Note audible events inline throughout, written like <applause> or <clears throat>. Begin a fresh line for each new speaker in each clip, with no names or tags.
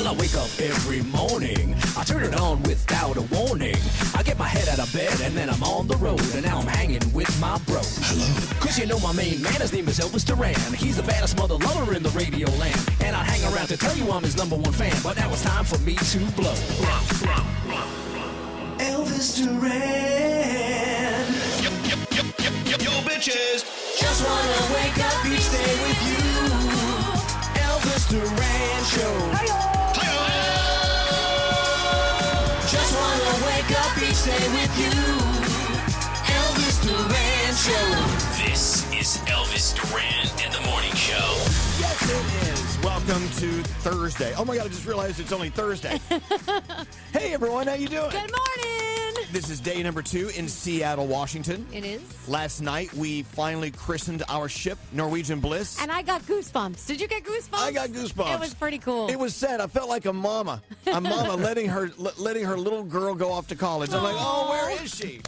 I wake up every morning. I turn it on without a warning. I get my head out of bed and then I'm on the road. And now I'm hanging with my bro. Hello. Cause you know my main man, his name is Elvis Duran. He's the baddest mother lover in the radio land. And I hang around to tell you I'm his number one fan. But now it's time for me to blow. Elvis Duran.
Yo, bitches!
Just wanna wake up each day with you. Elvis Duran Show. Just wanna wake up each day with you. Elvis Duran Show.
This is Elvis Duran and the Morning Show.
Yes, it is. Welcome to Thursday. Oh my God! I just realized it's only
<laughs>
Thursday. hey, everyone, how you doing?
Good morning.
This is day number two in Seattle, Washington.
It is.
Last night we finally christened our ship Norwegian Bliss.
And I got goosebumps. Did you get goosebumps?
I got goosebumps.
It was pretty cool.
It was sad. I felt like a mama,
<laughs>
a mama letting her le- letting her little girl go off to college. I'm like, oh, where is she?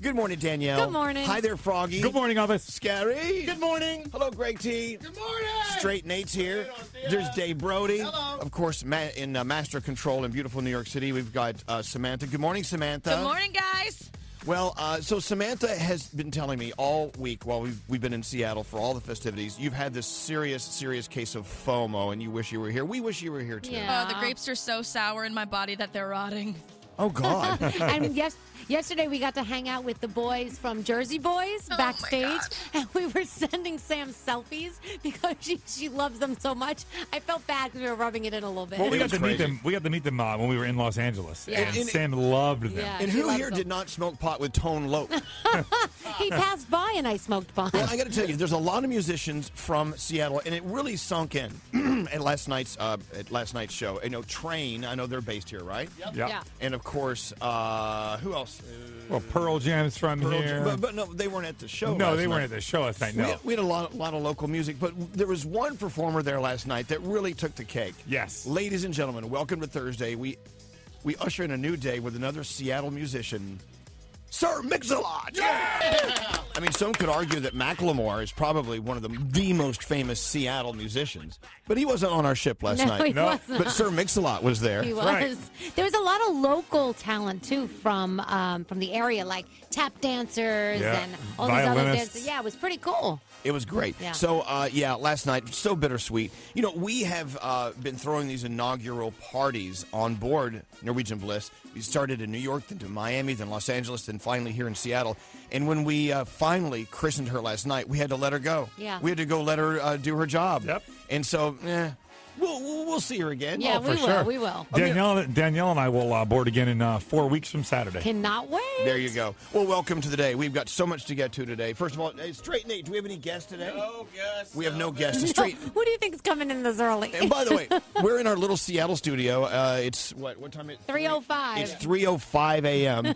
Good morning, Danielle.
Good morning.
Hi there, Froggy.
Good morning, Elvis.
Scary. Good morning. Hello, Greg T. Good morning. Straight Nate's here. There's Dave Brody. Hello. Of course, ma- in uh, Master Control in beautiful New York City, we've got uh, Samantha. Good morning, Samantha.
Good morning, guys.
Well, uh, so Samantha has been telling me all week while we've, we've been in Seattle for all the festivities, you've had this serious, serious case of FOMO, and you wish you were here. We wish you were here too.
Yeah.
Oh, the grapes are so sour in my body that they're rotting.
<laughs>
<laughs>
Oh God.
and yes, yesterday we got to hang out with the boys from Jersey Boys
my
backstage,
God.
and we were <laughs> sending Sam selfies because she she loves them so much. I felt bad because we were rubbing it in a little bit.
Well,
We
It
got
was
to
crazy.
meet them. We got to meet them uh, when we were in Los Angeles,
Yeah.
and
And-
Sam loved them.
Yeah.
and
she
who
loves
here
them.
did not smoke pot with Tone Loc?
he passed by and I smoked pot.
Well,
<laughs>
I got to tell you, there's a lot of musicians from Seattle, and it really sunk in <clears throat> at last night's uh, at last night's show. You know, Train. I know they're based here, right? Yep.
Yeah.
Yeah.
And of course, uh, who else?
<laughs> Well, Pearl Jam's from
Pearl
here.
Jam- But, but no, they weren't at the show.
no,
last
they weren't
night.
at the show last night.
We
No.
had, we had a lot, lot of local music, but there was one performer there last night that really took the cake.
Yes.
Ladies and gentlemen, welcome to Thursday. We we usher in a new day with another Seattle musician, Sir Mix-a-Lot. I mean, some could argue that Macklemore is probably one of the, the most famous Seattle musicians, but he wasn't on our ship last
no, he
night.
No.
wasn't.
But Sir Mix-a-Lot was there.
He was.
Right.
There was a lot of local talent too from um, from the area, like tap dancers
Yeah.
and all these other
Violinists.
dancers. Yeah, it was pretty cool.
It was great.
Yeah.
So, uh, yeah, last night, so bittersweet. You know, we have uh, been throwing these inaugural parties on board Norwegian Bliss. We started in New York, then to Miami, then Los Angeles, then finally here in Seattle. And when we uh, finally christened her last night, we had to let her go.
Yeah.
We had to go let her uh, do her job.
Yep.
And so, eh, we'll, we'll, we'll see her again. Oh,
Yeah, we
for
will.
sure.
We will.
Danielle, Danielle and I will uh, board again in uh, four weeks from Saturday.
Cannot wait.
There you go. Well, welcome to the day. We've got so much to get to today. First of all, hey, Straight Nate, do we have any guests today? No guests. We have
<laughs>
no <laughs> guests. Straight,
Who do you think is coming in this early?
And
<laughs>
by the way, we're in our little Seattle studio. Uh, it's what? What time is it?
3:05.
It's 3:05 a.m.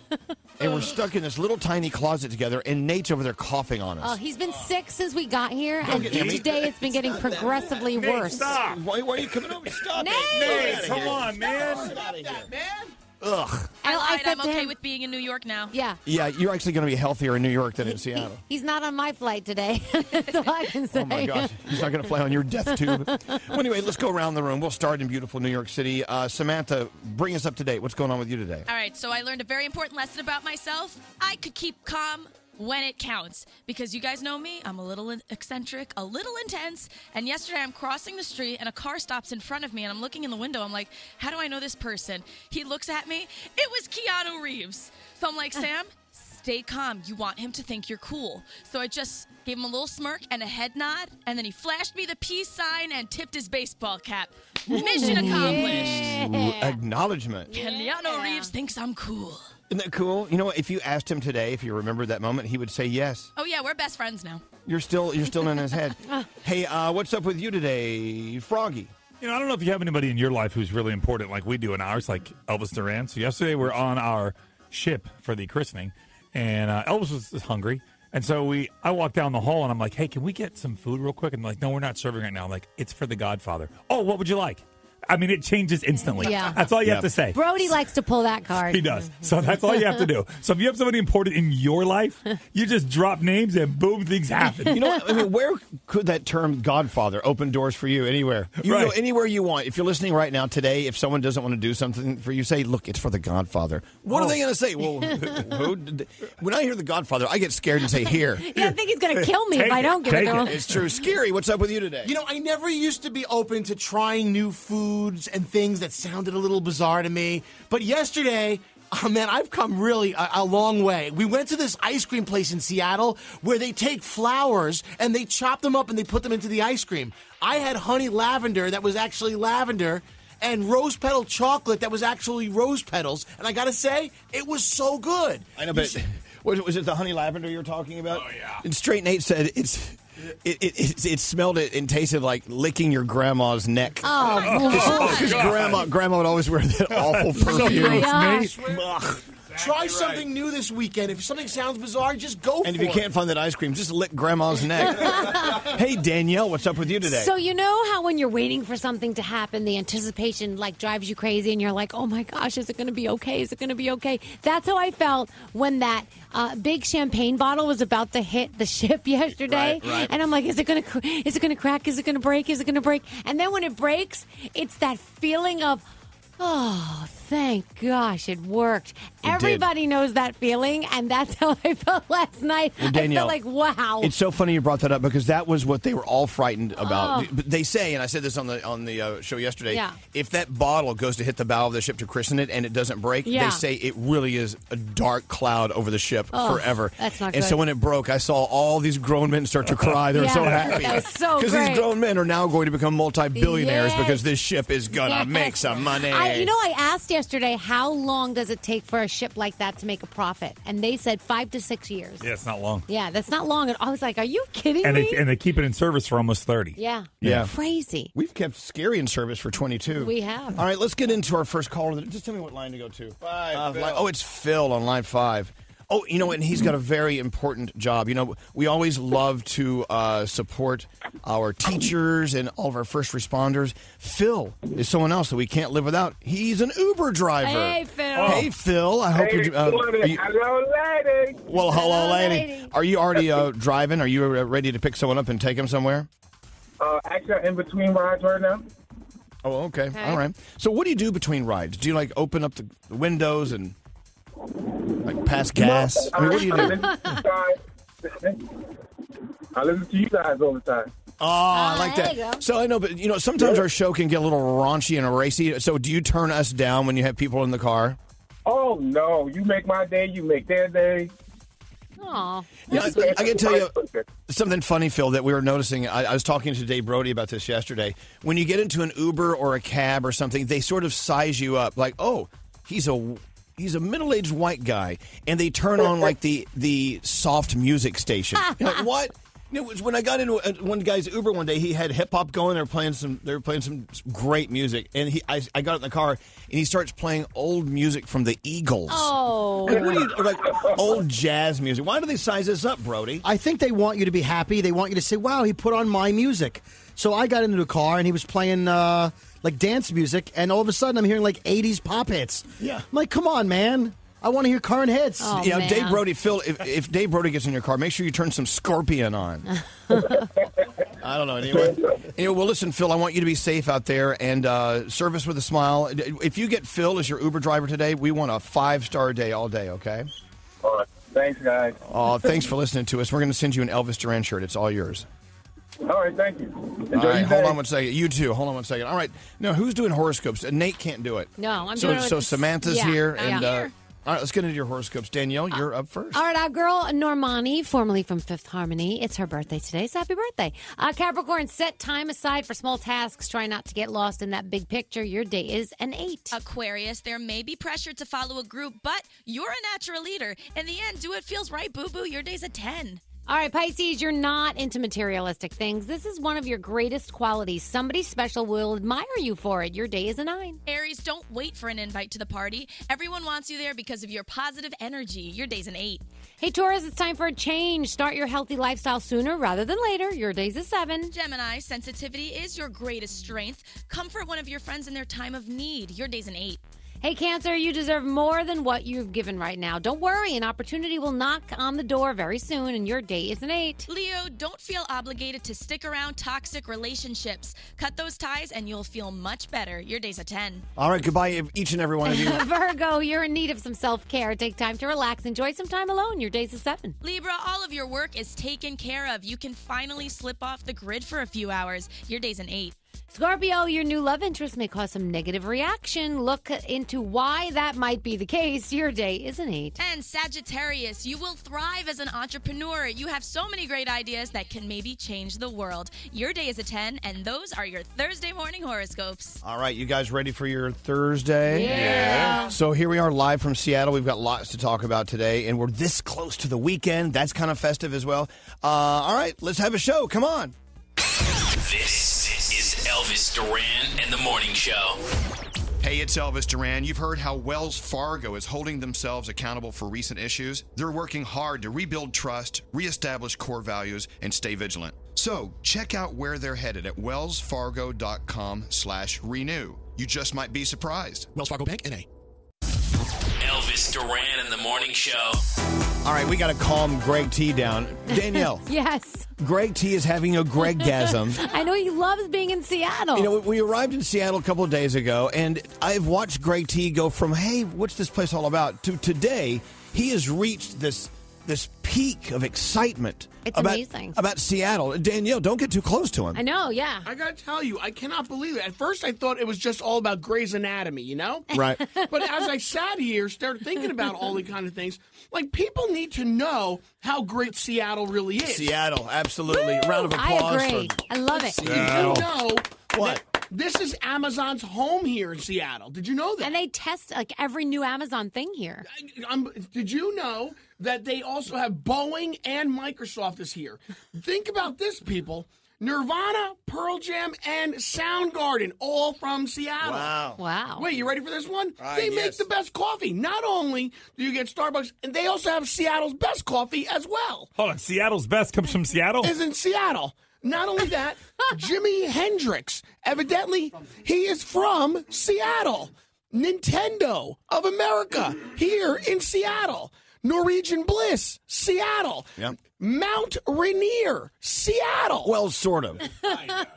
and we're stuck in this little tiny closet together. And Nate's over there coughing on
Oh,
us.
he's been sick since we got here, and
get me.
today it's been getting progressively
Nate,
worse.
stop!
why, why are you coming over? Stop
Nate!
Nate,
Nate, come on, man!
out of here. Ugh.
I-
I
I
lied.
said
I'm
to
okay
him-
with being in New York now.
Yeah.
Yeah, you're actually going to be healthier in New York than in
He-
Seattle.
he's not on my flight today. <laughs> That's all I can say.
Oh my gosh, he's not going to fly on your death tube. well, anyway, let's go around the room. We'll start in beautiful New York City. Uh, Samantha, bring us up to date. What's going on with
<laughs>
you today?
All right, so I learned a very important lesson about myself. I could keep calm when it counts because you guys know me. I'm a little in- eccentric, a little intense. And yesterday, I'm crossing the street and a car stops in front of me, and I'm looking in the window. I'm like, how do I know this person? He looks at me. It was Keanu Reeves. So I'm like, Sam. Stay calm. You want him to think you're cool. So I just gave him a little smirk and a head nod, and then he flashed me the peace sign and tipped his baseball cap. Mission accomplished.
Ooh, Acknowledgement.
Keanu Reeves thinks I'm cool.
Isn't that cool? You know what? If you asked him today, if you remember that moment, he would say yes.
Oh yeah, we're best friends now.
You're still you're still in his head. <laughs> hey, uh, what's up with you today, Froggy?
You know, I don't know if you have anybody in your life who's really important like we do in ours, like Elvis Duran. So yesterday we're on our ship for the christening, and uh, Elvis was was hungry, and so we I walked down the hall and I'm like, "Hey, can we get some food real quick?" And they're like, "No, we're not serving right now." I'm like, "It's for the Godfather." Oh, what would you like? I mean, it changes instantly.
<laughs> Yeah.
That's all you
Yeah.
have to say.
Brody likes to pull that card.
He does. So that's all you have to do. So if you have somebody important in your life, you just drop names and boom, things happen.
You know, I mean, where could that term "Godfather" open doors for you? Anywhere?
You
Right.
go anywhere you want. If you're listening right now today, if someone doesn't want to do something for you, say, "Look, it's for the Godfather." What are they going to say? Well, who did- when I hear the Godfather, I get scared and say, "Here."
<laughs> Yeah, I think he's gonna kill me if
Take
I
it,
don't give it
take
to
it.
him.
It's true. Scary. What's up with you today?
You know, I never used to be open to trying new foods and things that sounded a little bizarre to me. But yesterday, <laughs> oh man, I've come really a, a long way. We went to this ice cream place in Seattle where they take flowers and they chop them up and they put them into the ice cream. I had honey lavender that was actually lavender. And rose petal chocolate that was actually rose petals, and I gotta say, it was so good.
I know, but <laughs> was, was it the honey lavender you were talking about? Oh yeah. And Straight Nate said it's. It, it, it, it smelled it and tasted like licking your grandma's neck.
Oh,
<laughs> Because grandma, grandma would always wear that awful
my
perfume.
gosh.
Ugh.
Try something new this weekend. If something sounds bizarre, just go for it.
And if you can't find that ice cream, just lick
<laughs>
grandma's neck. hey, Danielle, what's up with you today?
So you know how when you're waiting for something to happen, the anticipation like drives you crazy, and you're like, "Oh my gosh, is it going to be okay? Is it going to be okay?" That's how I felt when that uh, big champagne bottle was about to hit the ship <laughs> yesterday, and I'm like, "Is it going to? Is it going to crack? Is it going to break? Is it going to break?" And then when it breaks, it's that feeling of. Oh, thank gosh, it worked. Everybody knows that feeling, and that's <laughs> how I felt last night.
Danielle,
I felt like, wow.
It's so funny you brought that up because that was what they were all frightened about. But They say, and I said this on the on the uh, show yesterday.
Oh. Yeah.
If that bottle goes to hit the bow of the ship to christen it and it doesn't break,
Yeah.
they say it really is a dark cloud over the ship forever.
Oh, that's not
And so
good.
when it broke, I saw all these grown men start to cry. They were
Yeah,
so happy
that was so
these
great.
grown men are now going to become multi billionaires
Yes.
because this ship is gonna
Yes.
make some money.
I, you know, I asked yesterday how long does it take for a ship like that to make a profit, and they said five to six years.
Yeah, it's not long.
Yeah, that's not long. And I was like, "Are you kidding
And
me?"
they, and they keep it in service for almost 30.
yeah,
Yeah.
crazy.
We've kept Scary in service for 22.
We have.
All right, let's get into our first caller. Just tell me what line to go to. Five. oh, it's Phil on line five. Oh, you know, and he's got a very important job. You know, we always love to uh, support our teachers and all of our first responders. Phil is someone else that we can't live without. He's an Uber driver.
Hey, Phil.
Oh.
Oh. Hey, Phil. I hope you're. Uh, are you- well, hello,
Hello,
lady.
lady.
Are you already uh, driving? Are you uh, ready to pick someone up and take them somewhere?
Uh, actually, I'm in between rides right now.
Oh, okay. All right. So, what do you do between rides? Do you like open up the the windows and like pass gas? I mean, what do you
I
do?
listen
<laughs>
to you guys. I listen to you guys all the time.
Oh, I like
Ah, there you
that.
go.
So I know, but you know, sometimes our show can get a little raunchy and racy. So, do you turn us down when you have people in the car?
Oh no, you make my day. You make their day.
Aw.
Yeah, I, I can tell you something funny, Phil, that we were noticing. I, I was talking to Dave Brody about this yesterday. When you get into an Uber or a cab or something, they sort of size you up, like, oh, he's a he's a middle aged white guy, and they turn on like the the soft
<laughs>
music station.
Ah,
You're like what? You know, It was when I got into uh, one guy's Uber one day. He had hip hop going. They were playing some. They were playing some great music. And he, I, I got in the car, and he starts playing old music from the Eagles.
Oh.
Like,
<laughs>
what do you- or, like old jazz music. Why do they size us up, Brody?
I think they want you to be happy. They want you to say, "Wow, he put on my music." So I got into the car and he was playing uh, like dance music, and all of a sudden I'm hearing like '80s pop hits.
Yeah.
I'm like, come on, man! I want to hear current hits.
Oh,
you know,
man.
Dave Brody, Phil, if, if Dave Brody gets in your car, make sure you turn some
<laughs>
Scorpion on. I don't know. Anyway, anyway, well, listen, Phil, I want you to be safe out there and uh, service with a smile. If you get Phil as your Uber driver today, we want a five star day all day, okay?
All right, thanks, guys.
Oh, thanks for listening to us. We're going to send you an Elvis Duran shirt. It's all yours.
All right, thank you. Enjoy
all right,
your
hold
day.
on one second. You too. Hold on one second. All right. Now, who's doing horoscopes? Uh, Nate can't do it.
No, I'm
so,
doing it with
So
the-
Samantha's
yeah,
here.
I'm
and
here.
Uh, all right, let's get into your horoscopes. Danielle, you're up first.
All right, our girl Normani, formerly from Fifth Harmony, it's her birthday today. So happy birthday. Uh, Capricorn, set time aside for small tasks. Try not to get lost in that big picture. Your day is an eight.
Aquarius, there may be pressure to follow a group, but you're a natural leader. In the end, do what feels right, boo boo. Your day's a 10.
All right, Pisces, you're not into materialistic things. This is one of your greatest qualities. Somebody special will admire you for it. Your day is a nine.
Aries, don't wait for an invite to the party. Everyone wants you there because of your positive energy. Your day's an 8.
Hey, Taurus, it's time for a change. Start your healthy lifestyle sooner rather than later. Your day's at seven.
Gemini, sensitivity is your greatest strength. Comfort one of your friends in their time of need. Your day's an eight.
Hey, Cancer, you deserve more than what you've given right now. Don't worry, an opportunity will knock on the door very soon, and your day is an eight.
Leo, don't feel obligated to stick around toxic relationships. Cut those ties and you'll feel much better. Your day's
<laughs>
a 10.
All right, goodbye, each and every one of you.
Virgo, you're in need of some self care. Take time to relax. Enjoy some time alone. Your day's a seven.
Libra, all of your work is taken care of. You can finally slip off the grid for a few hours. Your day's an 8.
Scorpio, your new love interest may cause some negative reaction. Look into why that might be the case. Your day is an eight.
And Sagittarius, you will thrive as an entrepreneur. You have so many great ideas that can maybe change the world. Your day is a 10, and those are your Thursday morning horoscopes.
All right, you guys ready for your Thursday?
Yeah. Yeah.
So here we are live from Seattle. We've got lots to talk about today, and we're this close to the weekend. That's kind of festive as well. Uh, all right, let's have a show. Come on.
This is Elvis Duran and the Morning Show.
Hey, it's Elvis Duran. You've heard how Wells Fargo is holding themselves accountable for recent issues. They're working hard to rebuild trust, reestablish core values, and stay vigilant. So, check out where they're headed at wellsfargo.com/renew. You just might be surprised. Wells Fargo Bank NA.
Elvis Duran and the Morning Show.
All right, we got to calm Greg T down. Danielle,
<laughs> Yes.
Greg T is having
<laughs>
a Greggasm.
I know he loves being in Seattle.
You know, we arrived in Seattle a couple of days ago, and I've watched Greg T go from "Hey, what's this place all about?" to today, he has reached this this peak of excitement.
It's
about,
amazing.
about Seattle. Danielle, don't get too close to him.
I know, yeah.
I gotta tell you, I cannot believe it. At first, I thought it was just all about Grey's Anatomy, you
<laughs>
know?
Right.
But as I sat here, started thinking about all the kind of things, like people need to know how great Seattle really is.
Seattle, absolutely. Round of
I
applause.
agree.
for-
I love it.
Did
Seattle.
you know that
What?
This is Amazon's home here in Seattle. Did you know that?
And they test like every new Amazon thing here.
Um, did you know that they also have Boeing and Microsoft is here? Think about this, people. Nirvana, Pearl Jam, and Soundgarden, all from Seattle.
Wow.
Wow.
Wait, you ready for this one?
Right,
they make
yes.
the best coffee. Not only do you get Starbucks, and they also have Seattle's best coffee as well.
Hold on, Seattle's best comes from Seattle.
Is in Seattle. Not only that, Jimi Hendrix, evidently, he is from Seattle. Nintendo of America, here in Seattle. Norwegian Bliss, Seattle.
Yep.
Mount Rainier,
<laughs>
Seattle.
Well, sort of.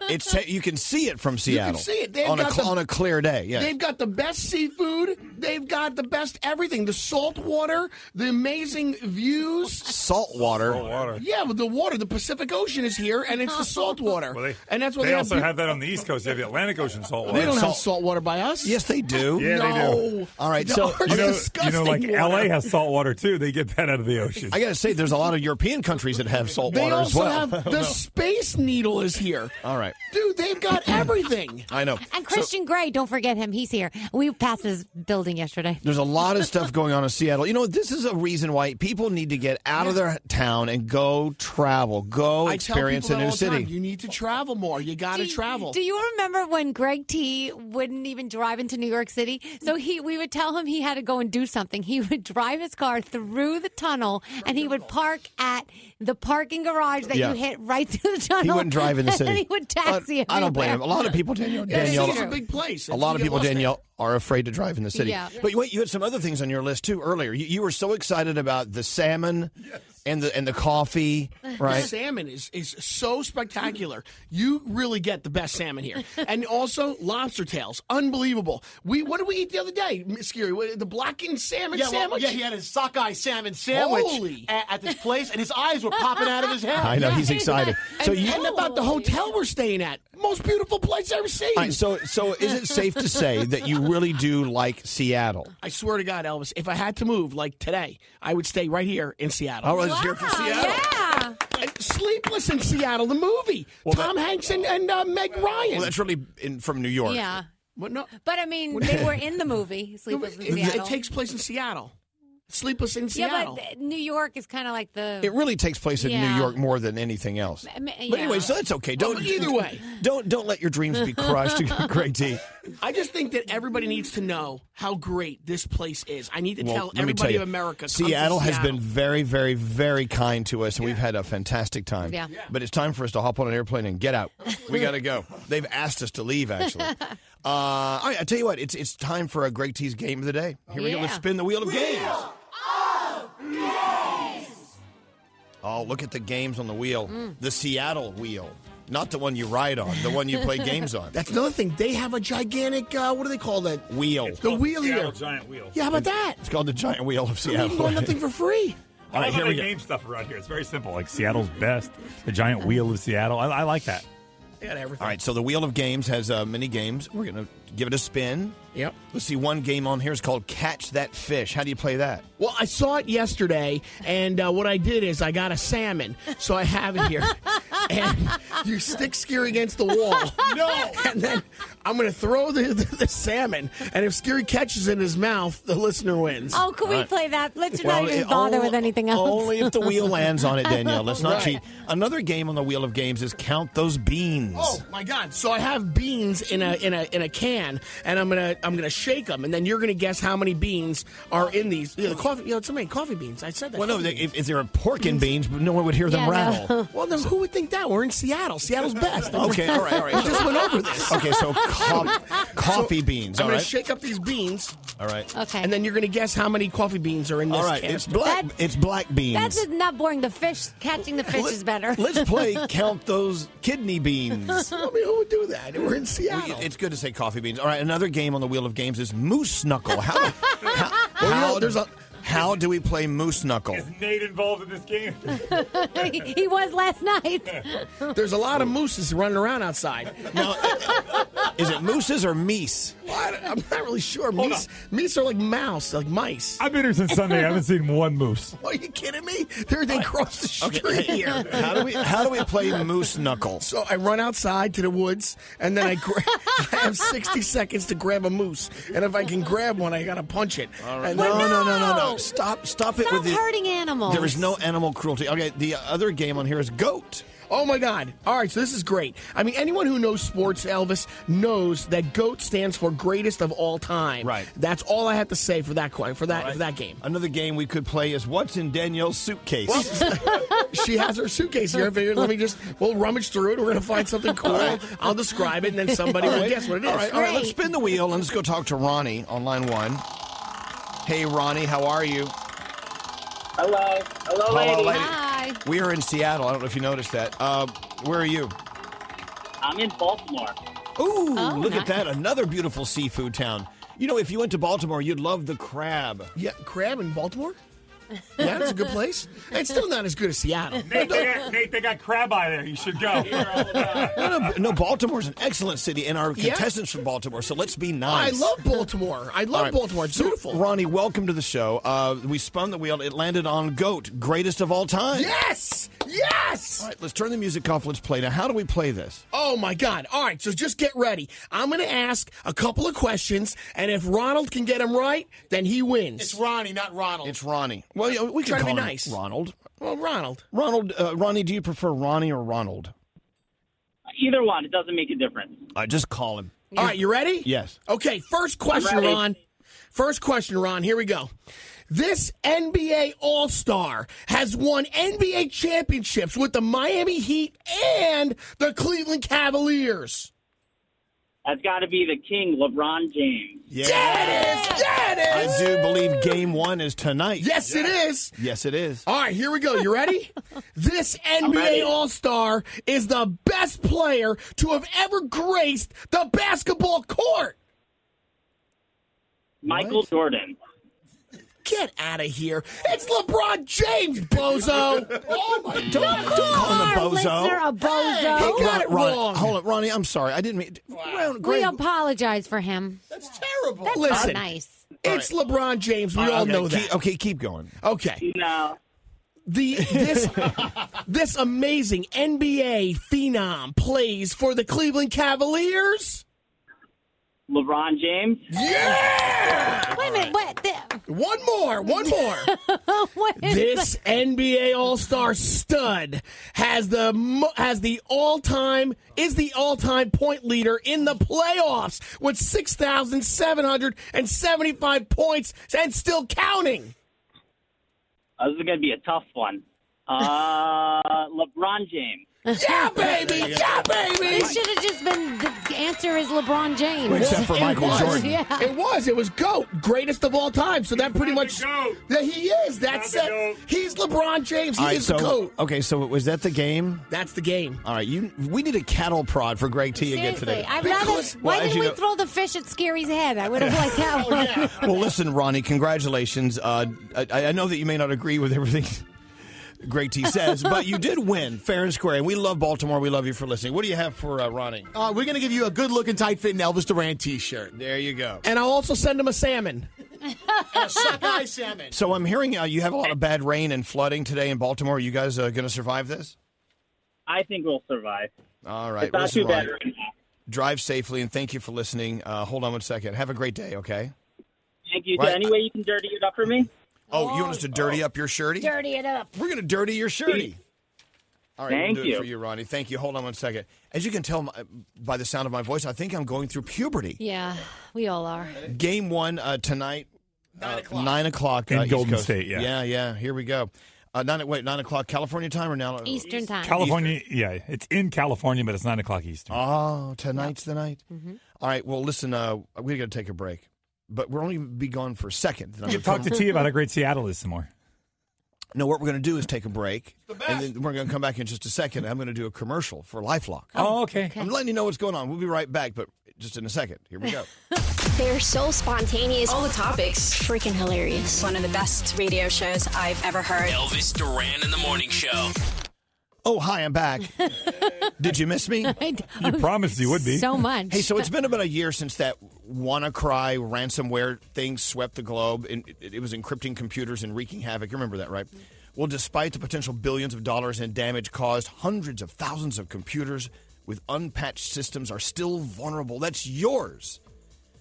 it's you can see it from Seattle.
see it. They've
on a
got
cl-
the-
on a clear day. Yeah.
They've got the best seafood. They've got the best everything. The salt water, the amazing views.
Salt water.
Water.
Yeah, with the water, the Pacific Ocean is here, and it's the salt water.
Well, they,
and that's why
they,
they
also
have,
have that on the East Coast. They have the Atlantic Ocean salt water.
They don't
Salt-
have salt water by us.
Yes, they do.
Yeah, they do.
no.
All right,
The
so-
ours
You know,
is
you know, like
disgusting water.
LA has salt water too. They get that out of the ocean.
I gotta say, there's a lot of European countries that have salt
They
water as
also
well. <laughs>
have the Space Needle is here.
All right.
dude, they've
<laughs>
got everything.
I know.
And Christian Gray, don't forget him. He's here. We passed his building yesterday.
There's a lot of stuff going on in Seattle. You know, this is a reason why people need to get out of their town and go travel,
I
go
tell
Oh, experience
people
a
that
new
all the time,
city.
You need to travel more. You got to
Do you-
travel.
Do you remember when Greg T wouldn't even drive into New York City? So he we would tell him he had to go and do something. He would <laughs> drive his car through the tunnel and he would park at the parking garage that
Yeah.
you hit right through the tunnel.
He wouldn't
<laughs>
drive in the
And
city.
he would taxi.
I, I don't blame him. A
everywhere.
lot of people,
<laughs>
Danielle. Danielle
it's a
true.
big place.
a lot of
You get
people,
lost there.
Danielle, are afraid to drive in the city.
Yeah.
But wait, you had some other things on your list too earlier. You, you were so excited about the salmon and the and
<laughs>
the coffee,
The
right?
salmon is is so spectacular. You really get the best salmon here, and also lobster tails, unbelievable. We what did we eat the other day, Miss Scary? What- The blackened salmon
Yeah, well,
sandwich.
yeah, he had his sockeye salmon sandwich
Holy.
a- at, this place, and his eyes were popping out of his
<laughs>
head.
I know he's excited. So
and,
you.
and about the hotel we're staying at, most beautiful place I've ever seen.
all right, so, so is it safe to say that you really do like Seattle?
I swear to God, Elvis, if I had to move like today, I would stay right here in Seattle.
All right, let's hear it for
Wow,
Seattle.
yeah.
And Sleepless in Seattle, the movie. Tom Hanks and, and uh, Meg Ryan.
Well, that's really in, from New York.
Yeah.
What, no,
But I mean, they were in the movie Sleepless in
it, it
Seattle.
takes place in Seattle. Sleepless in
yeah,
Seattle.
but uh, New York is kind of like the.
It really takes place in
Oh. Yeah.
New York more than anything else.
I mean,
But
yeah.
<laughs> anyway, so that's okay. Don't
Well, either way.
Don't don't let your dreams be crushed, <laughs> Greg T.
I just think that everybody needs to know how great this place is. I need to
Well,
tell
let me
everybody
tell you,
of America. come to
Seattle has
Seattle.
been very, very, very kind to us, and we've had a fantastic time.
Yeah. Yeah.
But it's time for us to hop on an airplane and get out. we got
<laughs>
to go. They've asked us to leave, actually. uh, all right, I tell you what, it's it's time for a Greg T's game of the day. Here we go. Let's
Yeah.
spin the wheel of games. Oh, look at the games on the wheel. The Seattle wheel. Not the one you ride on, the one
<laughs>
you play games on.
That's another thing. They have a gigantic, uh, what do they call that?
Wheel.
The wheel here.
giant wheel.
Yeah, how about that?
It's called the giant wheel of
We didn't
Seattle.
want
<laughs>
nothing for free.
All right, here we game stuff around here. It's very simple. Like Seattle's best, the giant wheel of Seattle. I, I like that.
They got everything.
All right, so the Wheel of Games has uh, many games. We're going to give it a spin.
Yep.
Let's see, one game on here is called Catch That Fish. How do you play that?
Well, I saw it yesterday, and uh, what I did is I got a salmon, so I have it here. and you stick Scary against the wall. no! And then I'm going to throw the, the, the salmon, and if Scary catches it in his mouth, the listener wins.
Oh, can we play that? Let's not even bother with anything else.
Only if the wheel lands on it, Danielle. Let's not
Right.
cheat. Another game on the Wheel of Games is Count Those Beans.
Oh my God! So I have beans in a in a in a can, and I'm gonna I'm gonna shake them, and then you're gonna guess how many beans are in these. Yeah, the coffee. You know, so many coffee beans. I said that.
Well, no,
coffee
they-
beans.
if, if there are pork and beans, but no one would hear them rattle.
well, then who would think that? We're in Seattle. Seattle's best.
<laughs> Okay, all right, all
<laughs>
right.
We just went over this.
Okay, so co- coffee beans,
I'm
all
gonna
right?
shake up these beans.
all right.
Okay.
And then you're gonna guess how many coffee beans are in this.
All right, it's black. it's black beans.
That's not boring. The fish catching the fish is better.
Let's
<laughs>
play count those kidney beans.
I mean, who would do that? We're in Seattle.
It's good to say coffee beans. All right, another game on the wheel of games is moose knuckle. How,
<laughs>
how, how- how do we play moose knuckle?
Nate involved in this game.
he, <laughs> he was last night.
There's a lot of mooses running around outside.
Now, is it mooses or meese?
I'm not really sure. Meese, meese are like mouse, like mice.
I've been here since <laughs> Sunday. I haven't seen one moose.
<laughs> Are you kidding me? They're, they cross the street here.
How do we how do we play
<laughs>
moose knuckle?
So I run outside to the woods, and then I, gra- <laughs> I have 60 seconds to grab a moose. And if I can grab one, I got to punch it. And
No,
then-
no, no, no, no. Stop, stop it with the
animals.
There is no animal cruelty. Okay, the other game on here is goat.
Oh my God! All right, so this is great. I mean, anyone who knows sports, Elvis knows that GOAT stands for greatest of all time. Right. That's all I have to say for that coin for that for that game. <laughs>
Another game we could play is what's in Danielle's suitcase. <laughs>
she has her suitcase here. I figured, let me just we'll rummage through it. We're gonna find something cool. I'll describe it, and then somebody
All
will
right.
guess what it is.
All right, all right, let's spin the wheel and let's go talk to Ronnie on line one. Hey, Ronnie, how are you?
Hello. Hello, lady.
Hi.
We are in Seattle. I don't know if you noticed that. Uh, where are you?
I'm in Baltimore.
Ooh,
Oh,
look at
nice.
that. Another beautiful seafood town. You know, if you went to Baltimore, you'd love the crab.
Yeah, crab in Baltimore? Yeah, that's a good place. It's still not as good as Seattle.
Nate, they got, Nate, they got crab eye there. You should go.
<laughs> no, no, no, Baltimore's an excellent city, and our
Yeah.
contestants from Baltimore, so let's be nice.
I love Baltimore. I
All
love
right.
Baltimore. It's
So,
beautiful.
Ronnie, welcome to the show. Uh, we spun the wheel. It landed on GOAT, greatest of all time.
Yes! Yes!
All right, let's turn the music off. Let's play. Now, how do we play this?
Oh my God. All right, so just get ready. I'm going to ask a couple of questions, and if Ronald can get them right, then he wins. It's
Ronnie, not Ronald.
It's Ronnie. Well, yeah, we can
Try to
call
be
him
nice.
Ronald.
Well, Ronald.
Ronald, uh, Ronnie, do you prefer Ronnie or Ronald?
Either one, it doesn't make a difference.
I just call him.
All right, you ready?
Yes.
Okay, first question,
Ready.
Ron. First question, Ron. Here we go. This NBA All Star has won NBA championships with the Miami Heat and the Cleveland Cavaliers.
That's got to be the king, LeBron James.
Yeah.
There it is. There it is.
I do believe game one is tonight.
Yes, it is.
Yes, it is.
All right, here we go. You
<laughs>
ready? this NBA All Star is the best player to have ever graced the basketball court.
Michael Jordan.
Get out of here. It's LeBron James,
<laughs>
bozo. oh, my
Don't, don't call him a bozo.
listener a bozo.
Hey,
he got
Ron-
it
Ron-
wrong.
Hold on, Ronnie. I'm sorry. I didn't mean. Ron-
We
Greg,
apologize for him. That's
terrible.
That's
Listen.
not nice.
It's LeBron James. We
Uh,
all
okay,
know
keep-
that.
okay, keep going.
Okay.
No.
The this <laughs> this amazing NBA phenom plays for the Cleveland Cavaliers.
LeBron James.
Yeah.
Wait a minute. What? The,
One more, one
<laughs>
more. this NBA All Star stud has the mo- has the all time is the all time point leader in the playoffs with six thousand seven hundred and seventy five points and still
<laughs>
counting.
Uh, this is going to be a tough one. Uh, <laughs> LeBron James.
Yeah, baby. Yeah,
<laughs>
baby.
It should have just been the answer is LeBron James. It was, Yeah.
It was. It was GOAT, greatest of all time. So that pretty much. Yeah, he is. That's it. He's LeBron James. He
All right,
is
so,
GOAT.
Okay, so was that the game?
That's the game.
All right, you. We need a cattle prod for Greg T again
Seriously,
today.
I'd rather. why didn't we throw the fish at Scary's head?
<laughs>
I would have liked that
Oh,
one.
<laughs> well, listen, Ronnie, congratulations. Uh, I, I know that you may not agree with everything <laughs> Greg T says, but you did win fair and square. And we love Baltimore. We love you for listening. What do you have for uh, Ronnie?
Uh, we're going to give you a good looking, tight fitting Elvis Duran t shirt.
There you go.
And I'll also send him a salmon.
a sockeye salmon.
So I'm hearing uh, you have a lot of bad rain and flooding today in Baltimore. Are you guys uh, going to survive this?
I think we'll survive.
All right.
It's not
listen,
too bad
Ronnie,
right now.
Drive safely and thank you for listening. Uh, hold on one second. Have a great day, okay?
Thank you. Is
Right.
there any way you can dirty it up for me?
Oh, you want us to dirty up your shirty?
Dirty it up.
We're going to dirty your shirty. All right,
Thank
we'll do
you.
it for you, Ronnie. Thank you. Hold on one second. As you can tell my, by the sound of my voice, I think I'm going through puberty.
Yeah, we all are.
Game one uh, tonight, nine o'clock. Nine o'clock
In
uh, East
Golden
Coast.
State, yeah.
yeah, yeah. Here we go. Uh, nine wait nine o'clock California time or now
Eastern time.
California, yeah, it's in California, but it's nine o'clock Eastern.
Oh, tonight's the night.
Mm-hmm.
All right. Well, listen, uh, we got to take a break, but we're only gonna be gone for a second. Then I'm
You
gonna
talk to
come-
T about how great Seattle is some more.
No, what we're going to do is take a break, and then we're going to come back in just a second. I'm going to do a commercial for LifeLock.
Oh, okay.
I'm letting you know what's going on. We'll be right back, but just in a second. Here we go.
They're so spontaneous. All the topics. Freaking hilarious. One of the best radio shows I've ever heard.
Elvis Duran in the morning show.
oh, hi, I'm back. Did you
<laughs>
miss me?
You promised you would be.
So much.
Hey, so it's been about a year since that WannaCry ransomware thing swept the globe, and it, it was encrypting computers and wreaking havoc. You remember that, right? Well, despite the potential billions of dollars in damage caused, hundreds of thousands of computers with unpatched systems are still vulnerable. That's yours.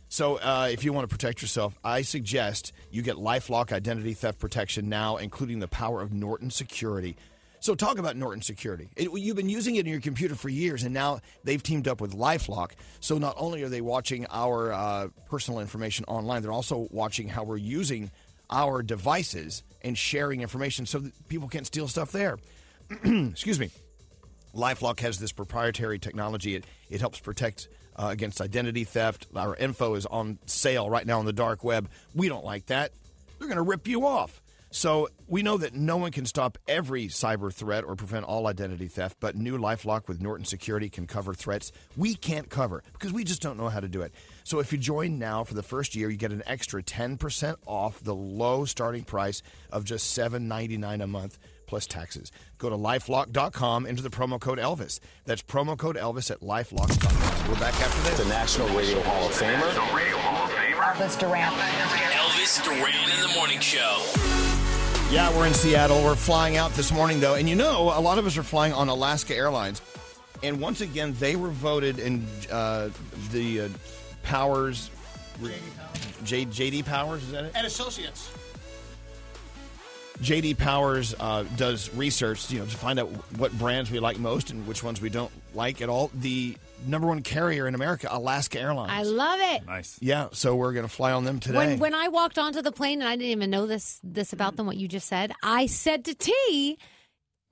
So, uh, if you want to protect yourself, I suggest you get Lifelock Identity Theft Protection now, including the power of Norton Security. So, talk about Norton Security. It, you've been using it in your computer for years, and now they've teamed up with Lifelock. So, not only are they watching our uh, personal information online, they're also watching how we're using our devices and sharing information so that people can't steal stuff there. <clears throat> Excuse me. LifeLock has this proprietary technology. It it helps protect uh, against identity theft. Our info is on sale right now on the dark web. We don't like that. They're going to rip you off. So we know that no one can stop every cyber threat or prevent all identity theft, but new LifeLock with Norton Security can cover threats we can't cover because we just don't know how to do it. So if you join now for the first year, you get an extra 10% off the low starting price of just $7.99 a month plus taxes. Go to lifelock.com, enter the promo code Elvis. That's promo code Elvis at lifelock.com. We're back after this. The National Radio Hall of Famer.
Elvis Duran. Elvis Duran in the morning show.
Yeah, we're in Seattle. We're flying out this morning, though. And you know, a lot of us are flying on Alaska Airlines. And once again, they were voted in uh, the uh, Powers. J- JD Powers, is that it?
And associates.
JD Powers uh, does research, you know, to find out what brands we like most and which ones we don't like at all. The number one carrier in America, Alaska Airlines.
I love it.
Nice.
Yeah, so we're going to fly on them today.
When when I walked onto the plane and I didn't even know this this about them, what you just said, I said to T,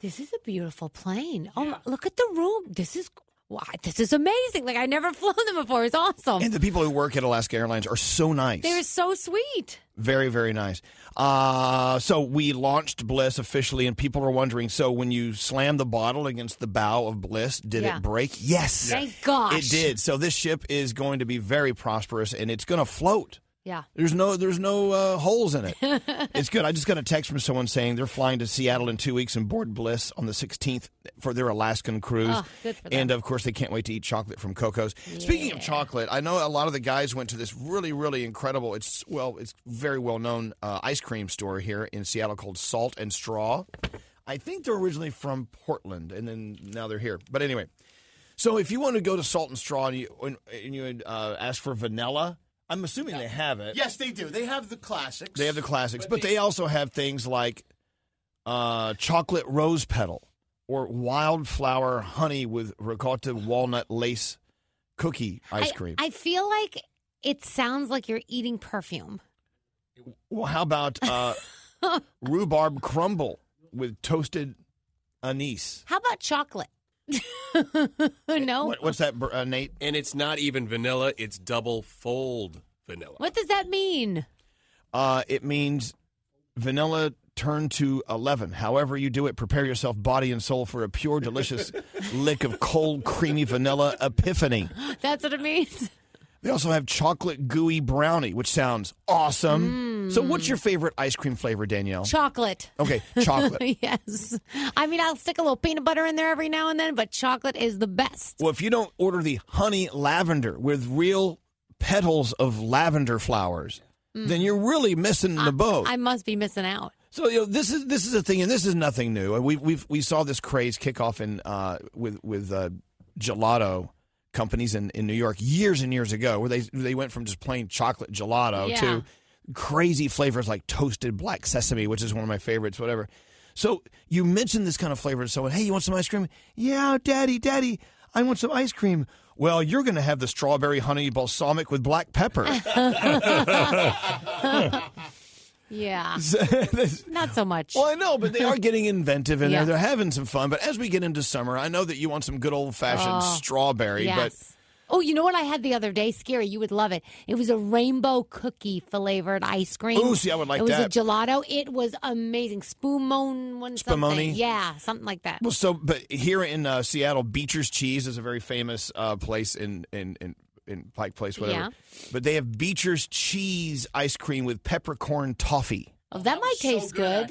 "This is a beautiful plane. Oh, my, look at the room. This is wow, this is amazing. Like I never <laughs> flown them before. It's awesome.
and the people who work at Alaska Airlines are so nice.
They were so sweet.
Very, very nice. Uh, so we launched Bliss officially, and people were wondering so when you slammed the bottle against the bow of Bliss, did
Yeah.
it break? Yes.
Thank gosh.
It did. So this ship is going to be very prosperous, and it's going to float.
Yeah.
There's no there's no uh, holes
<laughs>
in it. it's good. I just got a text from someone saying they're flying to Seattle in two weeks and board Bliss on the 16th for their Alaskan cruise.
Oh, good for them.
And of course, they can't wait to eat chocolate from Coco's. Speaking of chocolate, I know a lot of the guys went to this really really incredible. It's well, it's very well known uh, ice cream store here in Seattle called Salt and Straw. I think they're originally from Portland, and then now they're here. But anyway, so if you want to go to Salt and Straw and you and, and you uh, ask for vanilla, I'm assuming they have it.
Yes, they do. They have the classics.
They have the classics, but they also have things like uh, chocolate rose petal or wildflower honey with ricotta walnut lace cookie ice
I-
cream.
I feel like it sounds like you're eating perfume.
well, how about uh, rhubarb crumble with toasted anise?
How about chocolate? <laughs> no.
What, what's that, Br- uh, Nate?
And it's not even vanilla, it's double fold vanilla.
What does that mean? <gasps>
Uh, it means vanilla turned to 11. However, you do it, prepare yourself body and soul for a pure, delicious lick of cold, creamy vanilla epiphany.
That's what it means.
They also have chocolate gooey brownie, which sounds awesome. So, what's your favorite ice cream flavor, Danielle?
Chocolate. <laughs>
Okay, chocolate.
yes. I mean, I'll stick a little peanut butter in there every now and then, but chocolate is the best.
well, if you don't order the honey lavender with real petals of lavender flowers, then you're really missing the boat.
I must be missing out.
So you know, this is this is a thing, and this is nothing new. And We we we saw this craze kick off in uh, with with uh, gelato companies in, in New York years and years ago, where they they went from just plain chocolate gelato
Yeah.
to crazy flavors like toasted black sesame, which is one of my favorites. Whatever. So you mention this kind of flavor to someone. Hey, you want some ice cream? Yeah, daddy, daddy, I want some ice cream. Well, you're going to have the strawberry honey balsamic with black pepper. <laughs>
Yeah.
Not
so much.
Well, I know, Oh, but
<laughs>
they are getting inventive and
Yeah.
they're, they're having some fun. But as we get into summer, I know that you want some good old fashioned
Oh,
strawberry,
yes. Oh, you know what I had the other day? Scary, you would love it. It was a rainbow cookie flavored ice cream.
Ooh, see, I would like
it was
that.
a gelato. It was amazing. Spoomone one something.
Spumoni?
Yeah, something like that.
but. Well, so, but here in uh, Seattle, Beecher's Cheese is a very famous uh, place in, in, in, in Pike Place, whatever.
Yeah.
But they have Beecher's Cheese ice cream with peppercorn toffee.
oh, that, might taste good.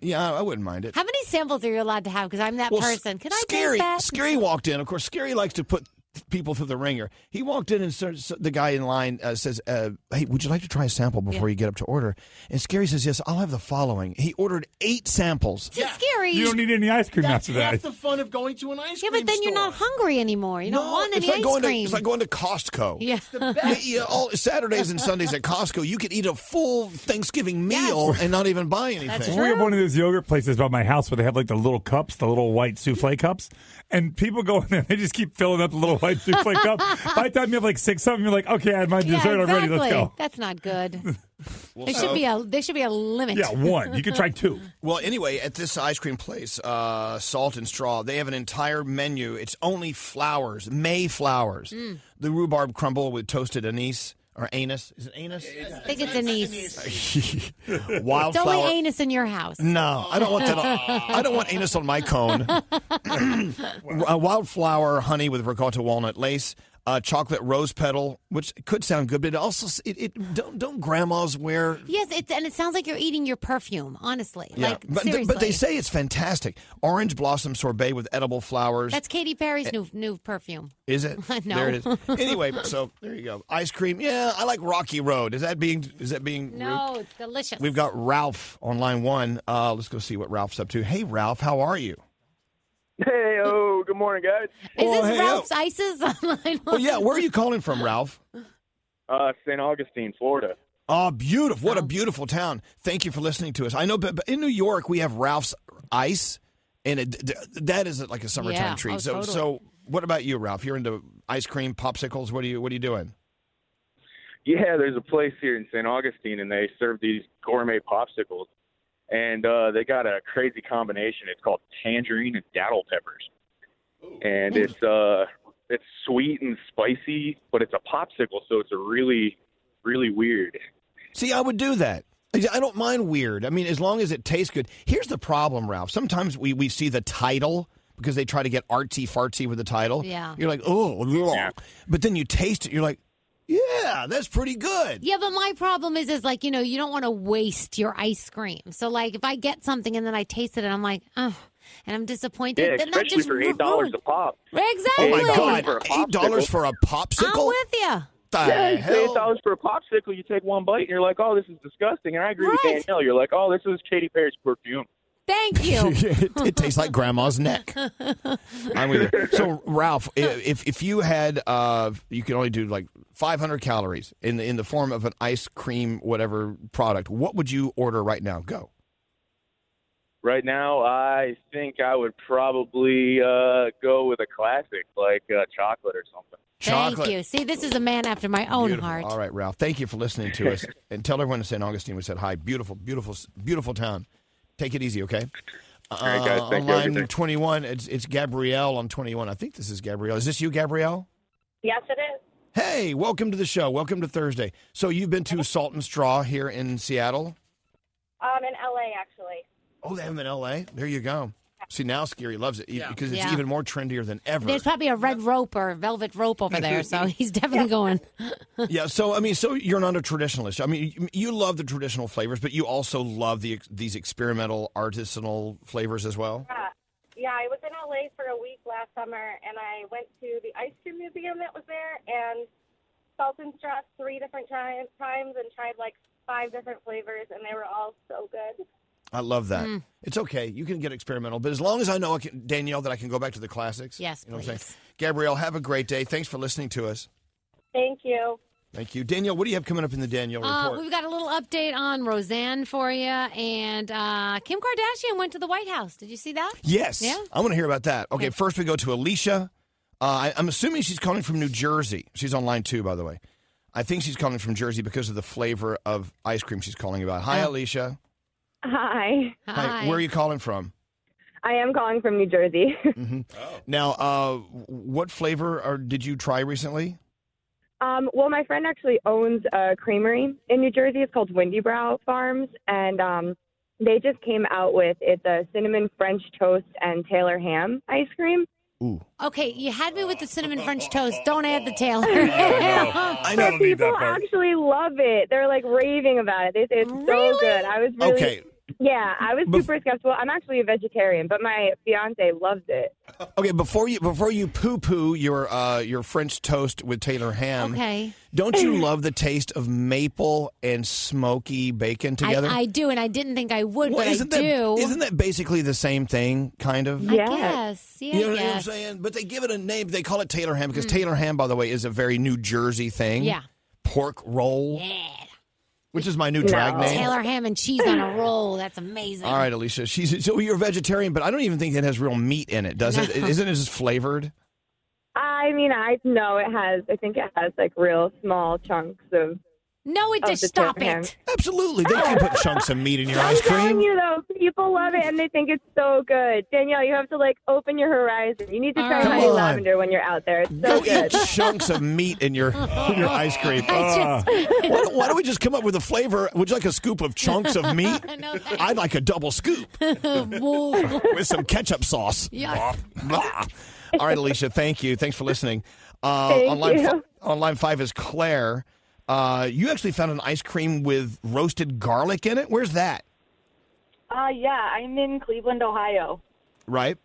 Yeah, I wouldn't mind it.
How many samples are you allowed to have? Because I'm that
Well,
person. Can I
Scary,
taste that?
Scary walked in. Of course, Scary likes to put people through the ringer. He walked in and started, so the guy in line uh, says, uh, "Hey, would you like to try a sample before
Yeah.
you get up to order?" And Scary says, "Yes, I'll have the following." He ordered eight samples.
It's scary.
You don't need any ice cream
That's
after that.
half the fun of going to an ice
yeah,
cream
but then you're not
store.
hungry anymore. You don't
No,
want
it's
any
like
ice
going to
cream.
it's like going to Costco. <laughs>
<laughs> yeah.
Yeah, all Saturdays and Sundays at Costco, you could eat a full Thanksgiving meal and not even buy anything.
We have one of those yogurt places by my house where they have like the little cups, the little white souffle cups, and people go in there. They just keep filling up the little white
<laughs>
souffle cup. By the time you have like six of them, you're like, okay, I had my
Yeah,
dessert already. Let's go.
That's not
<laughs>
good. there
so-
should be a there should be a limit. <laughs>
two.
<laughs> Well, anyway, at this ice cream place, uh, Salt and Straw, they have an entire menu. It's only flowers, May flowers.
Mm.
The rhubarb crumble with toasted anise or anise. Is it anise?
I think it's anise.
<laughs> Wildflower.
It's only anus in your house.
No, I don't want that.
<laughs>
On, I don't want anus on my cone. <clears throat> uh, wildflower honey with ricotta walnut lace, uh, chocolate rose petal, which could sound good, but it also s- it, it don't don't grandmas wear.
Yes, it's and it sounds like you're eating your perfume. Honestly, like
but, th-
seriously,
but they say it's fantastic. Orange blossom sorbet with edible flowers.
that's Katy Perry's
Eh,
new new perfume. <laughs>
Is it?
No.
There it is. Anyway, so there you go. Ice cream. Yeah, I like Rocky Road. Is that being is that being
No,
rude?
it's delicious.
We've got Ralph on line one. Uh, let's go see what Ralph's up to. Hey, Ralph, how are you?
Hey, oh, good morning, guys.
Is this
hey,
Ralph's Ices <laughs> online?
Oh yeah, where are you calling from, Ralph?
Uh, St. Augustine, Florida.
Oh, beautiful! What a beautiful town. Thank you for listening to us. I know, but, but in New York we have Ralph's Ice, and it, d- d- that is like a summertime
Yeah,
treat.
oh,
so,
totally.
so what about you, Ralph? You're into ice cream, popsicles. What are you? What are you doing?
Yeah, there's a place here in St. Augustine, and they serve these gourmet popsicles, and uh, they got a crazy combination. It's called tangerine and dattle peppers, and it's uh, it's sweet and spicy, but it's a popsicle, so it's a really, really weird.
See, I would do that. I don't mind weird. I mean, as long as it tastes good. Here's the problem, Ralph. Sometimes we, we see the title because they try to get artsy fartsy with the title.
Yeah.
You're like, oh, ugh." but then you taste it. You're like, yeah, that's pretty good.
Yeah, but my problem is, is like you know, you don't want to waste your ice cream. So like, if I get something and then I taste it and I'm like, oh, and I'm disappointed,
Yeah,
then that
especially
just
for eight
ruined-
dollars a pop.
Exactly.
Oh my
$8
God,
for a
eight dollars
popsicle.
for a popsicle?
I'm with you.
The
yeah, you pay
hell?
eight dollars for a popsicle. You take one bite, and you're like, "Oh, this is disgusting." And I agree
Right.
with Danielle. You're like, "Oh, this is Katy Perry's perfume."
Thank
<laughs>
you.
it, it tastes like grandma's neck. I'm with you. So, Ralph, i- if if you had, uh, you could only do like 500 calories in the, in the form of an ice cream whatever product, what would you order right now? Go.
Right now, I think I would probably uh, go with a classic like uh, chocolate or something.
Thank you. See, this is a man after my own
Beautiful.
heart.
All right, Ralph. Thank you for listening
<laughs>
to us. and tell everyone in St. Augustine we said hi. Beautiful, beautiful, beautiful town. Take it easy, okay?
All right, guys.
Uh,
Thank you.
on
Have a
line
good day.
21, it's, it's Gabrielle on 21. I think this is Gabrielle. Is this you, Gabrielle?
Yes, it is.
Hey, welcome to the show. Welcome to Thursday. So you've been to Salt and Straw here in Seattle?
Um, in LA, actually.
Oh, they have them in L.A.? There you go. See, now Scary loves it e- because it's
Yeah.
even more trendier than ever. <laughs>
There's probably a red rope or velvet rope over there, so he's definitely going.
yeah, so I mean, so you're not a traditionalist. I mean, you, you love the traditional flavors, but you also love the ex- these experimental artisanal flavors as well.
Yeah. yeah, I was in LA for a week last summer, and I went to the ice cream museum that was there, and salt and straw three different times, times, and tried like five different flavors, and they were all so good.
I love that.
Mm.
It's okay. You can get experimental, but as long as I know I can, Danielle that I can go back to the classics.
Yes,
you know What I'm saying? Gabrielle, have a great day. Thanks for listening to us.
Thank you.
Thank you, Danielle. What do you have coming up in the Danielle
Uh,
report?
we've got a little update on Roseanne for you, and uh, Kim Kardashian went to the White House. Did you see that?
Yes.
Yeah.
I want to hear about that. Okay, first we go to Alicia. Uh, I, I'm assuming she's calling from New Jersey. She's on line two, by the way. I think she's calling from Jersey because of the flavor of ice cream she's calling about. Hi,
Oh.
Alicia.
Hi.
Where are you calling from? Mm-hmm.
I am calling from New Jersey. <laughs>
Now, uh, what flavor are, did you try recently?
um, well, my friend actually owns a creamery in New Jersey. It's called Windy Brow Farms, and um, they just came out with it's a cinnamon French toast and Taylor ham ice cream.
Okay, you had me with the cinnamon French toast. Don't add the Taylor. <laughs>
<laughs> uh, I
But people actually love it. They're like raving about it. They say it's so good. I was really
Okay.
Yeah, I was super skeptical. I'm actually a vegetarian, but my fiance loves it.
Okay, before you before you poo poo your uh, your French toast with Taylor ham.
Okay.
Don't
<clears throat>
you
<laughs>
love the taste of maple and smoky bacon
I,
together?
I do, and I didn't think I would,
Well,
but
isn't
I
that,
do.
Isn't that basically the same thing, kind of?
I guess. Yeah,
You know
I
what I'm
guess.
saying? But they give it a name. They call it Taylor ham because Taylor ham, by the way, is a very New Jersey thing.
Yeah.
Pork roll. Which is my new drag name.
Taylor ham and cheese on
<laughs>
a roll. That's amazing.
All right, Alicia. She's so you're a vegetarian, but I don't even think it has real meat in it, does it?
No.
Isn't it just flavored?
I mean, I know it has. I think it has like real small chunks of.
No, it
does.
just- stop it.
Absolutely, they can put chunks of meat in your
I'm
ice
telling
cream.
you though, people love it and they think it's so good. Danielle, you have to like open your horizon. You need to try
right.
honey
Come on.
lavender when you're out there. It's so
Go eat
good.
<laughs> chunks of meat in your in your ice cream.
I just-
Ah. why, don't- why don't we just come up with a flavor? Would you like a scoop of chunks of meat?
<laughs>
I'd like a double <laughs> scoop
Whoa.
with some ketchup sauce.
Yeah.
Blah. All right, Alicia. Thank you. Thanks for listening. Uh,
Thank
on line
you.
fi- on line five is Claire. Uh, you actually found an ice cream with roasted garlic in it. Where's that?
Uh, yeah, I'm in Cleveland, Ohio.
Right.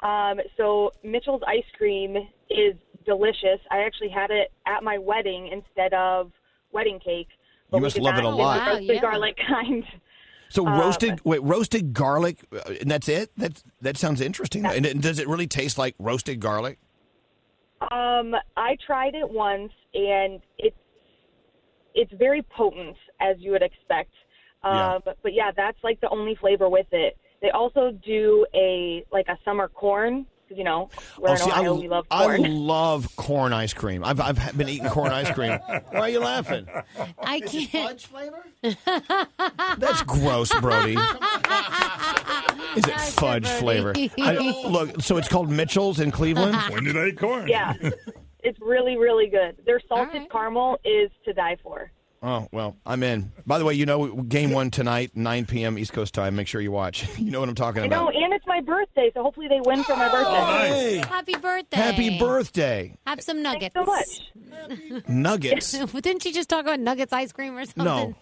Um, so Mitchell's ice cream is delicious. I actually had it at my wedding instead of wedding cake.
You must
did
love
not
it a
get
lot.
The
Wow,
roasted
yeah.
garlic <laughs> kind.
So
Um,
roasted, wait, roasted garlic, uh, and that's it. That that sounds interesting. And it- does it really taste like roasted garlic?
Um, I tried it once, and it's it's very potent as you would expect. Um,
Yeah.
But, but yeah, that's like the only flavor with it. They also do a like a summer corn. 'cause, You know, we're
Oh,
in
see,
Ohio,
I,
we love
I
corn.
love corn ice cream. I've I've ha- been eating corn ice cream. Why are you <laughs> laughing?
I can't. fudge
flavor?
<laughs>
That's gross,
<laughs>
Brody. Is it fudge flavor?
Brody.
I- look, so it's called Mitchell's in Cleveland.
<laughs> When
did I eat corn?
Yeah. it's really, really good. Their salted caramel is to die for.
<laughs> Oh well, I'm in. By the way, you know, game one tonight, 9 p.m. East Coast time. Make sure you watch. <laughs> You know what I'm talking
I
about.
know, and it's my birthday, so hopefully they win for my birthday.
Happy birthday.
Happy birthday,
Have some nuggets.
Nuggets.
<laughs> Didn't you just talk about nuggets ice cream or something? <laughs> No.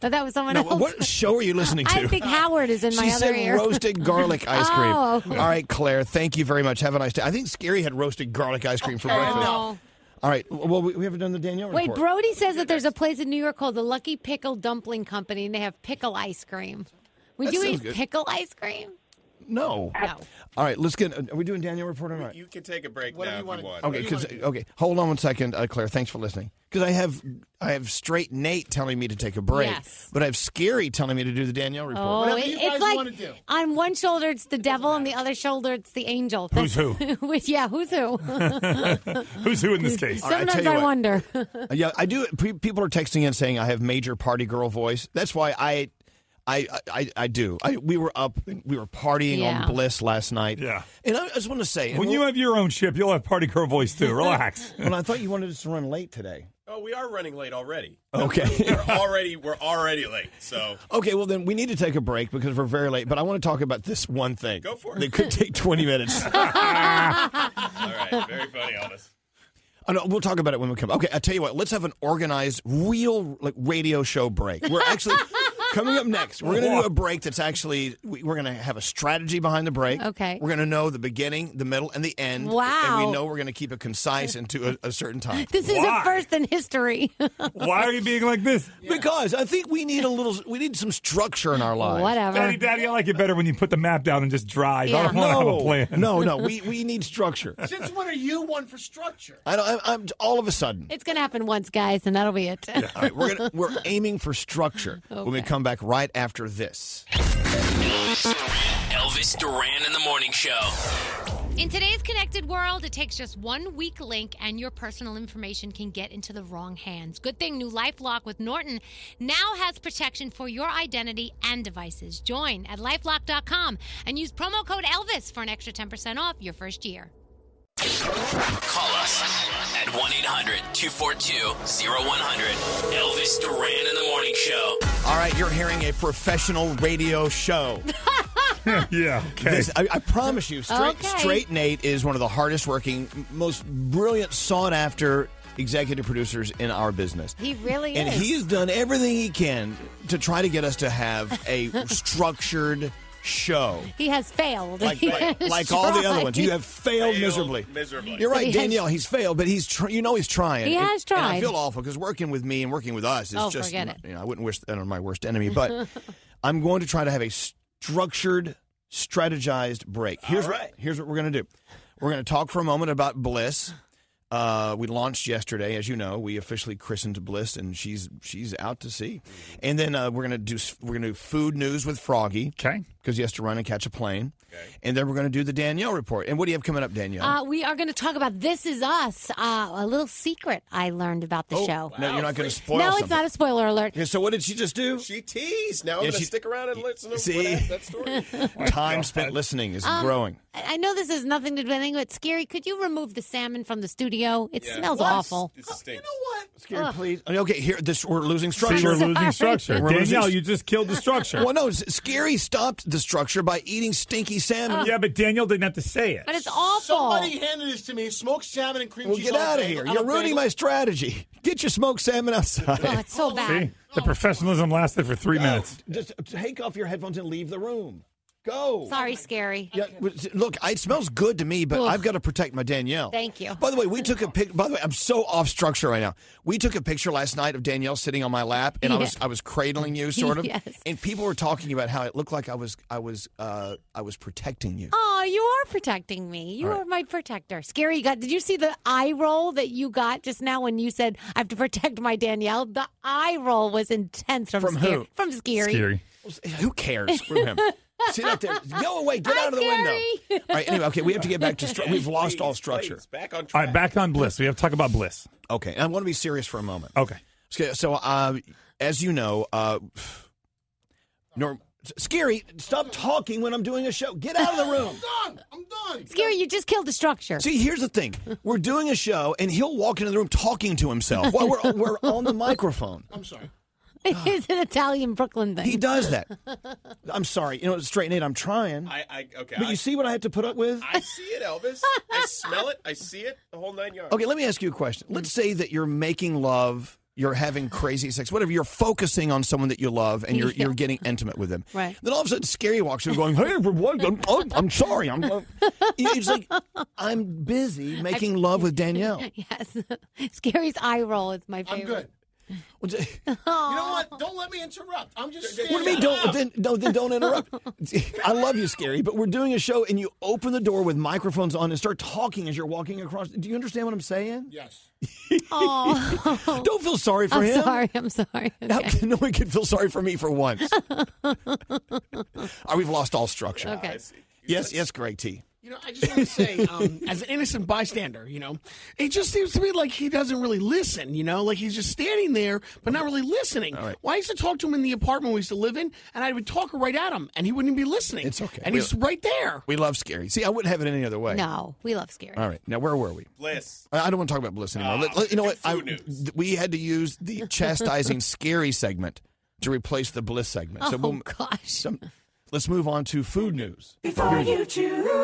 Thought that was someone
No,
else.
what show are you listening to?
I think Howard is in my
she
other
said
ear. <laughs>
roasted garlic ice cream.
Oh.
All right, Claire, thank you very much. Have a nice day. I think Scary had roasted garlic ice cream for
Okay.
breakfast.
No.
All right. Well, we, we haven't done the Danielle
Oh. Wait,
report.
Brody says that there's a place in New York called the Lucky Pickle Dumpling Company, and they have pickle ice cream. Would
That
you
sounds
eat
good.
pickle ice cream?
No.
No.
All right, let's get. Are we doing Daniel report or not?
You can take a break now if you want.
Okay, 'cause- okay. Hold on one second, uh, Claire. Thanks for listening. Because I have I have straight Nate telling me to take a break,
Yes.
but I have scary telling me to do the Danielle report.
Oh, it- it's like on one shoulder it's the devil, on the other shoulder it's the angel.
Who's
<laughs> Which, yeah, who's who?
Who's <laughs> who
<laughs>
in this case?
Oh. Sometimes I wonder. <laughs>
<laughs> Yeah, I do. Pe- people are texting in saying I have major party girl voice. That's why I, I, I- I, I do. I, we were up, we were partying
Yeah.
on Bliss last night. Yeah, and I just want to say
When you have your own ship, you'll have party girl voice
<laughs>
too. Relax.
well, I thought you wanted us to run late today.
Oh, we are running late already. <laughs>
Okay.
we're already we're already late. So
Okay, well then we need to take a break because we're very late. But I want to talk about this one thing. Go
for
it. That could take twenty
<laughs>
minutes.
all right, very funny,
<laughs>
Elvis.
Oh, no, we'll talk about it when we come. Okay, I tell you what. Let's have an organized, real like radio show break. We're
<laughs>
actually coming up next. We're going to do a break that's actually we- we're going to have a strategy behind the break.
Okay.
We're going to know the beginning, the middle, and the end. And
Wow.
we know we're going to keep it concise into a, a certain time.
This is a first in history. <laughs>
Why are you being like this? <laughs> Because I think we need a little. We need some structure in our lives.
Whatever.
Daddy, Daddy, I like it better when you put the map down and just drive. I don't
Yeah.
want to have
No.
a plan.
No, no, we- we need structure.
Since when are you one for structure?
I don't, I'm, I'm all of a sudden.
It's going to happen once, guys, and that'll be it.
All right, we're gonna, we're aiming for structure when we come back right after this.
Elvis Duran in the morning show.
In today's connected world, it takes just one weak link and your personal information can get into the wrong hands. Good thing new LifeLock with Norton now has protection for your identity and devices. Join at lifelock.com and use promo code Elvis for an extra 10% off your first year.
Call us at 1 800 242 0100. Elvis Duran in the morning show.
All right, you're hearing a professional
<laughs>
radio show. <laughs> yeah, This, I, I promise you, straight,
Okay.
straight Nate is one of the hardest working, m- most brilliant, sought after executive producers in our business.
He really
and
is.
he's done everything he can to try to get us to have a
<laughs>
structured show.
he has failed.
Like,
He
like,
has
like all the other
tried.
ones, you have failed, miserably. You're right,
He has-
Danielle. He's failed, but he's tr- you know he's trying.
He
And-
has
and I
tried.
feel awful because working with me and working with us is
Oh,
just
forget it.
You know, I wouldn't wish that on my
<laughs>
worst enemy, but I'm going to try to have a structured, strategized break. Here's what, here's what we're going to do. We're going to talk for a moment about Bliss. Uh, we launched yesterday, as you know. We officially christened Bliss, and she's she's out to sea. And then uh, we're gonna do s- we're gonna do food news with Froggy, okay? Because he has to run and catch a plane. And then we're gonna do the Danielle report. And what do you have coming up, Danielle?
Uh, we are going to talk about This Is Us, uh, a little secret I learned about the
Oh,
show.
No, you're not going to spoil.
no,
something.
it's not a spoiler alert.
Okay, so what did she just do?
She teased. Now
Yeah,
I'm going
she-
to stick around and listen to
See?
what hap- that story.
<laughs>
<laughs>
Oh,
Time spent listening is
Um,
growing.
I I know this has nothing to do with anything, but Scary, could you remove the salmon from the studio? It
Yeah.
smells
What?
awful.
It stinks.
Scary, please. Okay, here this we're losing structure.
See, we're losing structure.
We're losing
Danielle,
st-
you just killed the structure.
Well, no, S- Scary stopped the structure by eating stinky salmon.
Yeah, but Danielle didn't have to say it.
But it's awful.
Somebody handed this to me: smoked salmon and cream
Well,
cheese.
get
on a
out of
bagel-
here.
on
You're
a
ruining
bagel.
my strategy. Get your smoked salmon outside.
Oh, it's so bad.
<laughs> See, the professionalism lasted for three minutes.
Just take off your headphones and leave the room. Go.
Sorry, Scary.
Yeah, well, s- look, I- it smells good to me, but
Ugh.
I've got to protect my Danielle.
Thank you.
By the way, we took a pic. By the way, I'm so off structure right now. We took a picture last night of Danielle sitting on my lap, and I was
Yeah.
I was
<laughs>
cradling you, sort of.
Yes.
And people were talking about how it looked like I was I was uh, I was
<laughs>
protecting you.
Oh, you are protecting me. You
All right.
are my protector. Scary you got did you see the eye roll that you got just now when you said I have to protect my Danielle? The eye roll was intense from,
From
Scary.
who?
From Scary.
Who
<laughs>
cares? Screw him. Sit out there. Go away. Get out of the window. All right. Anyway, okay. We have to get back
<laughs>
to. Stru- we've lost all structure.
Back on track.
All right, back on Bliss. We have to talk about Bliss.
Okay, and I want to be serious for a moment.
Okay.
Okay, so uh, as you know, uh, Norm, scary. Stop talking when I'm doing a show. Get out of the room.
I'm done. I'm done.
Scary, you just killed the structure.
See, here's the thing: we're doing a show, and he'll walk into the room talking to himself
<laughs>
while we're we're on the microphone.
I'm sorry.
it's an Italian Brooklyn thing.
He
<laughs>
does that. I'm sorry. You know, straighten it. I'm trying.
I, I okay.
but
I,
you see what I had to put up with.
I see it, Elvis. I smell it. I see it. The whole nine yards.
Okay, let me ask you a question. Let's say that you're making love, you're having crazy sex, whatever. You're focusing on someone that you love, and you're
Yeah.
you're getting intimate with them.
Right.
Then all of a sudden, Scary walks in, going, "Hey, everyone, I'm, I'm, I'm sorry, I'm."
<laughs>
I'm-" It's like I'm busy making love with Danielle.
<laughs> yes. Scary's eye roll is my favorite.
I'm good. Well, j-
<laughs>
you know
<laughs>
what? Don't let me interrupt. I'm just.
What do you mean?
standing
Don't
up.
then, don't then don't interrupt. <laughs> I love you, Scary, but we're doing a show and you open the door with microphones on and start talking as you're walking across. Do you understand what I'm saying?
Yes.
Oh.
<laughs> Don't feel sorry for
I'm
him.
sorry. I'm sorry.
How can- <laughs> no one can feel sorry for me
<laughs>
for once. Ah,
Oh, we've lost all structure.
Okay.
Yes, yes, Greg T.
You know, I just want to say, um, as an innocent bystander, you know, it just seems to me like he doesn't really listen, you know, like he's just standing there, but not really listening.
All right.
Well, I used to talk to him in the apartment we used to live in, and I would talk right at him, and he wouldn't even be listening. It's okay. And
We-
he's right there.
We love Scary. See, I wouldn't have it any other way.
No, we love Scary.
All right. Now, where were we?
Bliss.
I I don't want to talk about Bliss anymore. Let- let- you know what? I, th- we had to use <laughs> the chastising Scary segment to replace the Bliss segment.
Oh,
gosh.
let's move on to food news.
Before you chew,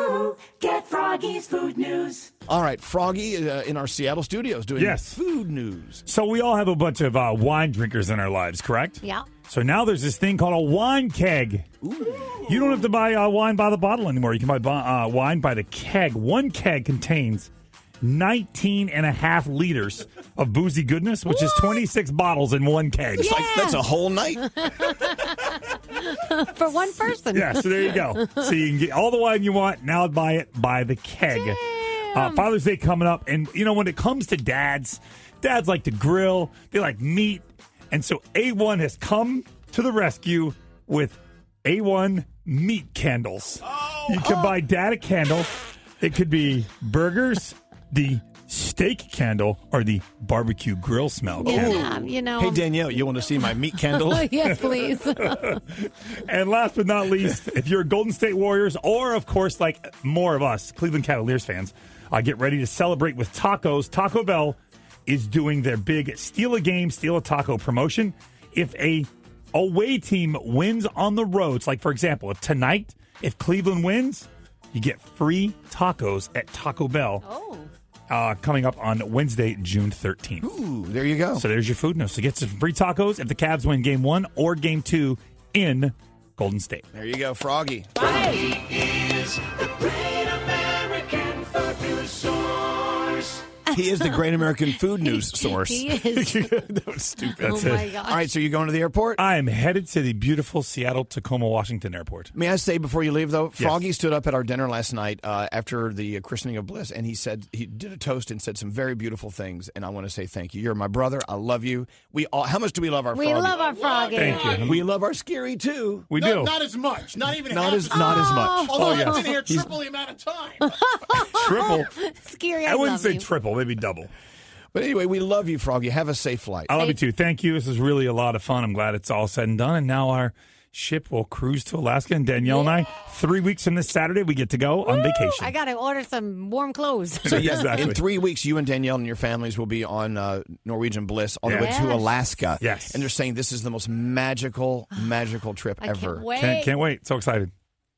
get Froggy's food news.
All right, Froggy uh, in our Seattle studios doing
Yes.
food news.
So we all have a bunch of uh, wine drinkers in our lives, correct?
Yeah.
So now there's this thing called a wine keg. You don't have to buy uh, wine by the bottle anymore. You can buy bo- uh, wine by the keg. One keg contains 19 and a half liters of boozy goodness, which is 26 bottles in one keg.
It's like- Yeah. that's a
whole night.
<laughs> for one person.
Yeah, so there
<laughs>
you go. so you can get all the wine you want. Now buy it by the keg. Uh, Father's Day coming up. And, you know, when it comes to dads, dads like to grill, they like meat. And so A1 has come to the rescue with A1 meat candles. you
Oh.
can buy dad a candle. It could be burgers, the steak candle, or the barbecue grill smell candle.
Yeah, you know.
Hey,
I'm-
Danielle, you want to see my meat
<laughs> yes, please.
and last but not least, if you're Golden State Warriors, or of course, like more of us, Cleveland Cavaliers fans, uh, get ready to celebrate with tacos. Taco Bell is doing their big steal a game, steal a taco promotion. If a away team wins on the roads, like for example, if tonight, if Cleveland wins, you get free tacos at Taco Bell.
Oh.
Uh, coming up on Wednesday, June 13th.
Ooh, there you go.
So there's your food news. So get some free tacos if the Cavs win game one or game two in Golden State.
There you go, Froggy. He is the great American
<laughs>
food news source.
He
<laughs>
is.
that was stupid.
That's Oh, it. my gosh.
All right, so you're going to the airport?
I am headed to the beautiful Seattle Tacoma, Washington airport.
May I say before you leave though, Froggy stood up at our dinner last night uh, after the christening of Bliss, and he said he did a toast and said some very beautiful things. And I want to say thank you. You're my brother. I love you. We all. How much do we love our?
We
Froggy?
love our Froggy. Thank
you.
We love our Scary too.
We
No,
<laughs>
Not as much. Not even
Not
half
as- not as much.
Although
Oh,
I've
yes.
been here
He's-
triple the amount of time.
<laughs>
Triple.
<laughs> Scary.
I,
I,
wouldn't
love
say
you.
triple, maybe double.
But anyway, we love you, Froggy. Have a safe flight.
I love you too. Thank you. This is really a lot of fun. I'm glad it's all said and done. And now our ship will cruise to Alaska. And Danielle and I, three weeks from this Saturday, we get to go on vacation.
I gotta order some warm clothes.
So yes, in three weeks, you and Danielle and your families will be on uh, Norwegian Bliss on the way
Yes.
to Alaska.
Yes.
and they're saying this is the
<sighs>
most magical, magical trip
I can't
ever.
wait. Can't- can't
wait. So excited.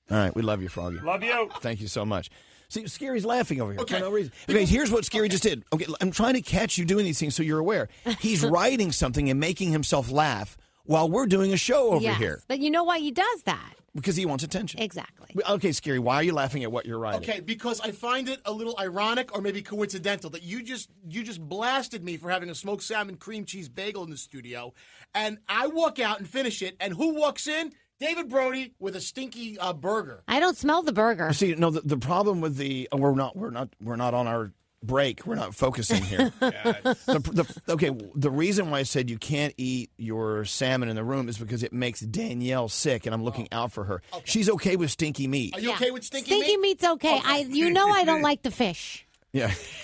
All right, we love you, Froggy.
Love you.
Thank you so much. See, Scary's laughing over here for no reason. Okay, here's what Scary just did. Okay, I'm trying to catch you doing these things so you're aware.
<laughs>
He's writing something and making himself laugh while we're doing a show over
Yes,
here
But you know why he does that?
because he wants attention.
Exactly.
Okay, Scary, why are you laughing at what you're writing?
Okay, because I find it a little ironic or maybe coincidental that you just you just blasted me for having a smoked salmon cream cheese bagel in the studio, and I walk out and finish it, and who walks in? David Brody with a stinky uh, burger.
I don't smell the burger.
See, no, the, the problem with the oh, we're not we're not we're not on our break. We're not focusing here. the, the, okay, the reason why I said you can't eat your salmon in the room is because it makes Danielle sick, and I'm looking out for her. She's okay with stinky meat.
Are you okay with stinky,
Stinky
meat?
meat's okay. I, you know, I don't like the fish.
Yeah.
<laughs>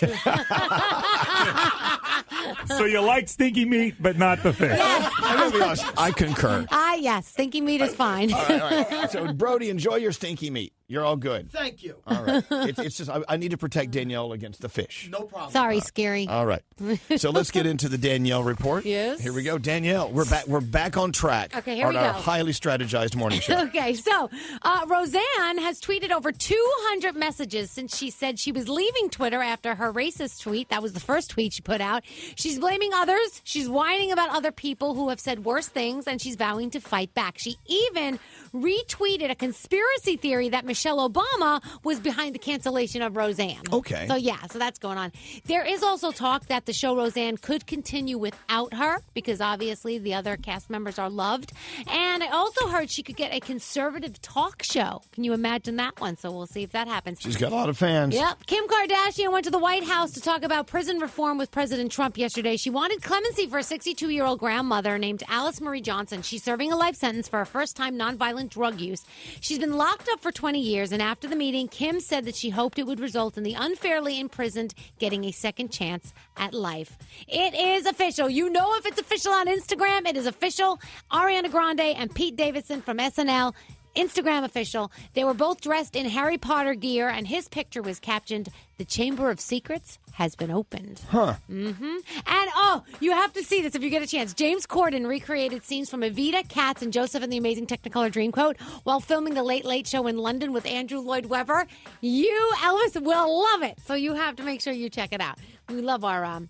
so you like stinky meat, but not the fish.
<laughs>
I concur.
Ah, yes, stinky meat is fine.
<laughs> All right,
<laughs>
all right. So, Brody, enjoy your stinky meat. You're all good.
Thank you.
All right. It's, it's just, I, I need to protect Danielle against the fish.
No problem.
Sorry, scary.
All right. Uh, So let's get into the Danielle report.
Yes.
Here we go. Danielle, we're back we're back on track
Okay, here
on
we
our
go.
highly strategized morning show.
<laughs> Okay, so uh, Roseanne has tweeted over 200 messages since she said she was leaving Twitter after her racist tweet. That was the first tweet she put out. She's blaming others. She's whining about other people who have said worse things, and she's vowing to fight back. She even retweeted a conspiracy theory that Michelle Obama was behind the cancellation of Roseanne.
Okay.
So, yeah, so that's going on. There is also talk that the show Roseanne could continue without her because obviously the other cast members are loved. And I also heard she could get a conservative talk show. Can you imagine that one? So, we'll see if that happens.
She's got a lot of fans.
Yep. Kim Kardashian went to the White House to talk about prison reform with President Trump yesterday. She wanted clemency for a 62 year old grandmother named Alice Marie Johnson. She's serving a life sentence for her first time nonviolent drug use. She's been locked up for 20 years, and after the meeting, Kim said that she hoped it would result in the unfairly imprisoned getting a second chance at life. It is official. You know if it's official on Instagram, it is official. Ariana Grande and Pete Davidson from SNL Instagram official. They were both dressed in Harry Potter gear, and his picture was captioned, The Chamber of Secrets has been opened.
Huh.
Mm-hmm. And oh, you have to see this if you get a chance. James Corden recreated scenes from Evita, Cats, and Joseph and the Amazing Technicolor Dreamcoat while filming the Late Late Show in London with Andrew Lloyd Webber. You, Elvis, will love it. So you have to make sure you check it out. We love our um,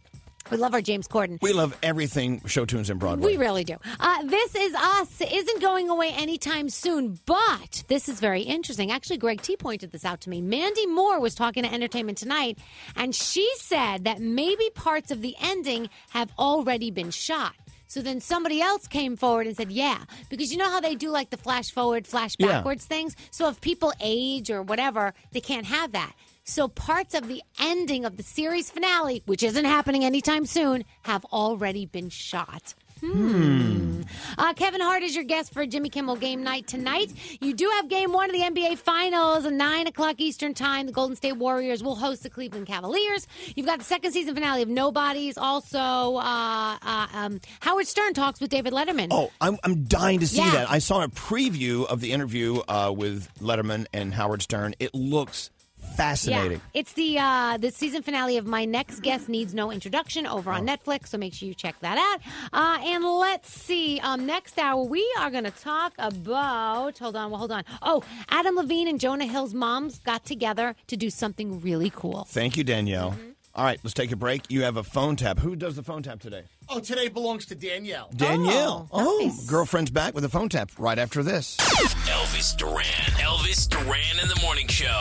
we love our James Corden.
We love everything show tunes and Broadway.
We really do. Uh, this is us isn't going away anytime soon, but this is very interesting. Actually, Greg T pointed this out to me. Mandy Moore was talking to Entertainment Tonight, and she said that maybe parts of the ending have already been shot. So then somebody else came forward and said, "Yeah," because you know how they do like the flash forward, flash
Yeah.
backwards things. So if people age or whatever, they can't have that. So parts of the ending of the series finale, which isn't happening anytime soon, have already been shot.
Hmm.
Uh, Kevin Hart is your guest for Jimmy Kimmel Game Night tonight. You do have Game One of the NBA Finals at nine o'clock Eastern Time. The Golden State Warriors will host the Cleveland Cavaliers. You've got the second season finale of Nobodies. Also, uh, uh, um, Howard Stern talks with David Letterman.
Oh, I'm, I'm dying to see
Yeah.
that. I saw a preview of the interview uh, with Letterman and Howard Stern. It looks fascinating.
Yeah, it's the uh, the season finale of My Next Guest Needs No Introduction over
Oh.
on Netflix, so make sure you check that out. Uh, and let's see, um, next hour we are going to talk about. Hold on, well, hold on. Oh, Adam Levine and Jonah Hill's moms got together to do something really cool.
Thank you, Danielle.
Mm-hmm.
All right, let's take a break. You have a phone tap. Who does the phone tap today?
Oh, today belongs to Danielle.
Danielle. Oh, girlfriend's back with a phone tap right after this.
Elvis Duran. Elvis Duran in the morning show.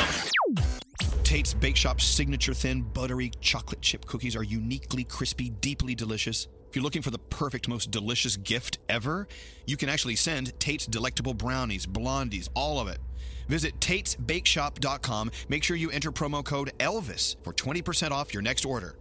Tate's Bake Shop's signature thin, buttery chocolate chip cookies are uniquely crispy, deeply delicious. If you're looking for the perfect, most delicious gift ever, you can actually send Tate's Delectable Brownies, Blondies, all of it. Visit Tate'sBakeShop.com. Make sure you enter promo code ELVIS for 20% off your next order.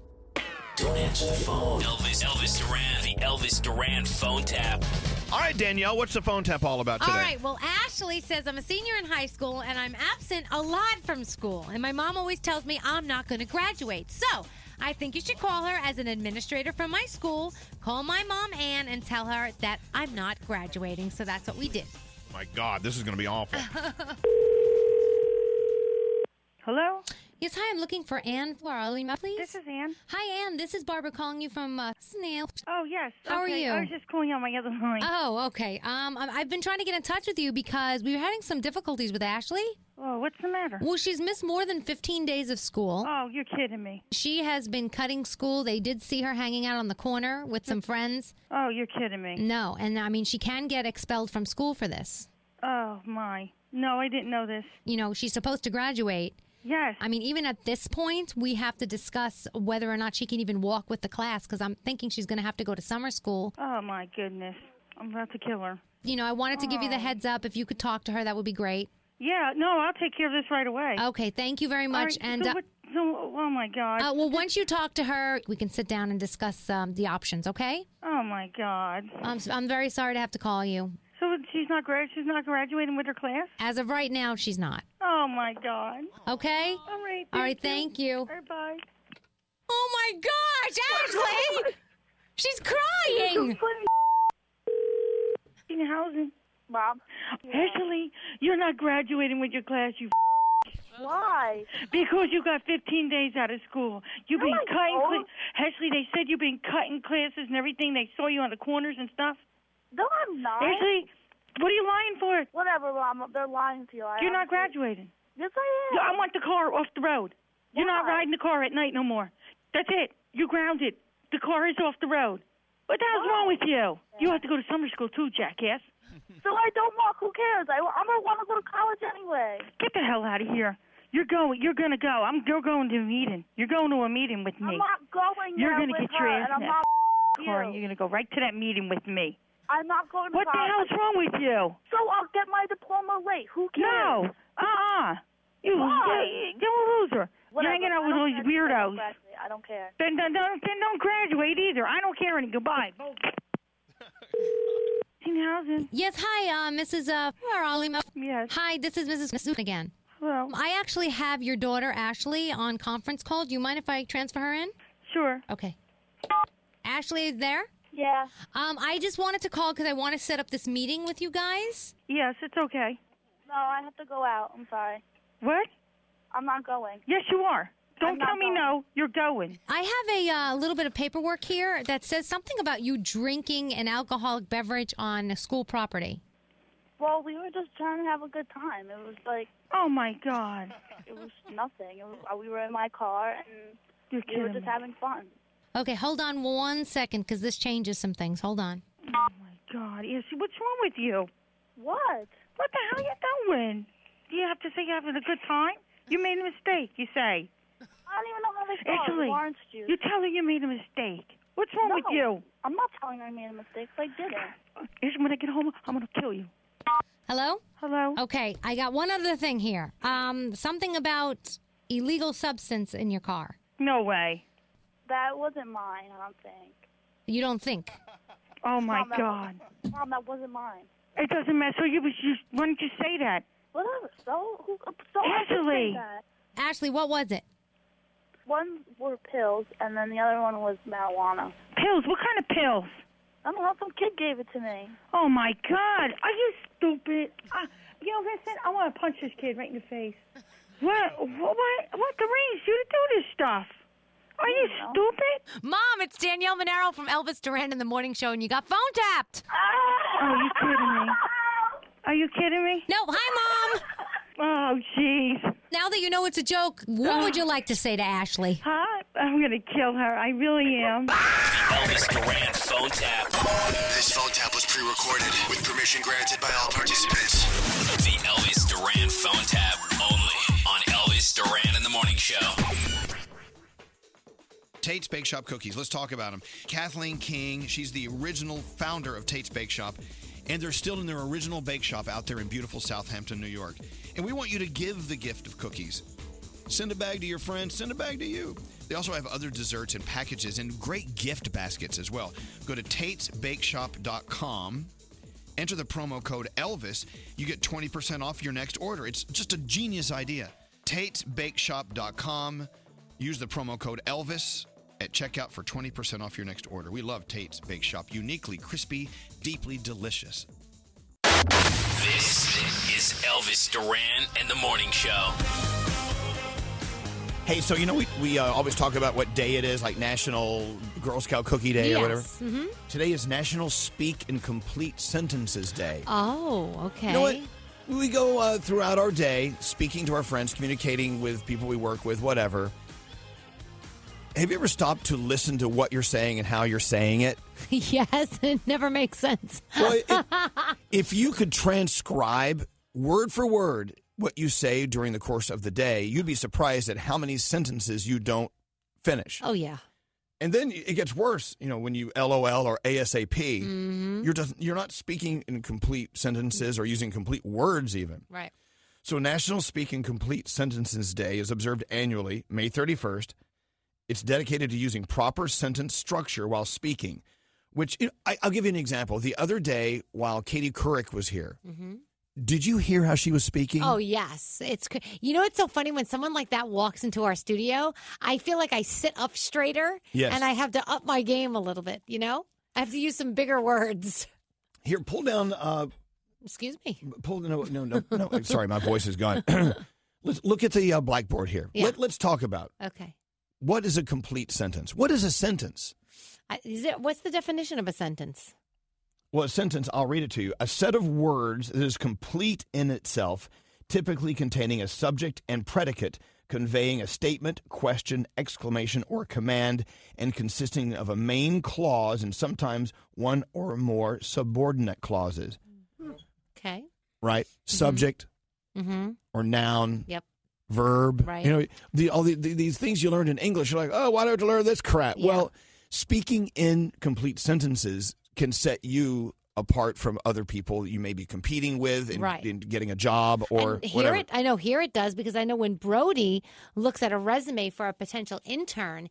Don't answer the phone. Elvis. Elvis Duran. The Elvis Duran phone tap.
All right, Danielle, what's the phone tap all about today?
All right. Well, Ashley says I'm a senior in high school and I'm absent a lot from school, and my mom always tells me I'm not going to graduate. So I think you should call her as an administrator from my school. Call my mom Ann and tell her that I'm not graduating. So that's what we did.
My God, this is going to be awful.
<laughs>
Hello. Yes, hi. I'm looking for Ann Floralima, please. This is Ann. Hi, Ann. This is Barbara calling you from uh, Snail. Oh yes. How are
okay.
you?
I was just calling on my other line.
Oh, okay. Um, I- I've been trying to get in touch with you because we were having some difficulties with Ashley.
Oh, what's the matter?
Well, she's missed more than 15 days of school.
Oh, you're kidding me.
She has been cutting school. They did see her hanging out on the corner with some friends.
Oh, you're kidding me.
No, and I mean, she can get expelled from school for this.
Oh my. No, I didn't know this.
You know, she's supposed to graduate.
Yes.
I mean, even at this point, we have to discuss whether or not she can even walk with the class because I'm thinking she's going to have to go to summer school.
Oh my goodness. I'm about to kill her.
You know, I wanted to give you the heads up. If you could talk to her, that would be great.
Oh. Yeah, no, I'll take care of this right away.
Okay, thank you very
All right,
much. and
so
uh,
what- so- oh my god.
uh, well, once you talk to her, we can sit down and discuss um, the options. Okay?
oh my god.
I'm s- I'm very sorry to have to call you.
so she's not grad she's not graduating with her class?
As of right now, she's not.
Oh my god.
Okay.
All right.
All right, thank you.
Bye.
Oh my gosh, Ashley! She's crying.
In housing. Bob. Ashley, you're not graduating with your class, you
Why?
Because you got 15 days out of school. You've
No,
been
I
cutting.
don't.
Cl- Ashley, they said you've been cutting classes and everything. They saw you on the corners and stuff.
No, I'm not.
Ashley, what are you lying for?
Whatever, Mama. They're lying to you. I
You're not
honestly-
graduating.
Yes, I am.
I want the car off the road. You're not
Why?
riding the car at night no more. That's it. You're grounded. The car is off the road.
What the
Oh.
hell's wrong with you? You have to go to summer school too, jackass.
So I don't walk. Who cares? I, I'm gonna want to go to college anyway.
Get the hell out of here. You're going. You're gonna go. I'm. You're going to a meeting. You're going to a meeting with me.
I'm not going
You're
there
gonna
with
get
her,
your ass
and I'm
in
not
that
you.
car, and you're gonna go right to that meeting with me.
I'm not going to
What the
college.
hell's wrong with you?
So I'll get my diploma late. Who cares?
No. Uh-uh. You,
Why?
you, you're a loser.
Whatever.
You're hanging out
I
with
don't
all these
care if I don't
weirdos.
graduate. I don't care.
Then, then, don't, then don't graduate either. I don't care any goodbye.
Yes, hi, uh, Mrs. Uh, Faralima.
Yes.
Hi, this is Mrs. Masood again. Um,
Hello.
I actually have your daughter, Ashley, on conference call. Do you mind if I transfer her in?
Sure.
Okay. Ashley is there?
Yeah.
Um, I just wanted to call because I want to set up this meeting with you guys.
Yes, it's okay.
No, I have to go out. I'm sorry.
What?
I'm not going.
Yes, you are. Don't tell me no. You're going.
I have a uh, little bit of paperwork here that says something about you drinking an alcoholic beverage on school property.
Well, we were just trying to have a good time. It was like.
Oh my God.
It was nothing. It was, uh, we were in my car and
You're
we were
kidding
just
me.
having fun.
Okay, hold on one second because this changes some things. Hold on.
Oh my God. Yes. What's wrong with you?
What?
What the hell you doing? Do you have to say you're having a good time? You made a mistake. You say.
I don't even know how they spell
Italy.
it. Orange juice.
You tell her you made a mistake. What's wrong with
No,
you?
I'm not telling her I made a mistake. 'cause I didn't.
Here's when I get home, I'm gonna kill you.
Hello?
Hello?
Okay, I got one other thing here. Um, something about illegal substance in your car.
No way.
That wasn't mine. I don't think.
You don't think?
Oh my
Mom, that
God.
wasn't- Mom, that wasn't mine.
It doesn't matter. So you was just. Why didn't you say that?
Whatever. So who? So I just said
Italy.
that.
Ashley, what was it?
One were pills, and then the other one was marijuana.
Pills? What kind of pills?
I don't know. Some kid gave it to me.
Oh my God! Are you stupid? Uh, yo, listen, I want to punch this kid right in the face. What? What? What, what deranged you to do this stuff? Are you stupid?
Mom, it's Danielle Monero from Elvis Duran in the Morning Show, and you got phone tapped.
Are you kidding me? Are you kidding me?
No, hi,
Mom. Oh, jeez.
Now that you know it's a joke, what would you like to say to Ashley?
Huh? I'm gonna kill her. I really am.
Elvis Duran phone tap. This phone tap was pre-recorded with permission granted by all participants. The Elvis Duran phone tap only on Elvis Duran in the Morning Show.
Tate's Bake Shop cookies. Let's talk about them. Kathleen King, she's the original founder of Tate's Bake Shop, and they're still in their original bake shop out there in beautiful Southampton, New York. And we want you to give the gift of cookies. Send a bag to your friends, send a bag to you. They also have other desserts and packages and great gift baskets as well. Go to tatesbakeshop.com Enter the promo code Elvis. You get 20% off your next order. It's just a genius idea. Tate'sBakeShop.com. Use the promo code Elvis at checkout for 20% off your next order. We love Tate's Bake Shop. Uniquely crispy, deeply delicious.
This is Elvis Duran and the Morning Show.
Hey, so you know we, we uh, always talk about what day it is, like National Girl Scout Cookie Day or whatever.
Mm-hmm.
Today is National Speak in Complete Sentences Day.
Oh, okay.
You know what? We go uh, throughout our day speaking to our friends, communicating with people we work with, whatever. Have you ever stopped to listen to what you're saying and how you're
<laughs>
saying it?
<laughs> yes, it never makes sense.
If you could transcribe word for word what you say during the course of the day, you'd be surprised at how many sentences you don't finish.
<laughs> oh yeah.
And then it gets worse, you know, when you LOL or ASAP,
Mm-hmm.
you're just you're not speaking in complete sentences or using complete words even.
Right.
So National Speaking Complete Sentences Day is observed annually, May 31st. It's dedicated to using proper sentence structure while speaking, which you know, I, I'll give you an example. The other day, while Katie Couric was here, did you hear how she was speaking?
Mm-hmm. Oh yes, it's cr- you know it's so funny when someone like that walks into our studio. I feel like I sit up straighter,
Yes.
and I have to up my game a little bit. You know, I have to use some bigger words. <laughs>
Here, pull down. Uh,
Excuse me. <laughs>
pull no no no no. sorry, my voice is gone. <clears throat> let's look at the uh, blackboard here.
Yeah.
Let, let's talk about
<laughs> Okay.
what is a complete sentence. What is a sentence?
I, is it, what's the definition of a sentence?
Well, a sentence, I'll read it to you. A set of words that is complete in itself, typically containing a subject and predicate, conveying a statement, question, exclamation, or command, and consisting of a main clause and sometimes one or more subordinate clauses.
Okay.
Right? Subject
Mm-hmm.
or noun.
Yep.
Verb.
Right.
You know, the, all the, the, these things you learned in English, you're like, oh, why don't you learn this crap?
Well, speaking in complete sentences can set you apart from other people you may be competing with in,
Right.
in getting a job or
Hear
whatever.
it? <laughs> I know. Hear it does because I know when Brody looks at a resume for a potential intern,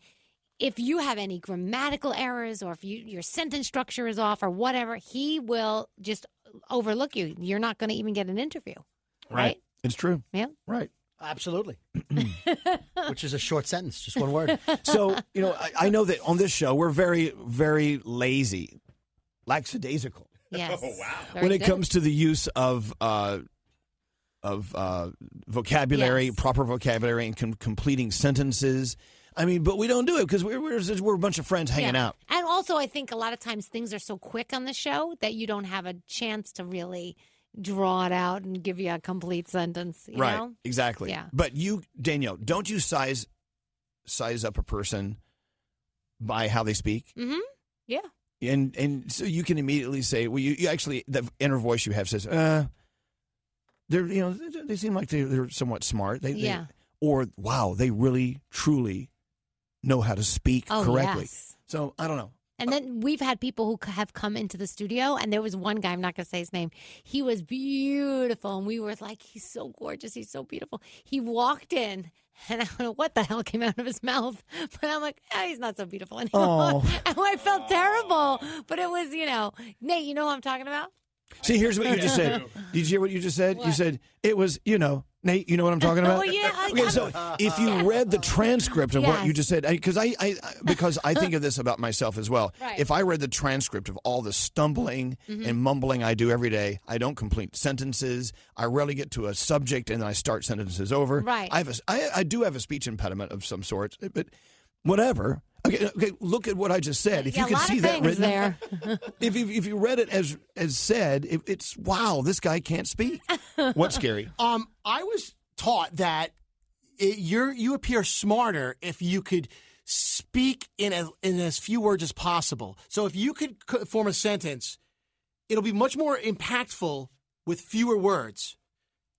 if you have any grammatical errors or if you, your sentence structure is off or whatever, he will just overlook you. You're not going to even get an interview. Right.
It's true.
Yeah.
Right.
Absolutely. Which is a short sentence, just one <laughs> word.
<laughs> so you know, I, I know that on this show we're very, very lazy, lackadaisical
Yes. Oh, wow.
when it comes to the use of uh, of uh, vocabulary, proper vocabulary, and com- completing sentences. I mean, but we don't do it because we're we're, just- we're a bunch of friends hanging
Yeah.
out.
And also, I think a lot of times things are so quick on the show that you don't have a chance to really draw it out and give you a complete sentence. You
right.
Know?
Exactly.
Yeah.
But you, Danielle, don't you size size up a person by how they speak?
Mm-hmm. Yeah.
and and so you can immediately say, well, you, you actually the inner voice you have says, uh, they're you know they, they seem like they're, they're somewhat smart, they, they-
Yeah.
or wow, they really truly know how to speak
Oh,
correctly.
yes.
So I don't know.
And then we've had people who c- have come into the studio, and there was one guy, I'm not going to say his name. He was beautiful, and we were like, he's so gorgeous. He's so beautiful. He walked in, <laughs> and I don't know what the hell came out of his mouth, <laughs> but I'm like, "Ah, he's not so beautiful anymore.
Oh.
<laughs> and I felt terrible, but it was, you know, Nate, you know what I'm talking about?
See, here's what you just said.
<laughs>
Did you hear what you just said? You said it was you know Nate. You know what I'm talking about?
Well, yeah, I-
okay, so if you read the transcript of what you
Yes.
just said, because I, I, I because I think of this about myself as well.
Right.
If I read the transcript of all the stumbling
Mhm.
and mumbling I do every day, I don't complete sentences. I rarely get to a subject and then I start sentences over.
Right.
I have a, I, I do have a speech impediment of some sort, but whatever. Okay, okay. Look at what I just said. If
Yeah,
you
a
can
lot
see
of
that
things
written
there.
<laughs> if you, if you read it as as said, it, it's wow, this guy
<laughs>
can't speak. What's scary?
<laughs> Um, I was taught that it, you're you appear smarter if you could speak in as in as few words as possible. So if you could c- form a sentence, it'll be much more impactful with fewer words,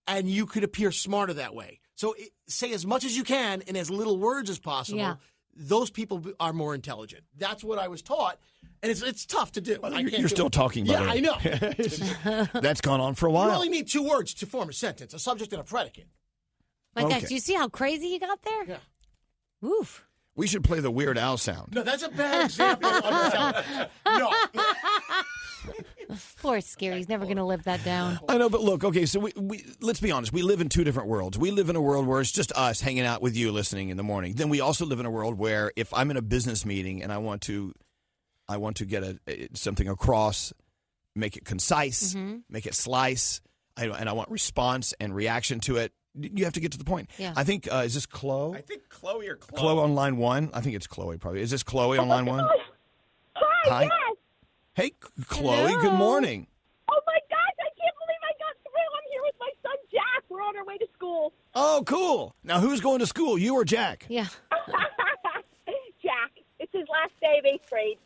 and you could appear smarter that way. So it, say as much as you can in as little words as possible.
Yeah.
Those people b- are more intelligent. That's what I was taught, and it's it's tough to do. I
you're-
can't
you're
do
still
it.
talking, by
Yeah,
the way.
I
<laughs>
know. <laughs>
That's gone on for a
You
while.
only need two words to form a sentence, a subject and a predicate.
My gosh,
Okay.
do you see how crazy he got there?
Yeah.
Oof.
<laughs>
We should play the Weird Al sound.
No, that's a bad example.
<laughs>
no.
Poor Scary. He's never going to live that
<laughs>
down.
I know, but look, okay, so we, we let's be honest. We live in two different worlds. We live in a world where it's just us hanging out with you, listening in the morning. Then we also live in a world where if I'm in a business meeting and I want to, I want to get a, a- something across, make it concise,
Mhm.
make it slice, I, and I want response and reaction to it. You have to get to the point.
Yeah.
I think uh, is this Chloe? I
think Chloe or Chloe.
Chloe on line one. I think it's Chloe. Probably is this Chloe on line one?
Hi,
Hi.
yes.
Hey, Chloe. Good morning.
Oh my gosh, I can't believe I got through. I'm here with my son Jack. We're on our way to school.
Oh, cool. Now who's going to school? You or Jack?
Yeah.
<laughs> Jack, it's his last day of eighth grade.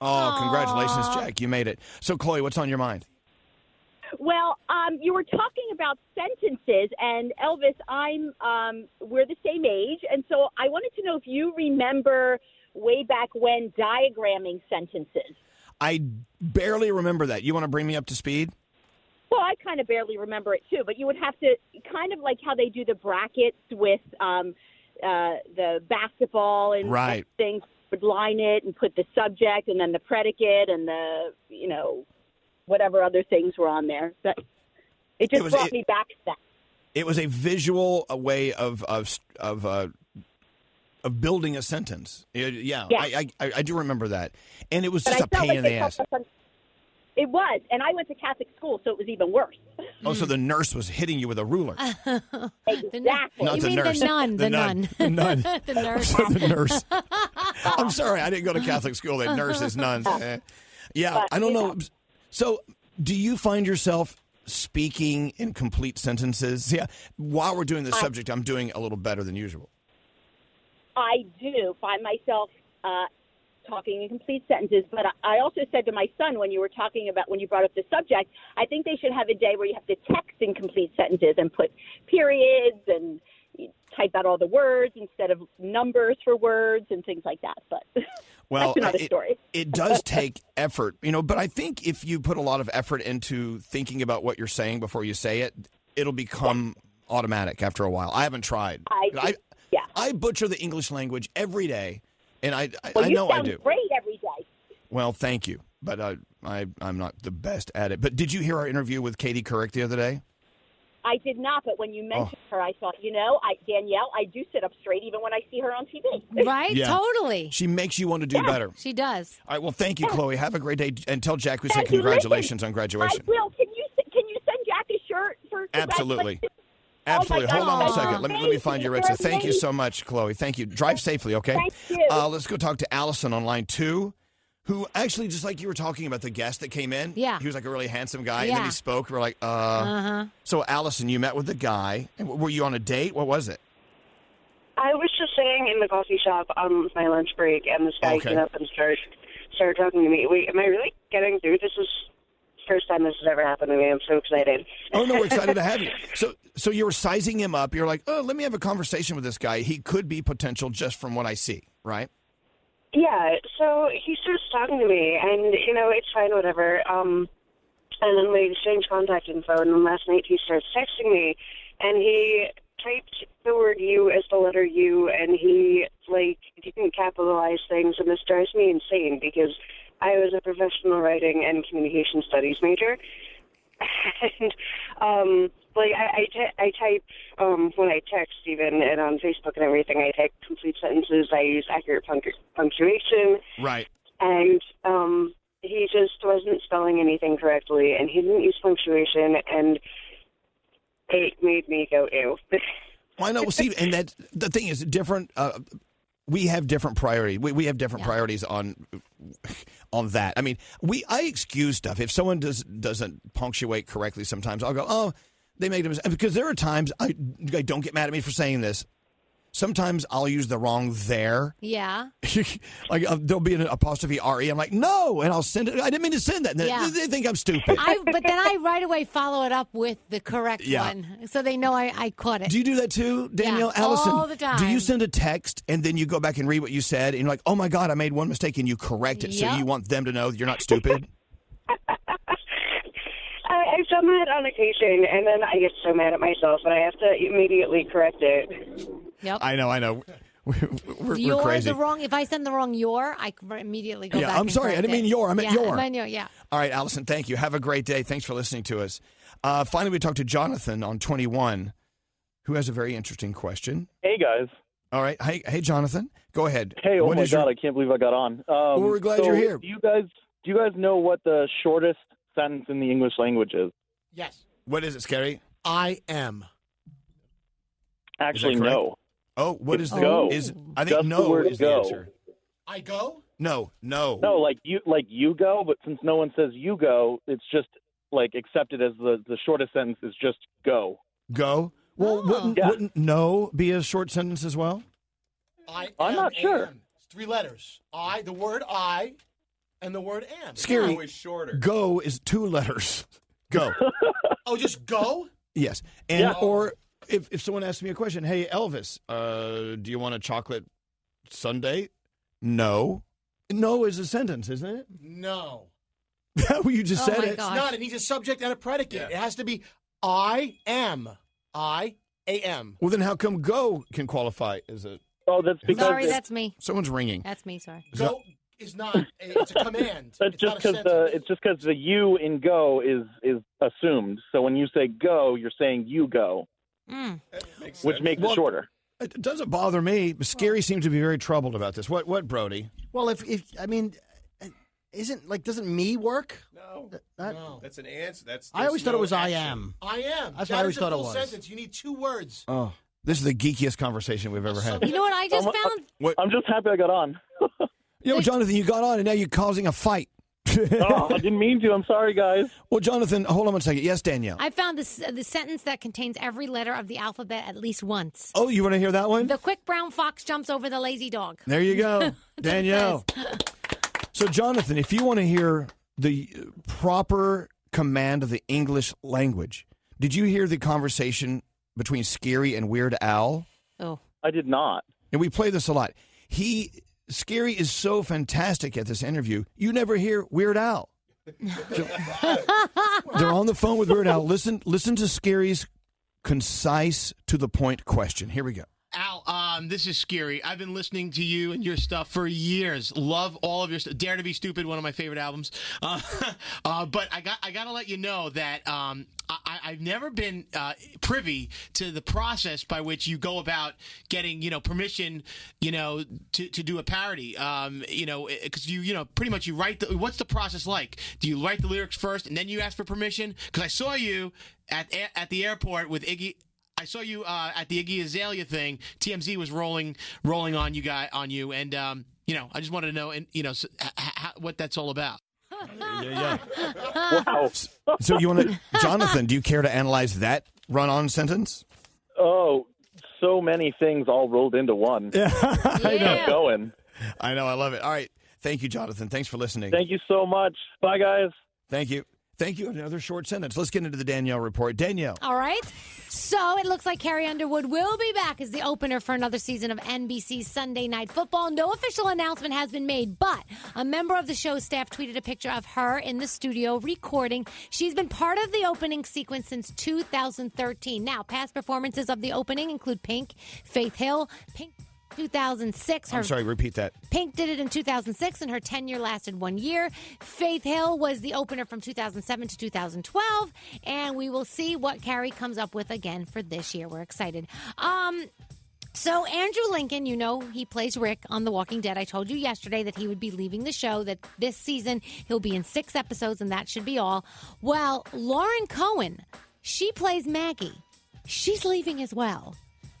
Oh, congratulations,
Aw.
Jack. You made it. So, Chloe, what's on your mind?
Well, um, you were talking about sentences, and Elvis, I'm um, we're the same age, and so I wanted to know if you remember way back when diagramming sentences.
I barely remember that. You want to bring me up to speed?
Well, I kind of barely remember it too, but you would have to kind of like how they do the brackets with um, uh, the basketball and
Right.
things. Would line it and put the subject and then the predicate and the you know whatever other things were on there. But it just
It was-
brought
it-
me back to that.
It was a visual uh, way of of of uh, of building a sentence. It- yeah,
Yeah.
I, I I- I do remember that, and it was
But
just
I
a
felt
pain
like
in
they
the
helped
ass.
us un- It was, and I went to Catholic school, so it was even worse.
Oh,
Mm.
so the nurse was hitting you with a ruler.
<laughs> exactly.
Not the nurse. The nun. Nun.
<laughs> the nurse.
So <laughs> the nurse. <laughs> I'm sorry, I didn't go to Catholic
<laughs>
school. They nurses, nuns. Eh. Yeah,
But,
I don't
you
know. So, do you find yourself speaking in complete sentences? Yeah. While we're doing this subject, I'm doing a little better than usual.
I do find myself uh, talking in complete sentences, but I I also said to my son when you were talking about when you brought up the subject, I think they should have a day where you have to text in complete sentences and put periods and you type out all the words instead of numbers for words and things like that. But
Well,
that's another
it,
story. <laughs>
it does take effort, you know, but I think if you put a lot of effort into thinking about what you're saying before you say it, it'll become automatic after a while. I haven't tried. I,
yeah.
I butcher the English language every day, and I, I,
well,
I
you
know I
sound
do.
great every day.
Well, thank you, but I, I, I'm not the best at it. But did you hear our interview with Katie Couric the other day?
I did not, but
Oh.
when you mentioned her, I thought, you know, I, Danielle, I do sit up straight even when I see her on TV.
Right?
Yeah.
Totally.
She makes you want to do better.
She does.
All right. Well, thank you, Chloe. Have a great day, and tell Jack we said
Thank you. Listen,
congratulations on
I
graduation.
will. Can you can you send Jack a shirt for
Absolutely.
congratulations?
Absolutely.
Oh my
Hold on
God,
one second. Let me, let me find your
You're
answer. Thank you
amazing.
so much, Chloe. Thank you. Drive safely, okay?
Thank you.
Uh, let's go talk to Allison on line two, who actually, just like you were talking about the guest that came in.
Yeah.
He was like a really handsome guy, and then
Yeah.
he spoke. We're like, uh.
Uh-huh.
So, Allison, you met with the guy. And w- Were you on a date? What was it?
I was just sitting in the coffee shop on my lunch break, and this guy
Okay.
came up and started started talking to me. Wait, am I really getting through? This is first time this has ever happened to me. I'm so excited.
Oh no, we're excited to have you. So, so you were sizing him up. You're like, oh, let me have a conversation with this guy. He could be potential just from what I see, right?
<laughs> Yeah, so he starts talking to me, and you know it's fine, whatever. Um, and then we exchange contact info, and then last night he starts texting me, and he typed the word "you" as the letter "u," and he like didn't capitalize things, and this drives me insane because I was a professional writing and communication studies major, <laughs> and um, like I I, t- I type um, when I text even and on Facebook and everything, I type complete sentences. I use accurate punct- punctuation,
<laughs>
Right.
and um, he just wasn't spelling anything correctly, and he didn't use punctuation, and it made me go ew. <laughs>
Well, I know. Well, see, and that the thing is different. Uh, we have different priority. We, we have different priorities on on that. I mean, we I excuse stuff if someone does doesn't punctuate correctly. Sometimes I'll go, oh, they made a mistake because there are times I, I don't get mad at me for saying this. Sometimes I'll use the wrong there.
Yeah.
<laughs> like uh, there'll be an apostrophe re. I'm like no, and I'll send it. I didn't mean to send that. And
Yeah.
They, they think I'm <laughs> stupid.
I but then I right away follow it up with the correct
Yeah.
one. So they know I, I caught it.
Do you do that too, Danielle?
Yeah,
Allison,
all the time.
do you send a text and then you go back and read what you said and you're like, oh my God, I made one mistake and you correct it so
Yep.
you want them to know that you're not stupid?
I, I've done that on occasion, and then I get so mad at myself, and I have to immediately correct it.
<laughs> Yep.
I know, I know. <laughs> We're, we're,
you're
we're crazy.
the wrong. If I send the wrong your, I c- immediately go
Yeah,
back.
I'm
and
sorry, I
correct
didn't
it.
mean your, I meant
yeah,
your.
I meant your. Yeah.
All right, Allison, thank you. Have a great day. Thanks for listening to us. Uh, finally, we talked to Jonathan on 21, who has a very interesting question.
Hey guys.
All right. Hey, hey Jonathan, go ahead.
Hey, oh
What
my
is
god,
your-
I can't believe I got on. Um,
we're glad
so
you're here.
Do you guys do you guys know what the shortest sentence in the English language is?
Yes.
What is it, Scary?
I am.
Actually, no.
Oh, what
It's
is the
go.
is I think
Just the
no
word
is the
go.
answer.
I go?
No, no.
No, like you like you go, but since no one says you go, it's just like accepted as the the shortest sentence is just go. Oh.
Go. Well, wouldn't, wouldn't no be a short sentence as well?
I
I'm
am,
not sure.
am. It's three letters. I, the word I, and the word am.
Scary. Go is two letters.
<laughs>
Go.
Oh, just go?
yes. And
Yeah.
or if, if someone asks me a question, hey Elvis, uh, do you want a chocolate sundae? No. No is <laughs> a sentence, isn't it?
No.
well, you
Oh
just said it.
It's not. It needs a subject and a predicate. It has to be I am. I am.
Well, then how come go can qualify as a?
Oh, that's
because Sorry, it- that's
me.
Someone's ringing.
That's me. Sorry.
Go is not. a- It's a command.
That's just because the it's just because the you in go is is assumed. So when you say go, you're saying you go,
Mm.
which makes
Well,
it shorter.
It doesn't bother me. but Scary seems to be very troubled about this. What? What, Brody?
Well, if if I mean, uh, isn't like doesn't me work?
No.
no.
That's an answer. That's.
I always
there's
thought it
no
was I
action.
am.
I am.
That's
That's
what I always
thought
thought it
a full
was.
sentence. You need two words.
Oh, this is the geekiest conversation we've ever had.
You know what I just
I'm-
found?
<laughs>
I'm just happy I got on.
You know, Jonathan, you got on and now you're causing a fight.
<laughs> oh, I didn't mean to. I'm sorry, guys.
Well, Jonathan, hold on one second. Yes, Danielle.
I found this the sentence that contains every letter of the alphabet at least once.
Oh, you want to hear that one?
The quick brown fox jumps over the lazy dog.
There
<laughs>
you go, Danielle. So, Jonathan, if you want to hear the proper command of the English language, did you hear the conversation between Scary and Weird Al?
Oh.
I did not.
And we play this a lot. He Scary is so fantastic at this interview. You never hear Weird Al.
<laughs>
They're on the phone with Weird Al. Listen, listen to Scary's concise, to the point question. Here we go.
Al, um, this is Scary. I've been listening to you and your stuff for years. Love all of your stuff. Dare to be stupid, one of my favorite albums. Uh, <laughs> uh, but I got I got to let you know that um, I- I, I've never been uh, privy to the process by which you go about getting you know permission you know to, to do a parody. Um, you know because you you know pretty much you write the what's the process like? Do you write the lyrics first and then you ask for permission? Because I saw you at at the airport with Iggy. I saw you uh, at the Iggy Azalea thing. TMZ was rolling rolling on you guy on you, and um, you know I just wanted to know and you know s h- h- what that's all about.
yeah, Wow. So, you want to, Jonathan? Do you care to analyze that run-on sentence?
Oh, so many things all rolled into one. Yeah, I <laughs>
<laughs>
know. Going.
I know. I love it. All right. Thank you, Jonathan. Thanks for listening.
Thank you so much. Bye, guys.
Thank you. Thank you. Another short sentence. Let's get into the Danielle
<laughs>
report. Danielle.
All right. So it looks like Carrie Underwood will be back as the opener for another season of NBC's Sunday Night Football. No official announcement has been made, but a member of the show's staff tweeted a picture of her in the studio recording. She's been part of the opening sequence since 2013. Now, past performances of the opening include Pink, Faith Hill, Pink 2006.
I'm
her-
sorry. Repeat that.
Pink did it in 2006, and her tenure lasted one year. Faith Hill was the opener from 2007 to 2012, and we will see what Carrie comes up with again for this year. We're excited. Um, so Andrew Lincoln, you know, he plays Rick on The Walking Dead. I told you yesterday that he would be leaving the show, that this season he'll be in six episodes, and that should be all. Well, Lauren Cohen, she plays Maggie. She's leaving as well.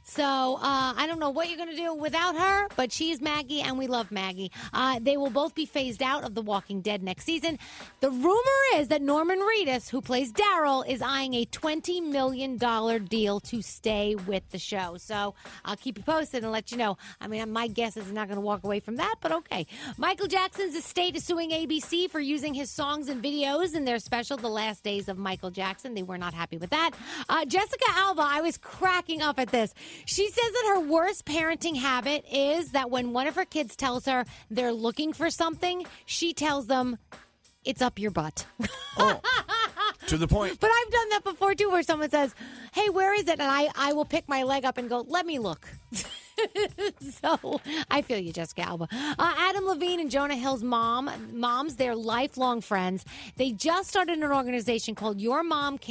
So uh, I don't know what you're going to do without her, but she's Maggie, and we love Maggie. Uh, they will both be phased out of The Walking Dead next season. The rumor is that Norman Reedus, who plays Daryl, is eyeing a $20 million deal to stay with the show. So I'll keep you posted and let you know. I mean, my guess is he's not going to walk away from that, but okay. Michael Jackson's estate is suing ABC for using his songs and videos in their special, The Last Days of Michael Jackson. They were not happy with that. Uh, Jessica Alba, I was cracking up at this. She says that her worst parenting habit is that when one of her kids tells her they're looking for something, she tells them, it's up your butt. <laughs>
To the point.
But I've done that before too, where someone says, "Hey, where is it?" and I I will pick my leg up and go, "Let me look." <laughs> so I feel you, Jessica Alba. Uh, Adam Levine and Jonah Hill's mom, moms, they're lifelong friends. They just started an organization called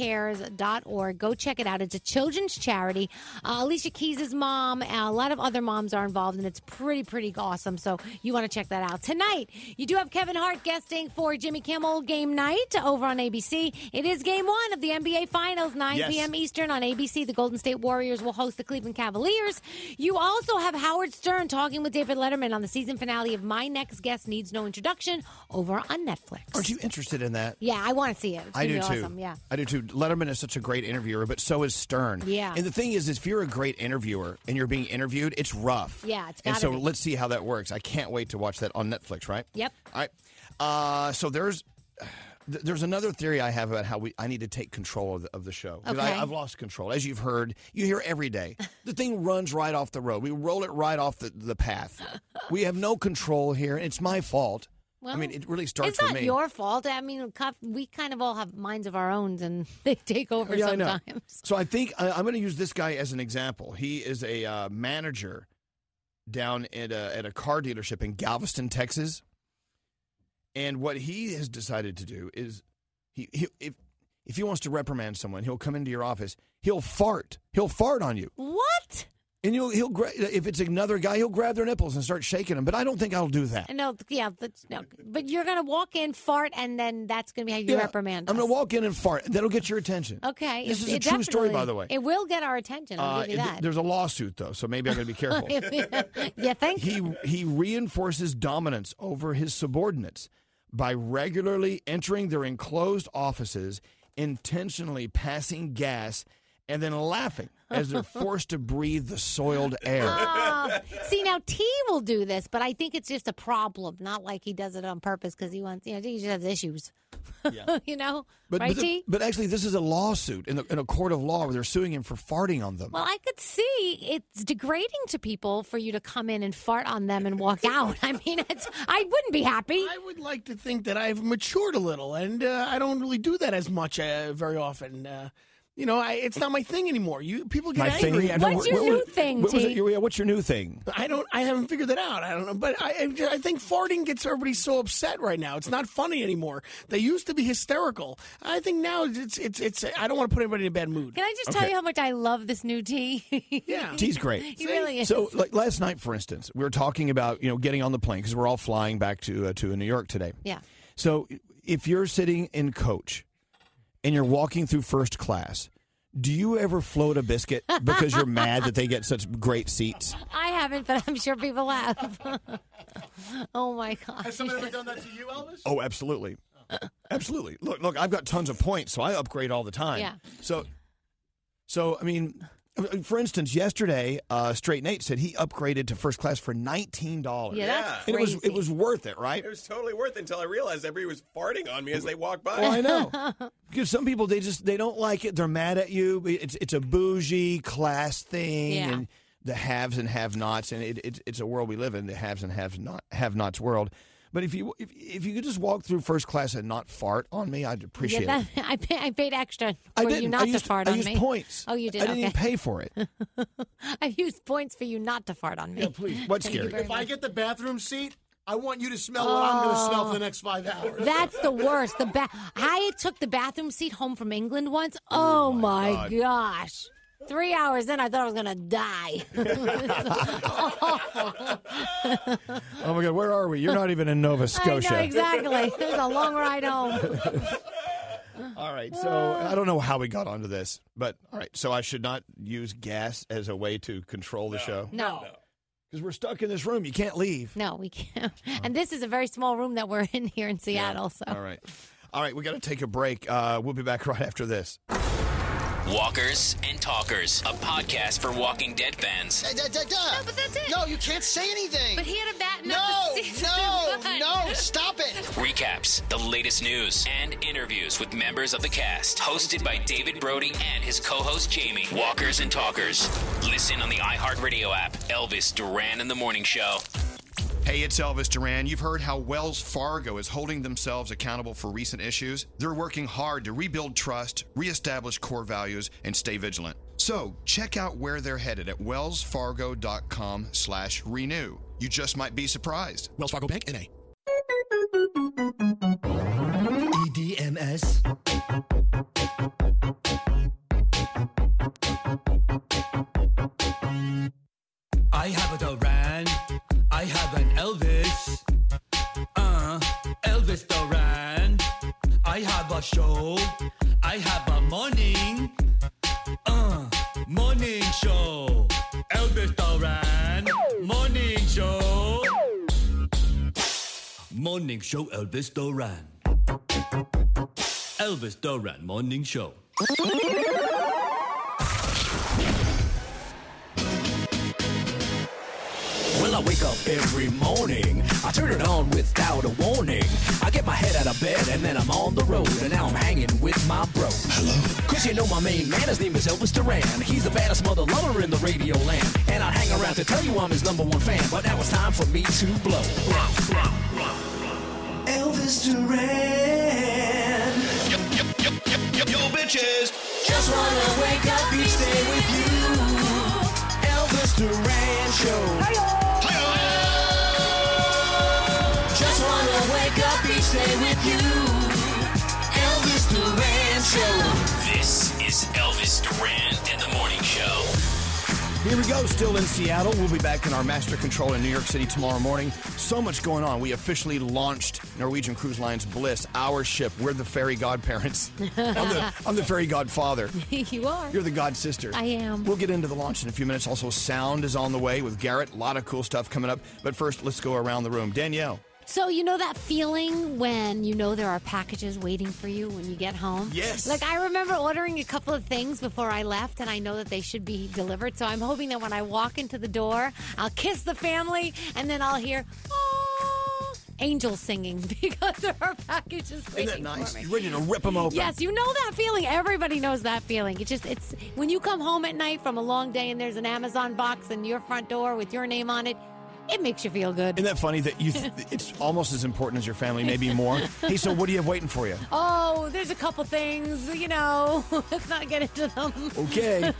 YourMomCares.org. Go check it out. It's a children's charity. Uh, Alicia Keys' mom, and a lot of other moms are involved, and it's pretty, pretty awesome. So you want to check that out. Tonight, you do have Kevin Hart guesting for Jimmy Kimmel game night over on ABC. It is game one of the NBA Finals, 9
Yes.
p.m. Eastern on ABC. The Golden State Warriors will host the Cleveland Cavaliers. You also have Howard Stern talking with David Letterman on the season finale of My Next Guest Needs No Introduction over on Netflix.
Aren't you interested in that?
Yeah, I want to see it. It's
I do
gonna be
too.
awesome. Yeah.
I do too. Letterman is such a great interviewer, but so is Stern.
Yeah.
And the thing is, if you're a great interviewer and you're being interviewed, it's rough.
Yeah, it's
And
gotta
so
be.
let's see how that works. I can't wait to watch that on Netflix. Right.
Yep.
All right. Uh, so there's th- there's another theory I have about how we I need to take control of the, of the show 'Cause
Okay.
I, I've lost control. As you've heard, you hear
<laughs>
every day. The thing runs right off the road. We roll it right off the, the path. we have no control here, and it's my fault. I
Well,
mean, it really starts
it's
with
not
me.
your fault. I mean, co- we kind of all have minds of our own, and <laughs> they take over
Yeah, I know.
sometimes.
So I think I, I'm going to use this guy as an example. He is a uh, manager down at a, at a car dealership in Galveston, Texas. And what he has decided to do is he, he if if he wants to reprimand someone, he'll come into your office. He'll fart. He'll fart on you.
Mm. What?
And he'll he'll gra- if it's another guy, he'll grab their nipples and start shaking them. But I don't think I'll do that.
I know, yeah, but no, but you're gonna walk in, fart, and then that's gonna be how you
Yeah,
reprimand.
I'm going to walk in and fart. That'll get your attention.
Okay,
This
it-
is a
it
true story,
definitely-
by the way.
It will get our attention. I'll
Uh,
give you
th-
that.
There's a lawsuit though, so maybe
<laughs>
I got to be careful.
yeah, thank
he he reinforces dominance over his subordinates
by regularly entering their enclosed offices, intentionally passing gas, and then laughing as
<laughs>
they're forced to breathe the soiled air.
Ah,
<laughs>
see, now T will do this, but I think it's just a problem. Not like he does it on purpose because he wants, you know, he just has issues. <laughs> you know,
But,
right,
but, the-
T?
but actually, this is a lawsuit in, the, in a court of law where they're suing him for farting on them.
Well, I could see it's degrading to people for you to come in and fart on them
<laughs>
and walk out. I mean, it's, I wouldn't be happy.
I would like to think that I've matured a little, and uh, I don't really do that as much uh, very often. Uh, you know, I, it's not my thing anymore. You people get angry. at me.
What was it? Yeah, What's your new thing?
I don't. I haven't figured that out. I don't know, but I, I- I think farting gets everybody so upset right now. It's not funny anymore. They used to be hysterical. I think now it's it's it's. I don't want to put anybody in a bad mood.
Can I just tell you how much I love this new T? <laughs>
yeah.
T's great.
He really is.
So, like last night, for instance, we were talking about you know getting on the plane because we're all flying back to uh, to New York today.
yeah.
So, if you're sitting in coach and you're walking through first class, do you ever float a biscuit because you're mad that they get such great seats?
I haven't, but I'm sure people have. <laughs> oh my
<laughs>
god! Has
someone ever done that to you, Elvis?
Oh, absolutely.
Uh-huh.
Absolutely. Look, look, I've got tons of points, so I upgrade all the time.
Yeah.
So so I mean for instance, yesterday, uh, Straight Nate said he upgraded to first class for nineteen dollars.
Yeah, that's
it was it
crazy.
was worth it, right?
It was totally worth it until I realized everybody was farting on me as they walked by.
Well,
<laughs>
I know because some people they just they don't like it. They're mad at you. It's it's a bougie class thing,
Yeah.
and the haves and have-nots, and it, it's it's a world we live in. The haves and have not have-nots world. But if you if, if you could just walk through first class and not fart on me, I'd appreciate
yeah,
it.
that- <laughs> I, pay, I paid extra for
I
you
didn't.
not
I used,
to fart
I
on
used
me.
points.
Oh, you did.
I didn't
okay.
even pay for it.
<laughs> I used points for you not to fart on me. Yeah, please.
What's scary?
If I get the bathroom seat, I want you to smell what I'm going to smell for the next five hours.
Oh. That's the worst. The ba- I took the bathroom seat home from England once. Oh, my,
God.
gosh. Three hours in, I thought I was going to
<laughs>
die.
Oh my God, where are we? You're not even in Nova Scotia.
I know, exactly. It was a long ride home.
All right, so I don't know how we got onto this, but all right, so I should not use gas as a way to control the show.
No.
because we're stuck in this room. You can't leave.
No, we can't. And this is a very small room that we're in here in Seattle. So
All right, all right, we got to take a break. Uh, we'll be back right after this.
Walkers and Talkers, a podcast for Walking Dead fans.
No, but that's it. No, you can't say anything.
But he
had a bat.
in
No,
the
<laughs>
season
no,
one.
no! Stop it.
Recaps, the latest news, and interviews with members of the cast. Hosted by David Brody and his co host Jamie. Walkers and Talkers. Listen on the iHeartRadio app. Elvis Duran and the Morning Show.
Hey, it's Elvis Duran. You've heard how Wells Fargo is holding themselves accountable for recent issues. They're working hard to rebuild trust, reestablish core values, and stay vigilant. So check out where they're headed at wellsfargo.com slash renew. You just might be surprised. Wells Fargo Bank, N.A.
EDMS. I have a Duran. I have an Elvis. Uh, Elvis Duran. I have a show. I have a morning. Uh, morning show. Elvis Duran. Morning show. Morning show, Elvis Duran. Elvis Duran Morning Show.
Well, I wake up every morning. I turn it on without a warning. I get my head out of bed and then I'm on the road. And now I'm hanging with my bro. Hello. Cause you know my main man, his name is Elvis Duran. He's the baddest mother lover in the radio land. And I'd hang around to tell you I'm his number one fan. But now it's time for me to blow.
Elvis Duran. Yo, yo, yo, yo, yo, yo, bitches. Just wanna wake up each day with you. Elvis Duran Show. Hi-yo. Just wanna wake up each day with you. Elvis Duran Show.
This is Elvis Duran and the Morning Show.
Here we go, still in Seattle. We'll be back in our master control in New York City tomorrow morning. So much going on. We officially launched Norwegian Cruise Line's Bliss, our ship. We're the
<laughs>
fairy godparents. I'm, the, I'm the fairy godfather.
you are.
You're the god sister.
I am.
We'll get into the launch in a few minutes. Also, sound is on the way with Garrett. A lot of cool stuff coming up. But first, let's go around the room. Danielle.
So you know that feeling when you know there are packages waiting for you when you get home?
Yes.
Like I remember ordering a couple of things before I left and I know that they should be delivered. So I'm hoping that when I walk into the door, I'll kiss the family and then I'll hear "Aw," angels singing <laughs> because there are packages
Isn't
waiting
that nice?
for me.
You're ready to rip them open.
Yes, you know that feeling. Everybody knows that feeling. It's just it's when you come home at night from a long day and there's an Amazon box in your front door with your name on it, it makes you feel good.
Isn't that funny
<laughs>
that you? Th- it's almost as important as your family, maybe more. hey, so what do you have waiting for you?
Oh, there's a couple things, you know. <laughs> Let's not get into them. <laughs>
Okay.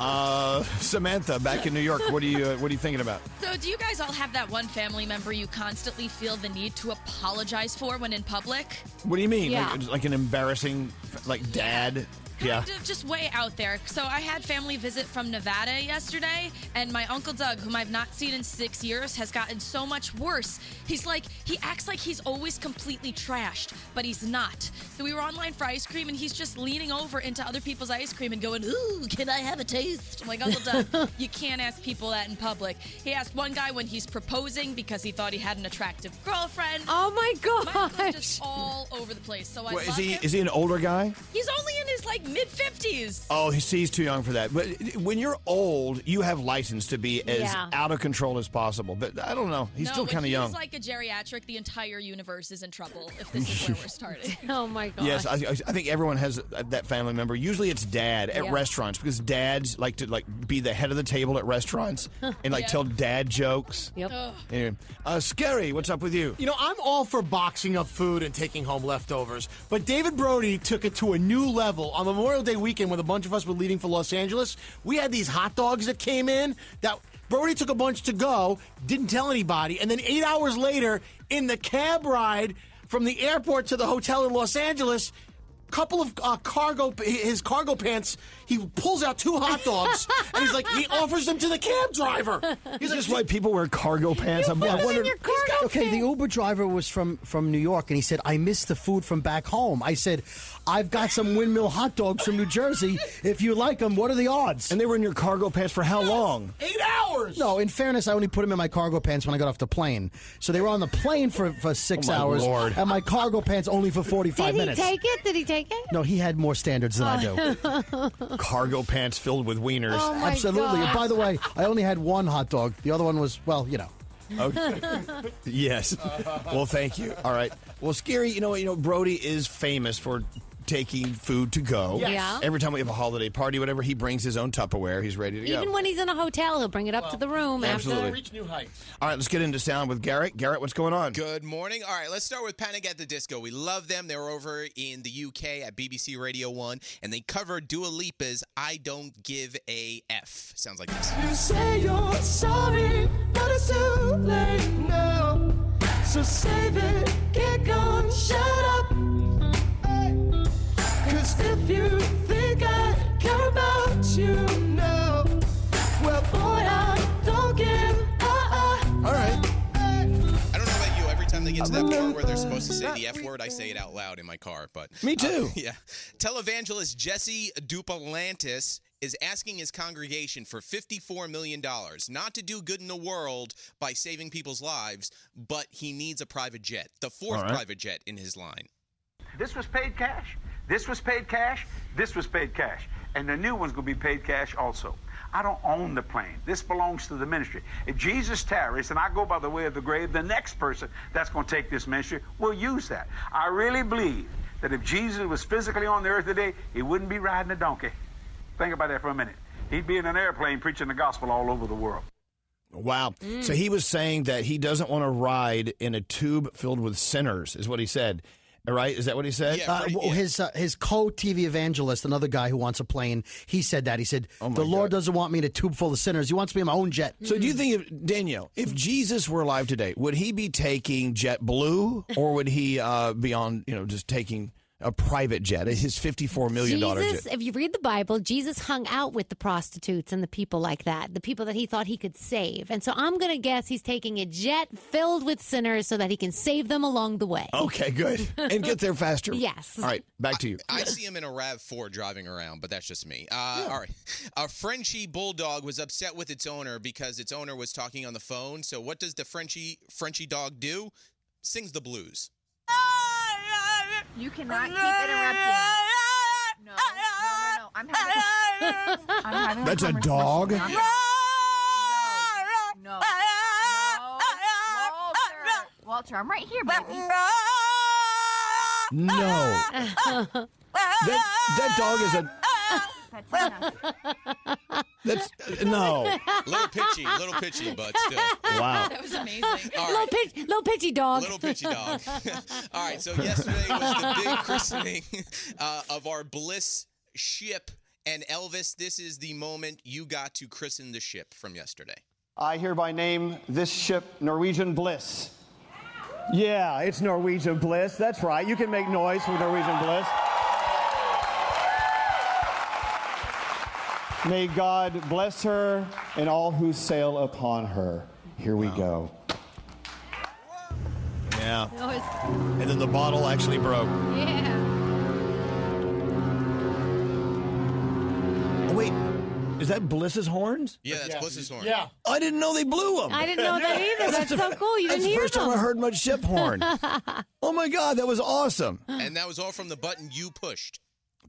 Uh, Samantha, back in New York, what are you uh, what are you thinking about?
So, do you guys all have that one family member you constantly feel the need to apologize for when in public?
What do you mean?
Yeah.
Like, like an embarrassing, like dad? Yeah.
Kind of just way out there. So, I had family visit from Nevada yesterday, and my uncle Doug, whom I've not seen in six years, has gotten so much worse. He's like, he acts like he's always completely trashed, but he's not. So, we were online for ice cream, and he's just leaning over into other people's ice cream and going, Ooh, can I have a taste? I'm like, Uncle
<laughs>
Doug, you can't ask people that in public. He asked one guy when he's proposing because he thought he had an attractive girlfriend.
Oh my
god! just all over the place. So I
Well, is
love
he
him.
is he an older guy?
He's only in his like mid fifties.
Oh, he sees too young for that. But when you're old, you have license to be as
Yeah.
out of control as possible. But I don't know. He's
no,
still
when
kind of young.
He's like a geriatric. The entire universe is in trouble if this is where we're starting.
oh
<laughs>
my god!
Yes, I, I think everyone has that family member. Usually, it's dad at
Yeah.
restaurants because dads like to like be the head of the table
<laughs>
at restaurants and like
Yeah.
tell dad jokes.
Yep. Ugh.
Anyway, uh, scary. What's up with you?
You know, I'm all for boxing up food and taking home leftovers, but David Brody took it to a new level. On Memorial Day weekend, when a bunch of us were leaving for Los Angeles, we had these hot dogs that came in that Brody took a bunch to go, didn't tell anybody, and then eight hours later, in the cab ride from the airport to the hotel in Los Angeles, couple of uh, cargo his cargo pants he pulls out two hot dogs and he's like he offers them to the cab driver he's
Is this why people wear cargo pants? I'm, I wondered.
okay, the Uber driver was from from New York, and he said, "I missed the food from back home." I said, "I've got some windmill hot dogs from New Jersey. If you like them, what are the odds?" And
they were in your cargo pants for how long?
Eight hours.
No, in fairness, I only put them in my cargo pants when I got off the plane. So they were on the plane for for six
Oh, my
hours,
Lord.
and my cargo pants only for forty five
Did he
minutes.
take Oh. it? Did he take it?
no, he had more standards than I
<laughs>
do.
do. <laughs>
Cargo pants filled with wieners.
Oh, my
Absolutely.
God.
By the way, I only had one hot dog. The other one was, well, you know.
Okay.
<laughs>
yes. <laughs> Well, thank you. All right. Well, scary. You know, you know, Brody is famous for taking food to go.
Yes. Yeah.
Every time we have a holiday party, whatever, he brings his own Tupperware. He's ready to
Even
go.
when he's in a hotel, he'll bring it up to the room.
Absolutely.
After.
new heights.
All right, let's get into sound with Garrett. Garrett, what's going on?
Good morning. All right, let's start with Panic at the Disco. We love them. They were over in the UK at BBC Radio 1, and they covered Dua Lipa's I Don't Give a F. Sounds like this.
You say you're sorry, but it's too late now. So save it, kick on, shut up. Cause if you think I care about you now, well, boy, I don't give a. uh. All right.
I don't know about you. Every time they get to that part where they're supposed to say the F word, I say it out loud in my car. But uh,
Me too.
<laughs> yeah. Televangelist Jesse Duplantis is asking his congregation for $54 million, not to do good in the world by saving people's lives, but he needs a private jet, the fourth
All right.
private jet in his line.
This was paid cash. This was paid cash. This was paid cash. And the new one's going to be paid cash also. I don't own the plane. This belongs to the ministry. If Jesus tarries and I go by the way of the grave, the next person that's going to take this ministry will use that. I really believe that if Jesus was physically on the earth today, he wouldn't be riding a donkey. Think about that for a minute. He'd be in an airplane preaching the gospel all over the world.
Wow. So he was saying that he doesn't want to ride in a tube filled with sinners, is what he said. All Right? Is that what he said?
uh, well, His uh, his co TV evangelist, another guy who wants a plane, he said that. He said,
Oh
The Lord doesn't want me in a tube full of sinners. He wants me in my own jet.
So do you think, if, Danielle, if Jesus were alive today, would he be taking JetBlue or would he uh, be on, you know, just taking a private jet, his $54 million
Jesus,
jet?
if you read the Bible, Jesus hung out with the prostitutes and the people like that, the people that he thought he could save. And so I'm going to guess he's taking a jet filled with sinners so that he can save them along the way.
Okay, good. And
<laughs>
get there faster.
Yes.
All right, back to you.
I see him in a RAV4 driving around, but that's just me. Uh, All right. A Frenchie bulldog was upset with its owner because its owner was talking on the phone. So, what does the Frenchie, Frenchie dog do? sings the blues.
You cannot keep interrupting. <laughs> No, no, no, no. I'm having a, I'm having a
That's a
conversation.
dog?
No, no, no, no. Walter, <laughs> Walter, I'm right here, baby.
No.
<laughs>
that, that dog is a. That's <laughs> no.
Little pitchy, little pitchy, but still.
Wow.
That was amazing.
Little, pitch, little pitchy dog.
Little
<laughs>
pitchy dog. <laughs> All right, so yesterday was the big christening uh, of our Bliss ship. And Elvis, this is the moment you got to christen the ship from yesterday.
I hereby name this ship Norwegian Bliss. Yeah, it's Norwegian Bliss. That's right. You can make noise for Norwegian Bliss. May God bless her and all who sail upon her. Here we go.
Yeah.
No, it's-
And then the bottle actually broke.
yeah.
Wait, is that Bliss's horns?
Yeah, that's Bliss's horn.
Yeah. I didn't know they blew them.
I didn't know
<laughs>
that either. That's
the-
so cool. You
that's
didn't
the
hear
first time I
them.
heard my
<laughs>
ship horn.
Oh my God, that was awesome.
And that was all from the button you pushed.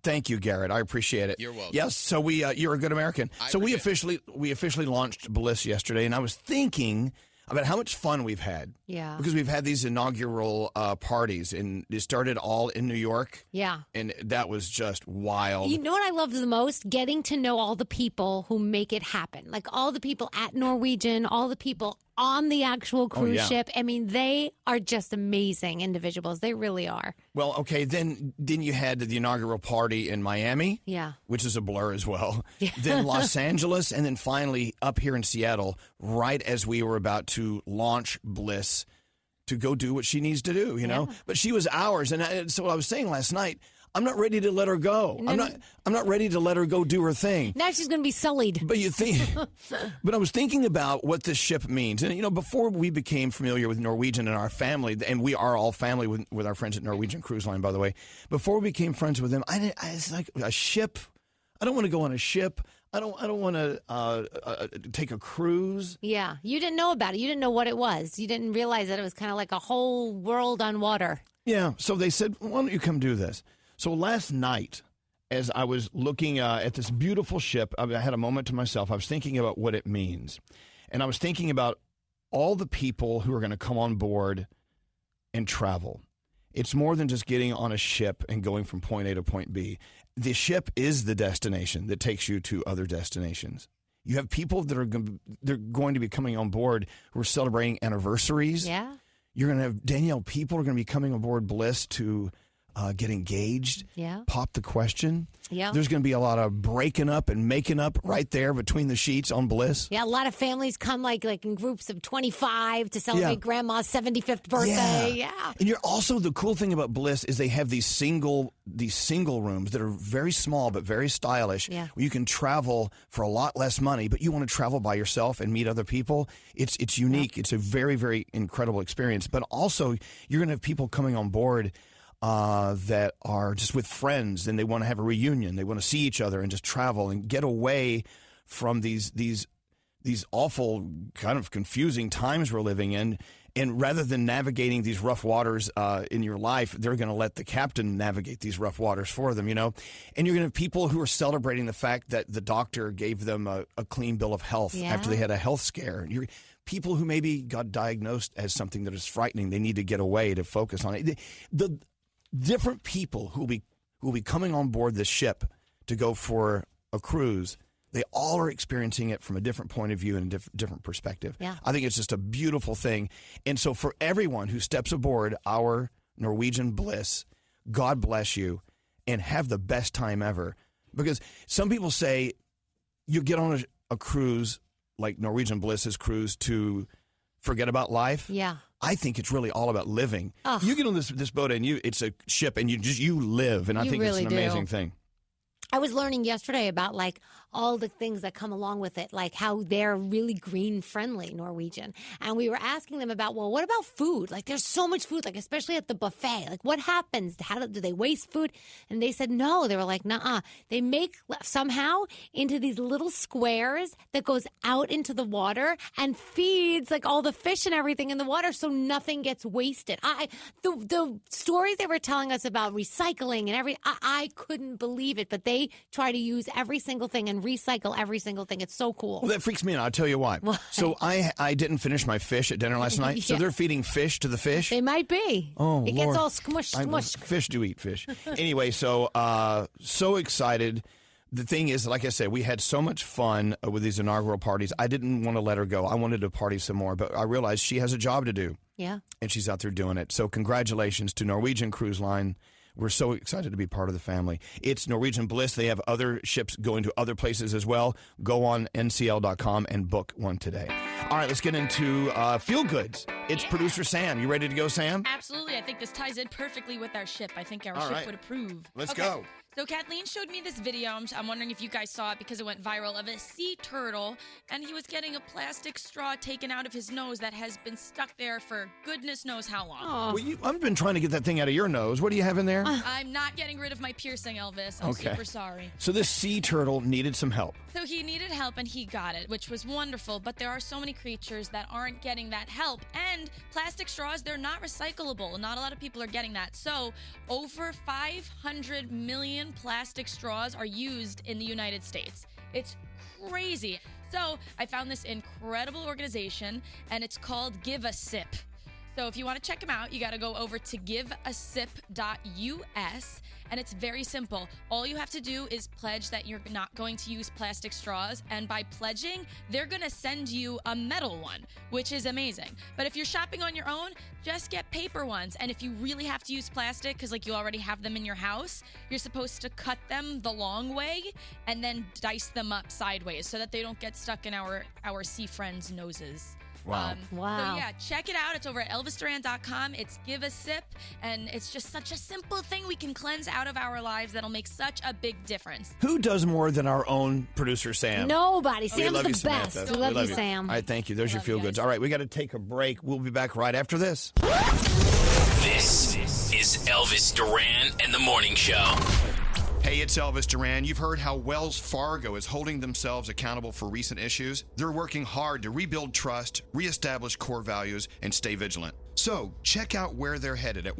Thank you, Garrett. I appreciate it.
You're welcome.
Yes, so we uh, you're a good American. so we officially we officially launched Bliss yesterday, and I was thinking about how much fun we've had.
Yeah.
Because we've had these inaugural uh, parties, and it started all in New York,
Yeah.
and that was just wild.
You know what I loved the most? Getting to know all the people who make it happen. Like all the people at Norwegian, all the people on the
Oh,
actual cruise
yeah.
ship. I mean, they are just amazing individuals. They really are.
well, okay, then then you had the inaugural party in Miami.
Yeah.
which is a blur as well. then Los Angeles, and then finally up here in Seattle, right as we were about to launch Bliss to go do what she needs to do, you know. But she was ours, and I, so what I was saying last night, I'm not ready to let her go. I'm not. I'm not ready to let her go do her thing.
Now she's going to be sullied.
But you think.
<laughs>
But I was thinking about what this ship means. And, you know, before we became familiar with Norwegian and our family, and we are all family with, with our friends at Norwegian Cruise Line, by the way, before we became friends with them, I, didn't, I it's like a ship. I don't want to go on a ship. I don't, I don't want to uh, uh, take a cruise.
yeah. You didn't know about it. You didn't know what it was. You didn't realize that it was kind of like a whole world on water.
Yeah. So they said, why don't you come do this? So last night, as I was looking uh, at this beautiful ship, I I had a moment to myself. I was thinking about what it means. And I was thinking about all the people who are going to come on board and travel. It's more than just getting on a ship and going from point A to point B. The ship is the destination that takes you to other destinations. You have people that are gon- they're going to be coming on board who are celebrating anniversaries.
Yeah.
You're going to have Danielle. People are going to be coming aboard Bliss to uh, get engaged.
Yeah.
Pop the question.
Yeah.
There's going to be a lot of breaking up and making up right there between the sheets on Bliss.
Yeah, a lot of families come like like in groups of 25 to celebrate
Yeah.
grandma's 75th birthday. Yeah.
And you're also the cool thing about Bliss is they have these single these single rooms that are very small but very stylish.
Yeah.
Where you can travel for a lot less money, but you want to travel by yourself and meet other people. It's it's unique. It's a very very incredible experience. But also you're going to have people coming on board. Uh, that are just with friends and they want to have a reunion. They want to see each other and just travel and get away from these these these awful, kind of confusing times we're living in. And rather than navigating these rough waters uh, in your life, they're going to let the captain navigate these rough waters for them, you know? And you're going to have people who are celebrating the fact that the doctor gave them a, a clean bill of health after
Yeah.
they had a health scare. And You're, people who maybe got diagnosed as something that is frightening, they need to get away to focus on it. The, the different people who will be, who will be coming on board this ship to go for a cruise they all are experiencing it from a different point of view and a diff- different perspective.
Yeah.
I think it's just a beautiful thing. And so, for everyone who steps aboard our Norwegian Bliss, God bless you and have the best time ever. Because some people say you get on a, a cruise like Norwegian Bliss's cruise to forget about life.
Yeah.
I think it's really all about living.
Ugh.
You get on this this boat and you it's a ship and you just you live and I
You
think it's
really
an
do.
amazing thing.
I was learning yesterday about like all the things that come along with it, like how they're really green friendly Norwegian. And we were asking them about, well, what about food? Like there's so much food, like especially at the buffet. Like what happens? How do, do they waste food? And they said no. They were like, nah. They make somehow into these little squares that goes out into the water and feeds like all the fish and everything in the water, so nothing gets wasted. I the the stories they were telling us about recycling and every I, I couldn't believe it, but they try to use every single thing and recycle every single thing. It's so cool.
Well, that freaks me out. I'll tell you why. So I I didn't finish my fish at
<laughs>
dinner last night. So
Yeah.
they're feeding fish to the fish.
They might be.
Oh,
it
Lord.
gets all smushed,
I- well,
smushed.
fish do
<laughs>
eat fish. anyway, so uh, so excited. The thing is, like I said, we had so much fun uh, with these inaugural parties. I didn't want to let her go. I wanted to party some more, but I realized she has a job to do,
Yeah.
and she's out there doing it. So congratulations to Norwegian Cruise Line. We're so excited to be part of the family. It's Norwegian Bliss. They have other ships going to other places as well. Go on ncl.com and book one today. All right, let's get into uh, Feel Goods. It's producer Sam. You ready to go, Sam?
Absolutely. I think this ties in perfectly with our ship. I think our
All
ship
right.
would approve.
Let's
Okay.
go.
So Kathleen showed me this video. I'm, I'm wondering if you guys saw it because it went viral of a sea turtle, and he was getting a plastic straw taken out of his nose that has been stuck there for goodness knows how long.
Oh.
Well, you, I've been trying to get that thing out of your nose. What do you have in there?
Uh.
I'm not getting rid of my piercing, Elvis. I'm
Okay.
super sorry.
So this sea turtle needed some help.
So he needed help and he got it, which was wonderful. But there are so many creatures that aren't getting that help. And plastic straws, they're not recyclable. Not a lot of people are getting that. So over 500 million plastic straws are used in the United States. It's crazy. So I found this incredible organization and it's called Give a Sip. So if you want to check them out, you got to go over to giveasip.us and it's very simple. All you have to do is pledge that you're not going to use plastic straws and by pledging, they're going to send you a metal one, which is amazing. But if you're shopping on your own, just get paper ones and if you really have to use plastic cuz like you already have them in your house, you're supposed to cut them the long way and then dice them up sideways so that they don't get stuck in our our sea friends' noses. Um,
Wow.
So
Wow.
yeah, check it out. It's over at elvisduran.com. It's give a sip, and it's just such a simple thing we can cleanse out of our lives that'll make such a big difference.
Who does more than our own producer Sam?
Nobody.
We
Sam's
love
the
you,
best.
Samantha.
We love, you, Sam.
All right, thank you. There's your feel goods. All right, we got to take a break. We'll be back right after this.
This is Elvis Duran and the Morning Show.
Hey, it's Elvis Duran. You've heard how Wells Fargo is holding themselves accountable for recent issues. They're working hard to rebuild trust, reestablish core values, and stay vigilant. So, check out where they're headed at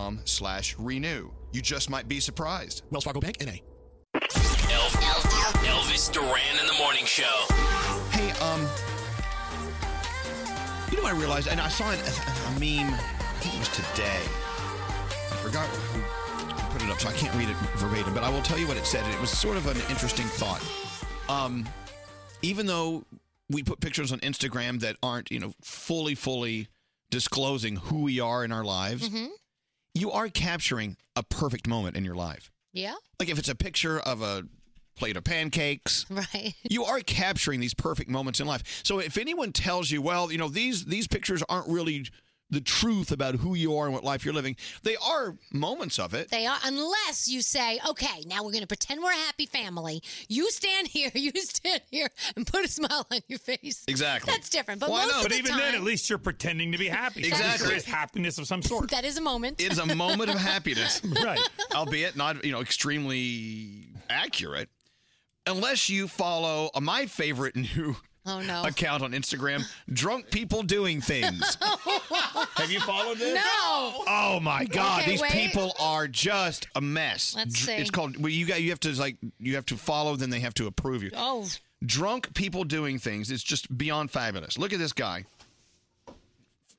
wellsfargo.com/renew. You just might be surprised. Wells Fargo Bank NA.
Elvis Duran and the Morning Show.
Hey, um, you know what I realized, and I saw an, a, a meme. I think it was today. I forgot who who put it up, so I can't read it verbatim. But I will tell you what it said. and It was sort of an interesting thought. Um, even though we put pictures on Instagram that aren't, you know, fully, fully disclosing who we are in our lives,
Mm-hmm.
you are capturing a perfect moment in your life.
Yeah. <laughs>
Like if it's a picture of a plate of pancakes,
right?
You are capturing these perfect moments in life. So if anyone tells you, well, you know, these these pictures aren't really the truth about who you are and what life you're living, they are moments of it.
They are, unless you say, okay, now we're going to pretend we're a happy family. You stand here, <laughs> you stand here, and put a smile on your face.
Exactly.
That's different. But most of
But
the
even
time,
then, at least you're pretending to be happy.
Exactly.
There is happiness of some sort.
that is a moment.
It is a moment of
<laughs>
happiness.
<laughs> Right.
Albeit not, you know, extremely accurate. Unless you follow uh, my favorite new
Oh, no.
account on Instagram, drunk people
<laughs>
doing things. Have you followed
this? No.
Oh my God,
Okay,
these
wait.
people are just a mess.
Let's
Dr-
see.
It's called. Well, you got. You have to like. You have to follow. Then they have to approve you.
Oh.
Drunk people doing things. It's just beyond fabulous. Look at this guy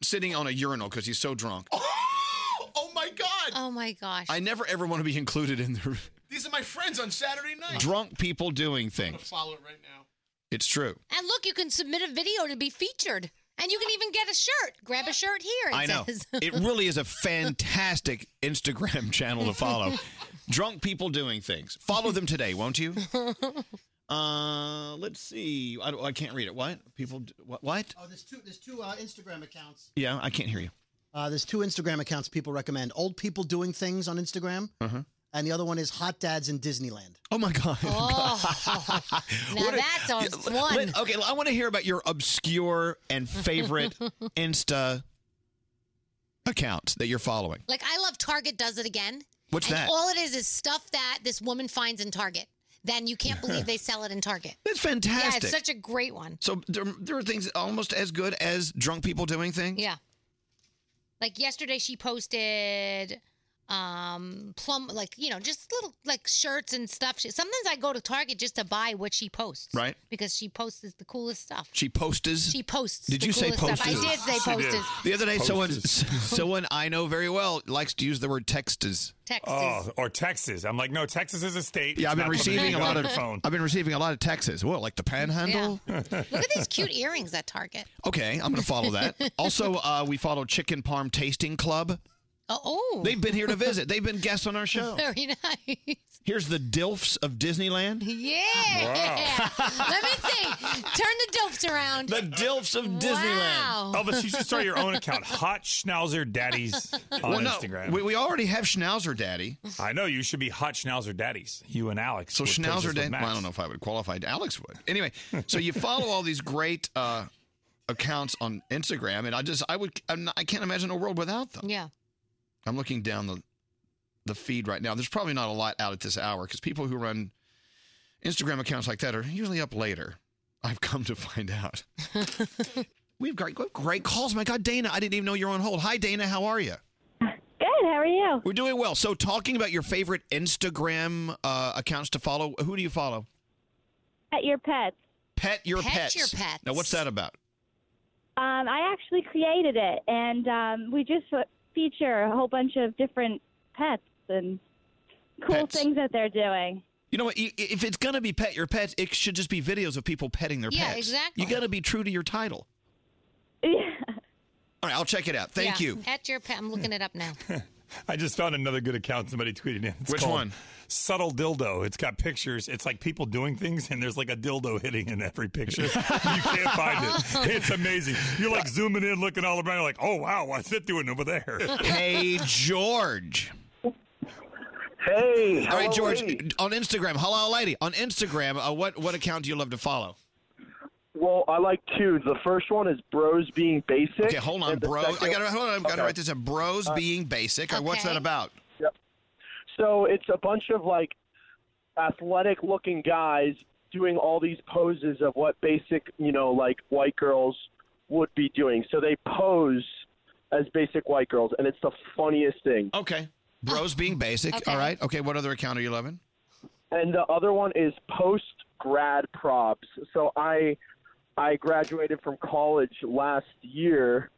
sitting on a urinal because he's so drunk. Oh my God.
Oh my gosh.
I never ever want to be included in the
These are my friends on Saturday night.
drunk people doing
I'm gonna
things.
follow it right now.
It's true.
And look, you can submit a video to be featured. And you can even get a shirt. Grab a shirt here. It
I know.
<laughs> Says.
it really is a fantastic Instagram <laughs> channel to follow. Drunk people doing things. Follow them today,
<laughs>
won't you? Uh, let's see. I, don't- I can't read it. What people? d- What? what?
Oh, there's two. There's two uh, Instagram accounts.
Yeah, I can't hear you.
Uh, there's two Instagram accounts people recommend. Old people doing things on Instagram,
Uh huh.
and the other one is Hot Dads in Disneyland.
Oh my god!
<laughs>
Oh. Now
<laughs> What a-
that's a
Yeah,
one.
let- okay, I want to hear about your obscure
<laughs>
and favorite Insta account that you're following.
Like I love Target does it again.
What's
and
that?
All it is is stuff that this woman finds in Target. Then you can't believe
<laughs>
they sell it in Target.
That's
Yeah,
fantastic.
it's such a great one.
so there, there are things almost as good as drunk people doing things.
Yeah. Like yesterday she posted um plum like you know just little like shirts and stuff. She, sometimes I go to Target just to buy what she posts.
Right.
Because she posts the coolest stuff.
She posters.
She posts.
Did
the
you say
coolest stuff. I
posters?
did say posters.
The other day, someone someone I know very well likes to use the word texters.
Texas.
Oh, or Texas. I'm like, no, Texas is a state.
<laughs> Yeah, I've
It's
been
not something
receiving
you
a
do on
lot of
your phone.
I've been receiving a lot of texts. What, like the panhandle?
Look at these cute earrings at Target.
<laughs> Okay, I'm going to follow that.
<laughs>
also, uh, we follow Chicken Parm Tasting Club.
Oh, oh.
They've been here to visit. They've been guests on our show.
<laughs> Very nice.
Here's the Dilfs of Disneyland.
Yeah.
Wow.
<laughs> Let me see. Turn the dopes around.
The Dilfs of
Wow.
Elvis, Oh, you should start your own account, Hot Schnauzer
<laughs>
Daddies on
Well, no,
Instagram.
we- we already have Schnauzer Daddy.
I know you should be Hot Schnauzer Daddies. You and Alex.
So
would put this
Schnauzer
with
Daddy.
Max.
Well, I don't know if I would qualify. Alex would. Anyway,
<laughs>
so you follow all these great uh, accounts on Instagram, and I just I would I'm not, I can't imagine a world without them.
Yeah.
I'm looking down the the feed right now. There's probably not a lot out at this hour because people who run Instagram accounts like that are usually up later. I've come to find out. <laughs> We've got we've got great calls. My God, Dana, I didn't even know you're on hold. Hi, Dana. How are you? Good.
How are you?
We're doing well. So, talking about your favorite Instagram uh, accounts to follow, who do you follow?
Pet your pets.
Pet your
Pet
pets.
your pets.
Now, what's that about?
Um, I actually created it, and um, we just fe- feature a whole bunch of different pets and cool things that they're doing.
You know what? i- If it's gonna be pet your pets, it should just be videos of people petting their
Yeah,
pets.
exactly.
You gotta be true to your title. All right, I'll check it out. Thank
Yeah.
you.
At your pet. I'm looking it up
<laughs>
now.
I just found another good account somebody tweeted in. It's
Which
called
one?
Subtle dildo. It's got pictures. It's like people doing things, and there's like a dildo hitting in every
<laughs>
picture. you can't find it. It's amazing. You're like zooming in, looking all around. You're like, oh wow, what's it doing over there?
Hey, George.
Hey.
All right,
hello,
George.
lady.
On Instagram, hello, lady. On Instagram, uh, what what account do you love to follow?
Well, I like two. The first one is Bros Being Basic.
Okay, hold on, bro. I gotta hold on. I've gotta write this. A bros
Uh,
being basic. Uh, What's that about?
Yep. So it's a bunch of like athletic looking guys doing all these poses of what basic, you know, like white girls would be doing. So they pose as basic white girls, and it's the funniest thing.
Okay.
<laughs>
Bros being basic. All right. Okay. What other account are you loving?
And the other one is post grad probs. So I I graduated from college last year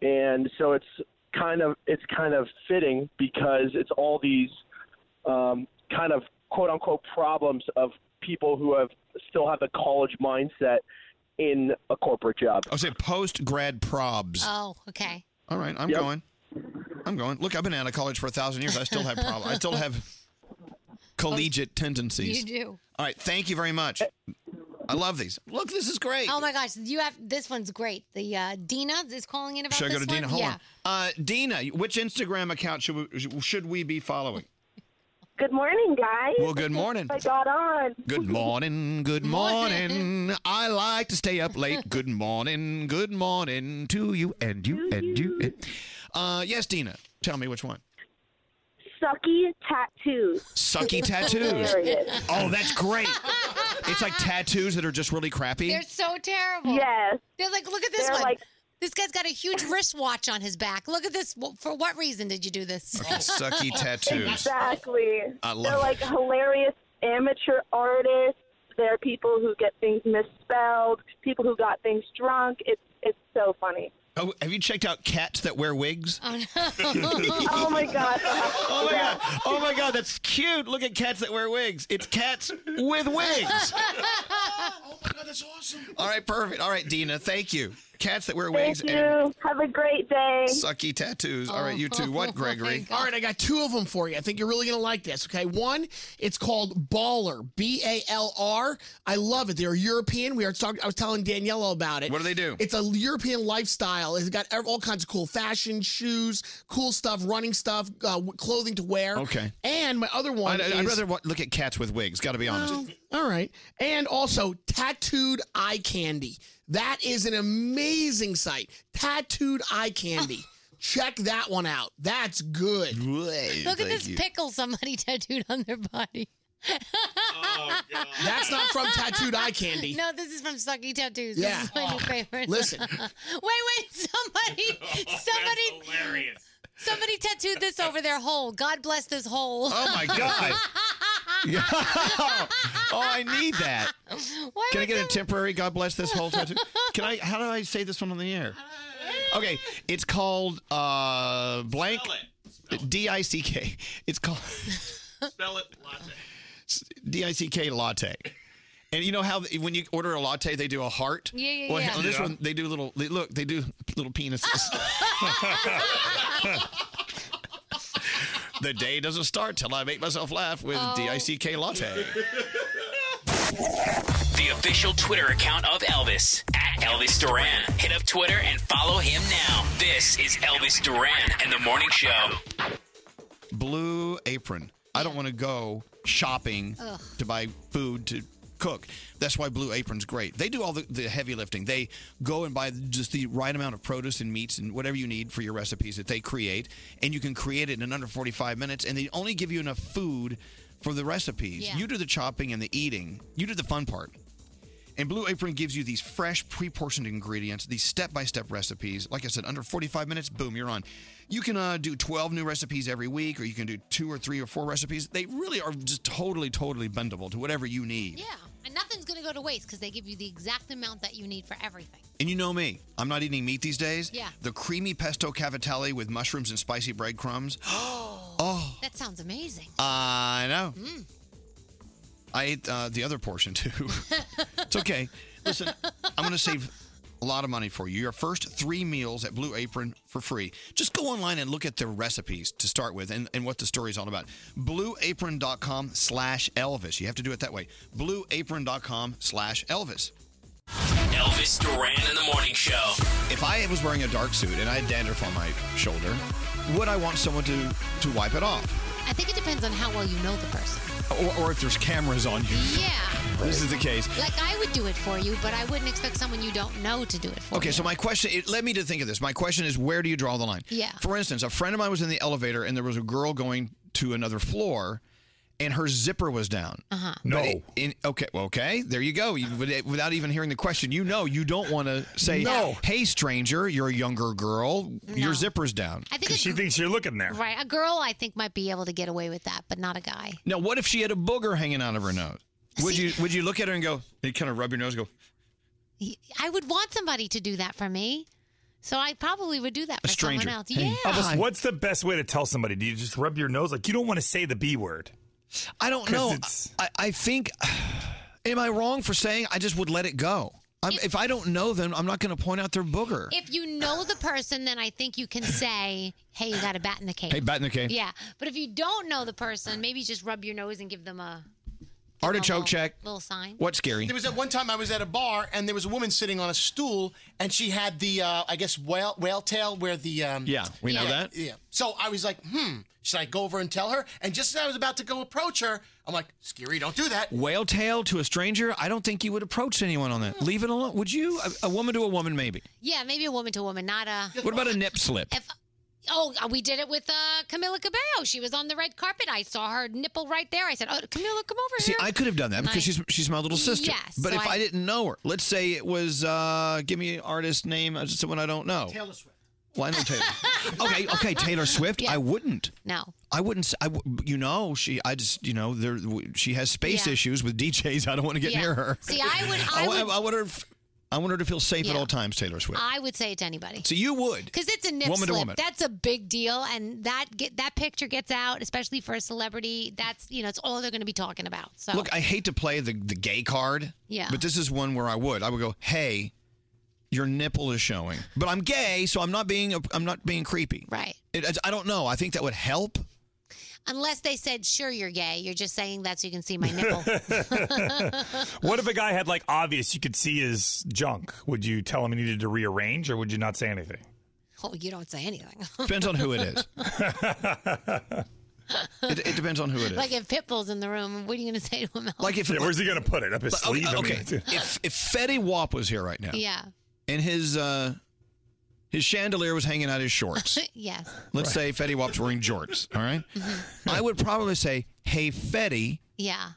and so it's kind of it's kind of fitting because it's all these um, kind of quote unquote problems of people who have still have the college mindset in a corporate job.
Oh, say post grad probs.
Oh, okay.
All right. I'm going. I'm going. Look, I've been out of college for a thousand years. I still have problems. I still have collegiate tendencies.
You do.
All right. Thank you very much. I love these. Look, this is great.
Oh my gosh, you have this one's great. The uh, Dina is calling in about
Should I
this
go to Dina?
one?
Hold
yeah.
on. Uh, Dina, which Instagram account should we, should we be following?
Good morning, guys.
Well, good morning.
I got on.
<laughs>
Good morning, good morning. I like to stay up late. Good morning, good morning to you and you and you. and- Uh, yes, Dina, tell me which one.
Sucky tattoos.
<laughs>
Sucky tattoos.
Hilarious.
oh, that's great. It's like tattoos that are just really crappy.
They're so terrible. Yes. They're like, look at this one. this guy's got a huge wristwatch on his back. Look at this. Wh- For what reason did you do this?
Okay, sucky tattoos.
Exactly.
I love
They're like hilarious amateur artists. There are people who get things misspelled, people who got things drunk. It's it's so funny.
Oh, have you checked out cats that wear wigs?
Oh,
<laughs>
<laughs>
<laughs>
oh my gosh.
Oh my god! Oh my god!
<laughs>
That's cute. Look at cats that wear wigs. It's cats with wigs.
Oh that's awesome.
All right, perfect. All right, Dina, thank you. Cats that wear wings
Thank
and
you. Have a great day.
sucky tattoos. All right, you two. What, Gregory?
All right, I got two of them for you. I think you're really going to like this. Okay. One, it's called Baller, B A L R. I love it. They're European. We are talking, I was telling Daniela about it.
What do they do?
It's a European lifestyle. It's got ev- all kinds of cool fashion, shoes, cool stuff, running stuff, uh, w- clothing to wear.
Okay.
And my other one
I'd, I'd
is-
rather wa- look at cats with wigs, got to be honest.
well, all right. And also tattooed eye candy. That is an amazing site. Tattooed eye
<laughs>
candy. Check that one out. That's good.
<laughs> Look at this pickle somebody <laughs> tattooed on their body. <laughs>
Oh,
Oh,
That's not from tattooed eye candy.
<laughs> No, this is from Sucky Tattoos.
Yeah.
This is
Oh,
my new favorite.
Listen.
<laughs> wait, wait, somebody, somebody, somebody tattooed this over their hole. God bless this hole.
Oh my God. <laughs> oh, I need that.
Why
Can I
would
get a
some-
temporary God bless
<laughs>
this whole tattoo? Can I? How do I say this one on the air? Okay, it's called uh blank D I C K. It's called <laughs>
Spell it latte.
D I C K latte. And you know how th- when you order a latte, they do a heart.
Yeah, yeah,
well,
yeah.
On this
Yeah.
one, they do little. They, look, they do
<laughs>
little penises. <laughs> the day doesn't start till I make myself laugh with
Oh.
D I C K latte. <laughs>
The official Twitter account of Elvis, at Elvis Duran. Hit up Twitter and follow him now. This is Elvis Duran and the Morning Show.
Blue Apron. I don't want to go shopping
Ugh.
to buy food to cook. That's why Blue Apron's great. They do all the, the heavy lifting. They go and buy just the right amount of produce and meats and whatever you need for your recipes that they create, and you can create it in under 45 minutes, and they only give you enough food for the recipes.
Yeah.
You do the chopping and the eating, you do the fun part. And Blue Apron gives you these fresh, pre portioned ingredients, these step by step recipes. Like I said, under 45 minutes, boom, you're on. You can uh, do 12 new recipes every week, or you can do two or three or four recipes. They really are just totally, totally bendable to whatever you need.
Yeah, <laughs> and nothing's gonna go to waste because they give you the exact amount that you need for everything.
And you know me, I'm not eating meat these days.
Yeah.
The creamy pesto cavatelli with mushrooms and spicy breadcrumbs. <gasps> <gasps> oh,
That sounds amazing. Mm.
I know. I ate uh, the other portion too. <laughs> it's okay. Listen, I'm going to save a lot of money for you. Your first three meals at Blue Apron for free. Just go online and look at their recipes to start with and, and what the story is all about. BlueApron.com slash Elvis. You have to do it that way. BlueApron.com slash Elvis.
Elvis Duran and the Morning Show.
If I was wearing a dark suit and I had dandruff on my shoulder, would I want someone to, to wipe it off?
I think it depends on how well you know the person.
Or, or if there's cameras on you.
Yeah.
This is the case.
Like I would do it for you, but I wouldn't expect someone you don't know to do it for
Okay,
you.
so my question it led me to think of this. My question is where do you draw the line?
Yeah.
For instance, a friend of mine was in the elevator and there was a girl going to another floor and her zipper was down.
Uh-huh.
No. okay, well, okay. There you go. You, with- without even hearing the question, you know you don't want to say,
No.
"Hey, stranger, you're a younger girl.
No.
Your zipper's down."
I think 'Cause a she
thinks you're looking there.
Right. A girl I think might be able to get away with that, but not a guy.
Now, what if she had a booger hanging out of her nose? Would you would you look at her and go, you kind of rub your nose and go,
I would want somebody to do that for me. So I probably would do that for someone else. Yeah.
Elvis, what's the best way to tell somebody? Do you just rub your nose? Like, you don't want to say the B word.
I don't
'Cause
know.
it's-
I, I think. <sighs> Am I wrong for saying I just would let it go? I'm, if I don't know them, I'm not going to point out their booger.
If you know the person, then I think you can say, "Hey, you got a bat in the cave."
Hey, bat in the cave.
Yeah, but if you don't know the person, maybe just rub your nose and give them a
Artichoke
little-
check.
Little sign.
What's scary?
There was at one time I was at a bar and there was a woman sitting on a stool and she had the uh, I guess whale whale tail where the um,
Yeah, we know that.
yeah. So I was like, hmm, should I go over and tell her? And just as I was about to go approach her, I'm like, Scary,
<laughs>
don't do that.
Whale tail to a stranger. I don't think you would approach anyone on that. Leave it alone. Would you? A, a woman to a woman, maybe.
Yeah, maybe a woman to woman, not a.
What about a nip slip?
Oh, we did it with uh, Camila Cabello. She was on the red carpet. I saw her nipple right there. I said, "Oh, Camila, come over
See,
here."
I could have done that because
Nice.
she's she's my little sister.
Yes,
but
so
if I,
I-
didn't know her, let's say it was uh, give me an artist name, uh, someone I don't know.
Taylor Swift.
Well, I
<laughs>
know Taylor. okay, okay, Taylor Swift. I wouldn't.
No.
I wouldn't. s- I, w- you know, she. I just, you know, there. w- She has space
Yeah.
issues with DJs. I don't want to get
Yeah.
near her. <laughs>
See, I would- I
wa-
would-
I, want her f- I want her to feel safe at
Yeah.
all times, Taylor Swift.
I would say it to anybody.
so you would.
Because it's a nip
Woman to
slip.
woman.
That's a big deal, and that get that picture gets out, especially for a celebrity. That's you know, it's all they're going to be talking about. So
Look, I hate to play the, the gay card.
Yeah.
But this is one where I would. I would go, hey, your nipple is showing. But I'm gay, so I'm not being a, I'm not being creepy.
Right.
It, I don't know. I think that would help.
unless they said, "Sure, you're gay," you're just saying that so you can see my nipple.
<laughs>
what if a guy had like obvious you could see his junk? Would you tell him he needed to rearrange, or would you not say anything?
oh, you don't say anything. <laughs>
Depends on who it is. it, it depends on who it is.
like if Pitbull's in the room, what are you going to say to him? else?
going to put it? Up
his sleeve? I
Okay.
mean,
okay. if, if Fetty Wap was here right now
Yeah.
and his uh, his chandelier was hanging out his shorts.
<laughs> yes. Mm-hmm.
Let's say Fetty Wap's wearing jorts,
<laughs>
all right? I would probably say, hey, Fetty,
Yeah.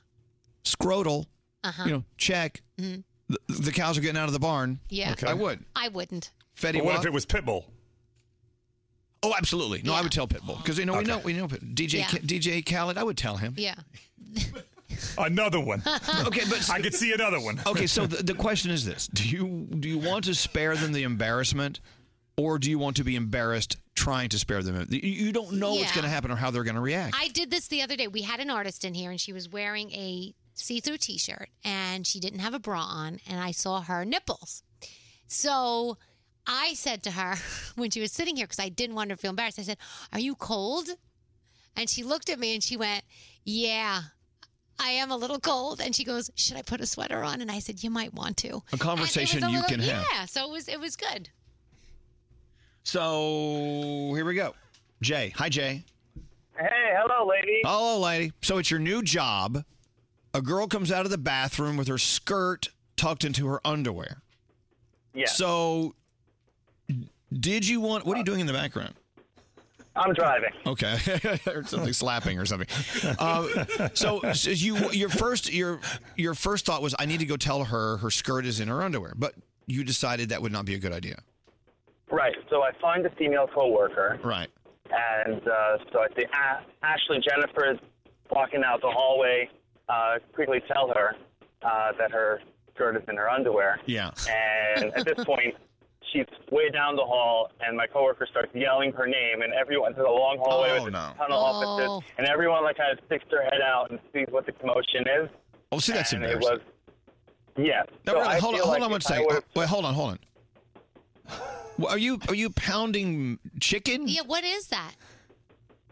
scrotal,
Uh-huh.
you know, check.
Mhm.
The, the cows are getting out of the barn.
Yeah.
I would.
I wouldn't.
Fetty
But what if
Wap?
it was Pitbull?
Oh, absolutely. No, I would tell Pitbull because you know we know we know Pit- DJ
Yeah.
K- DJ Khaled. I would tell him.
Yeah.
Another one. <laughs> okay, but
I could see another one.
okay.
<laughs>
So the, the question is this: Do you do you want to spare them the embarrassment, or do you want to be embarrassed trying to spare them? You, you don't know what's
Yeah.
going to happen or how they're going to react.
I did this the other day. We had an artist in here, and she was wearing a see-through T-shirt, and she didn't have a bra on, and I saw her nipples. So I said to her <laughs> when she was sitting here, because I didn't want her to feel embarrassed. I said, "Are you cold?" And she looked at me, and she went, "Yeah." I am a little cold, and she goes, "Should I put a sweater on?" And I said, "You might want to."
A conversation
And it was a
you
little-
can have.
Yeah, so it was it was good.
So here we go. Jay, hi Jay.
Hey, hello, lady.
Hello, lady. So it's your new job. A girl comes out of the bathroom with her skirt tucked into her underwear.
Yeah.
So did you want? What are you doing in the background?
I'm driving.
Okay, <laughs> I heard something slapping or something. Uh, so, so you your first your your first thought was I need to go tell her her skirt is in her underwear, but you decided that would not be a good idea.
Right. So I find a female coworker,
Right.
and uh, so I say, ah, Ashley Jennifer is walking out the hallway. Uh, quickly tell her uh, that her skirt is in her underwear.
Yeah.
And at
<laughs>
this point, she's way down the hall, and my coworker starts yelling her name, and everyone there's a long hallway
Oh,
with a ton of offices, and everyone like kind of sticks their head out and sees what the commotion is.
Oh, see, that's
and
embarrassing.
It was, yeah.
No,
so
really,
I
hold on,
feel
hold
like
on one
if I
second.
would've-
Wait, hold on, hold on. Well, Are you are you pounding chicken?
Yeah, what is that?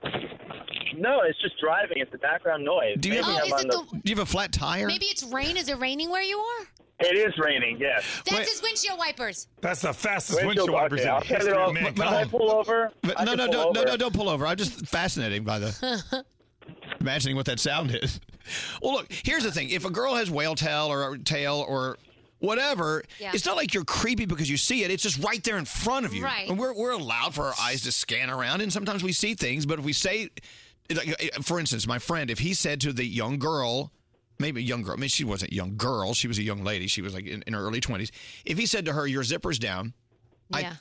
No, it's just driving. It's the background noise.
Do you
Maybe
have
I'm
a,
on the-
do you have a flat tire?
Maybe it's rain. Is it raining where you are?
It is raining. Yes.
That's his windshield wipers.
That's the fastest
Windshield
windshield wipers
wiper,
in
I'll
the
cut it
history
off.
of mankind.
But- but hold on.
Pull over.
But
I
no,
can
no,
pull
don't, no,
over.
no, don't pull over. I'm just fascinating
<laughs>
by the imagining what that sound is. Well, look, here's the thing: if a girl has whale tail or tail or whatever,
Yeah.
it's not like you're creepy because you see it. It's just right there in front of you.
Right.
And we're we're allowed for our eyes to scan around, and sometimes we see things. But if we say, like, for instance, my friend, if he said to the young girl. Maybe a young girl. I mean, she wasn't a young girl. She was a young lady. She was like in, in her early 20s. If he said to her, Your zipper's down,
Yeah.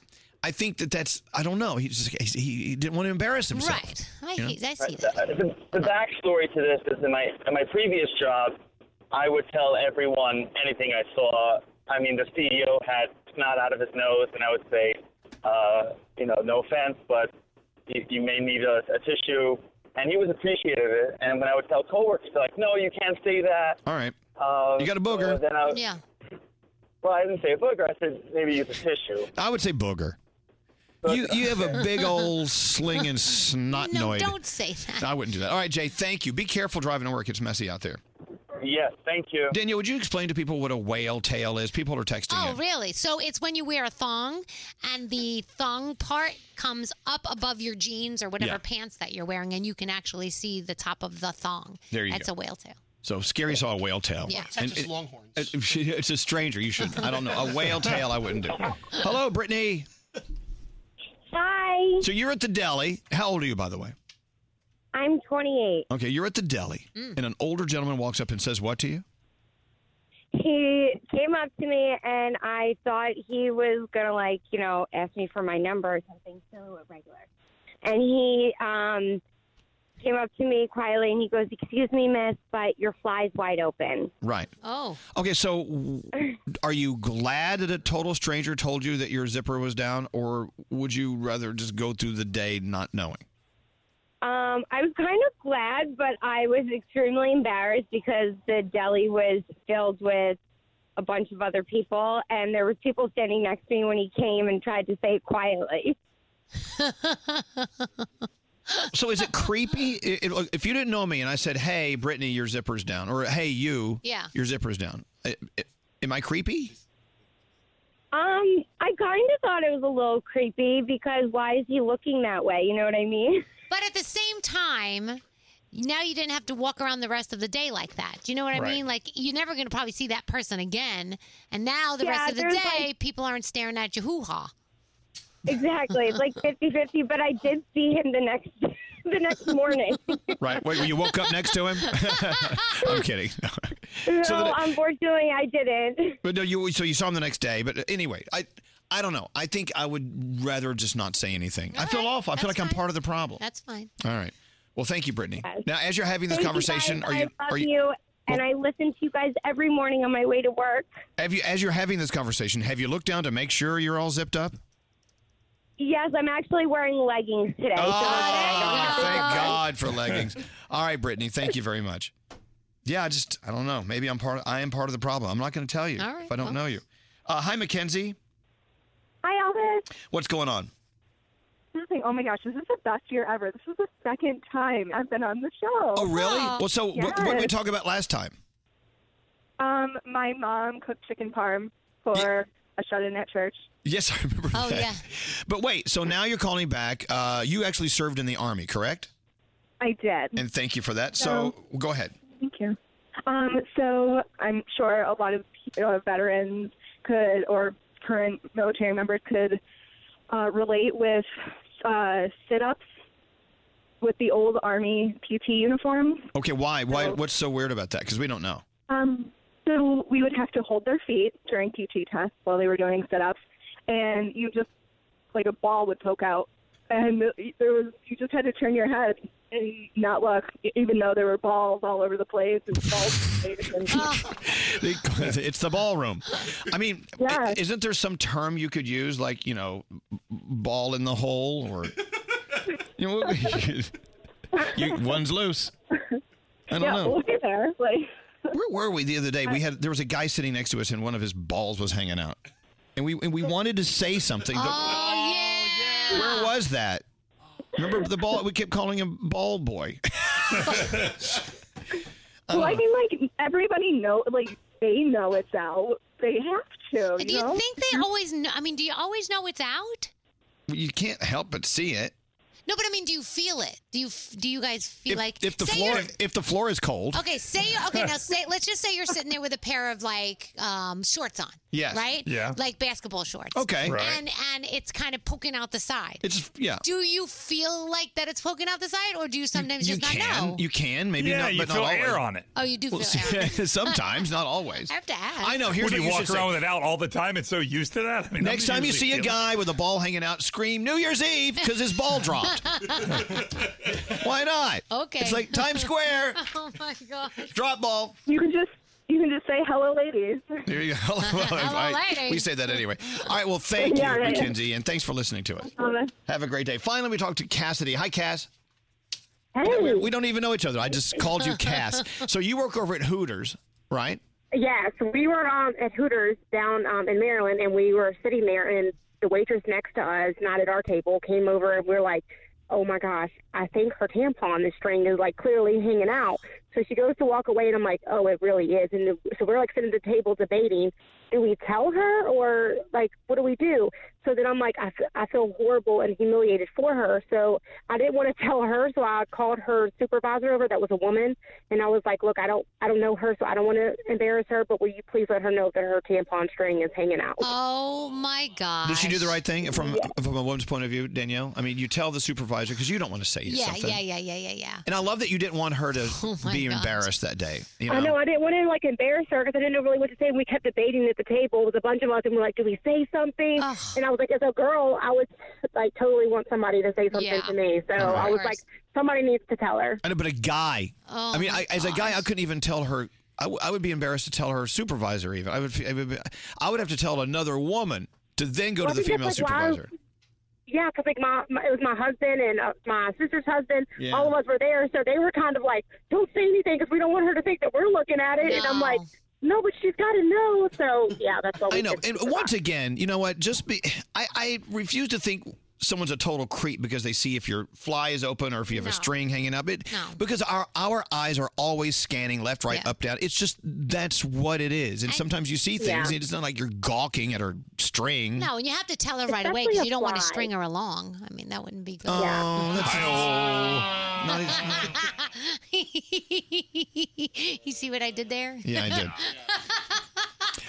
I, I think that that's I don't know. He just he, he didn't want to embarrass himself.
Right. I,
You know?
hate, I see that.
Uh, The, the backstory to this is in my in my previous job, I would tell everyone anything I saw. I mean, the CEO had snot out of his nose, and I would say, uh, you know, no offense, but you, you may need a, a tissue. And he was appreciative of it. And when I would tell coworkers, they're like, no, you can't say that.
All right.
Uh,
You got a booger.
so then I was-
Yeah.
Well, I didn't say a booger. I said maybe use a tissue.
I would say booger. You you
<laughs>
have a big old slinging snot
No,
noid.
don't say that.
I wouldn't do that. All right, Jay. Thank you. Be careful driving to work. It's messy out there.
Yes, thank you.
Daniel, would you explain to people what a whale tail is? People are texting.
Oh,
in.
really? So it's when you wear a thong and the thong part comes up above your jeans or whatever
Yeah.
pants that you're wearing, and you can actually see the top of the thong.
There you
That's
go.
a whale tail.
So scary saw a whale tail.
Yeah.
And
Texas
it- it- <laughs> It's a stranger. You should. I don't know. A whale tail. I wouldn't do. Hello, Brittany.
Hi.
So you're at the deli. How old are you, by the way?
I'm 28.
Okay, you're at the deli, and an older gentleman walks up and says, "What to you?"
He came up to me and I thought he was going to, like, you know, ask me for my number or something, so a regular. And he um, came up to me quietly and he goes, "Excuse me, miss, but your fly's wide open."
Right.
Oh.
Okay, so w- are you glad that a total stranger told you that your zipper was down, or would you rather just go through the day not knowing?
Um, I was kind of glad, but I was extremely embarrassed because the deli was filled with a bunch of other people, and there was people standing next to me when he came and tried to say it quietly.
So is it creepy? It- it- look, if you didn't know me and I said, "Hey, Brittany, your zipper's down," or "Hey, you,
Yeah.
your zipper's down," I- I- am I creepy?
Um, I kind of thought it was a little creepy because why is he looking that way? You know what I mean? <laughs>
But at the same time, now you didn't have to walk around the rest of the day like that. Do you know what I
Right.
mean? Like you're never going to probably see that person again. And now the
Yeah,
rest of the
there's,
day, people aren't staring at you. Hoo ha!
Exactly. It's like 50-50, but I did see him the next <laughs> the next morning.
Right? Wait, you woke up next to him? <laughs> I'm kidding.
<laughs> No,
<laughs> So the-
unfortunately, I didn't.
But no, you so you saw him the next day. But anyway, I I don't know. I think I would rather just not say anything. I feel awful. I feel like I'm part of the problem.
That's fine.
All right. Well, thank you, Brittany.
Yes.
Now, as you're having this
Thank you,
conversation,
guys.
are you
I love
are you,
you, and I listen to you guys every morning on my way to work.
have you as you're having this conversation, have you looked down to make sure you're all zipped up?
Yes, I'm actually wearing leggings today. so
Oh, thank
Uh, <laughs>
God for leggings. All right, Brittany, thank you very much. Yeah, I just I don't know. Maybe I'm part. I am part of the problem. I'm not going to tell you
All right,
if I don't
well.
know you. Uh, hi, Mackenzie.
Hi, Elvis.
What's going on?
Nothing. Oh my gosh, this is the best year ever. This is the second time I've been on the show.
Oh, really? Well, so what, what did we
Yes.
talk about last time?
Um, my mom cooked chicken parm for a shut-in at church.
Yes, <laughs> I remember
Oh,
that.
yeah.
But wait, so now you're calling back. Uh, you actually served in the army, correct?
I did.
And thank you for that. So go ahead.
Thank you. Um, so I'm sure a lot of pe- uh, veterans could or current military members could uh, relate with uh, sit-ups with the old army PT uniform.
Okay, why? Why? What's so weird about that? Because we don't know. <laughs>
Um, so we would have to hold their feet during PT tests while they were doing sit-ups, and you just like a ball would poke out, and there was you just had to turn your head and not look, e, even though there were balls all over the place and balls. and
They- it's the ballroom. I mean, i- isn't there some term you could use, like you know, b- ball in the hole, or you know, <laughs> what we- you, one's loose. I
<laughs>
don't
yeah,
know.
we're there. Like,
Where were we the other day? We had there was a guy sitting next to us, and one of his balls was hanging out, and we and we wanted to say something. But
Ah.
Where was that? Remember the ball? We kept calling him Ball Boy.
<laughs>
Oh. Um,
well, I mean, like everybody know, like they know it's out. They have to.
Do
you know?
you think
Mm-hmm.
they always know? I mean, do you always know it's out?
you can't help but see it.
No, but I mean, do you feel it? Do you f- do you guys feel
If,
like
if the
say
floor
you're-
if the floor is cold,
Okay, say okay
<laughs>
now. Say let's just say you're sitting there with a pair of like um, shorts on.
Yes.
Right.
Yeah.
Like basketball shorts.
Okay. Right.
And and it's kind of poking out the side.
it's yeah.
Do you feel like that it's poking out the side, or do you sometimes
you
just not
can
know?
you can maybe
Yeah,
not,
you
but
feel
not always.
air on it.
Oh, you do
Well,
feel air.
<laughs> sometimes, not always.
I have to ask.
I know. Here's
what do you,
you
walk
should say.
around with it out all the time? It's so used to that. I mean,
Next
I'm
time you
usually
see a
feeling-
guy with a ball hanging out, scream New Year's Eve because his
<laughs>
ball dropped. Why not?
Okay.
It's like Times Square.
<laughs>
oh my gosh.
Drop ball.
You can just you can just say hello, ladies.
There you go. <laughs> All right.
lady.
We say that anyway. All right. Well, thank you,
Yeah, right.
Mackenzie, and thanks for listening to us. Have a great day. Finally, we talked to Cassidy. Hi, Cass. We, we don't even know each other. I just called you Cass. so you work over at Hooters, right?
Yeah, so we were um, at Hooters down um, in Maryland, and we were sitting there, and the waitress next to us, not at our table, came over, and we are like, "Oh my gosh, I think her tampon, the string, is like clearly hanging out." So she goes to walk away, and I'm like, "Oh, it really is." And the, so we're like sitting at the table debating, do we tell her or like what do we do? So then I'm like, I, f- I feel horrible and humiliated for her. So I didn't want to <laughs> tell her, so I called her supervisor over. That was a woman, and I was like, look, I don't I don't know her, so I don't want to embarrass her. But will you please let her know that her tampon string is hanging out?
Oh my god.
Did she do the right thing from from a woman's point of view, Danielle? I mean, you tell the supervisor because you don't want to say
Yeah,
something.
yeah, yeah, yeah, yeah, yeah.
<laughs> Oh
And I love that you didn't want her to
my
be you embarrassed that day? You
I know I didn't want to like embarrass her because I didn't know really what to say. And we kept debating at the table. It was a bunch of us, and we're like, "Do we say something?" And I was like, "As a girl, I would like totally want somebody to say something to me." So
Of
I was
course.
like, "Somebody needs to tell her."
I know, but a guy.
Oh,
I mean,
my
I, as a guy, I couldn't even tell her. I, w- I would be embarrassed to tell her supervisor. Even I would. fe- I would, be, I would have to tell another woman to then go
Well,
to the
because,
female
like, why-
supervisor.
Yeah, because like my, my it was my husband and uh, my sister's husband.
Yeah.
All of us were there, so they were kind of like, "Don't say anything because we don't want her to think that we're looking at it." And I'm like, "No, but she's got to know." So yeah, that's what we
I know.
did.
And once again, you know what? Just be. I, I refuse to think someone's a total creep because they see if your fly is open or if you have a string hanging up. It
No.
because our our eyes are always scanning left, right,
Yeah.
up, down. It's just that's what it is. And sometimes you see things.
Yeah.
And it's not like you're gawking at her string.
No, and you have to tell her right
Especially
away because you
a
don't want to
fly.
string her along. I mean, that wouldn't be good.
Oh, that's Not as-
<laughs> you see what I did there?
Yeah, I
<laughs>
did.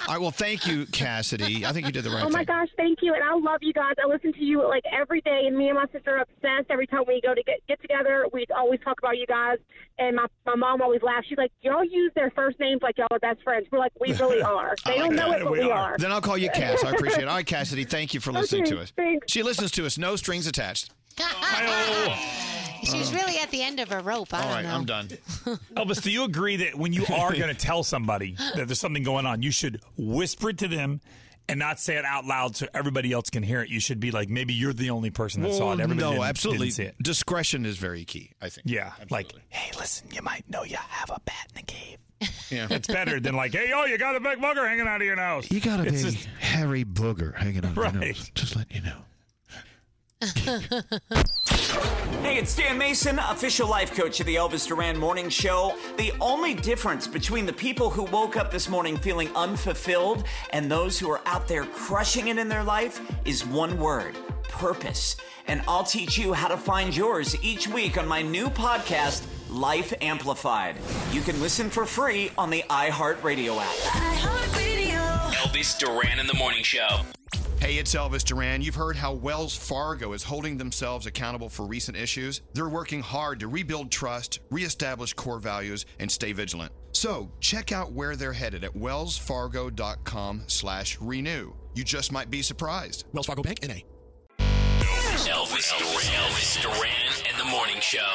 All right. Well, thank you, Cassidy. I think you did the right
oh
thing.
my gosh, thank you, and I love you guys. I listen to you like every day, and me and my sister are obsessed. Every time we go to get get together, we always talk about you guys. And my my mom always laughs. She's like, "Y'all use their first names like y'all are best friends." We're like, "We
<laughs>
really are. They
I
don't
like
know
that.
it, but we, are.
Then I'll call you Cass. I appreciate it. All right, Cassidy. Thank you for listening to us. She listens to us. No strings attached.
oh. She's really at the end of her rope. I
All
don't
right,
know.
I'm done.
Elvis, do you agree that when you are going to tell somebody that there's something going on, you should whisper it to them and not say it out loud so everybody else can hear it? You should be like, maybe you're the only person that saw
Well,
it. Everybody
no,
didn't-
absolutely.
didn't see it.
Discretion is very key, I think.
Yeah,
Absolutely.
like, hey, listen, you might know you have a bat in the cave.
Yeah.
It's better than like, hey, oh, you got a big mugger hanging out of your nose.
You got a big
It's
hairy booger hanging out
Right.
your nose. Just letting you know.
Hey, it's Dan Mason, official life coach of the Elvis Duran Morning Show. The only difference between the people who woke up this morning feeling unfulfilled and those who are out there crushing it in their life is one word purpose. And I'll teach you how to find yours each week on my new podcast, Life Amplified. You can listen for free on the iHeartRadio app.
Elvis Duran in the Morning Show. Hey, it's Elvis Duran. You've heard how Wells Fargo is holding themselves accountable for recent issues. They're working hard to rebuild trust, reestablish core values, and stay vigilant. So check out where they're headed at wellsfargo.com slash renew. You just might be surprised. Wells Fargo Bank, N.A.
Elvis, Duran. Elvis Duran and the Morning Show.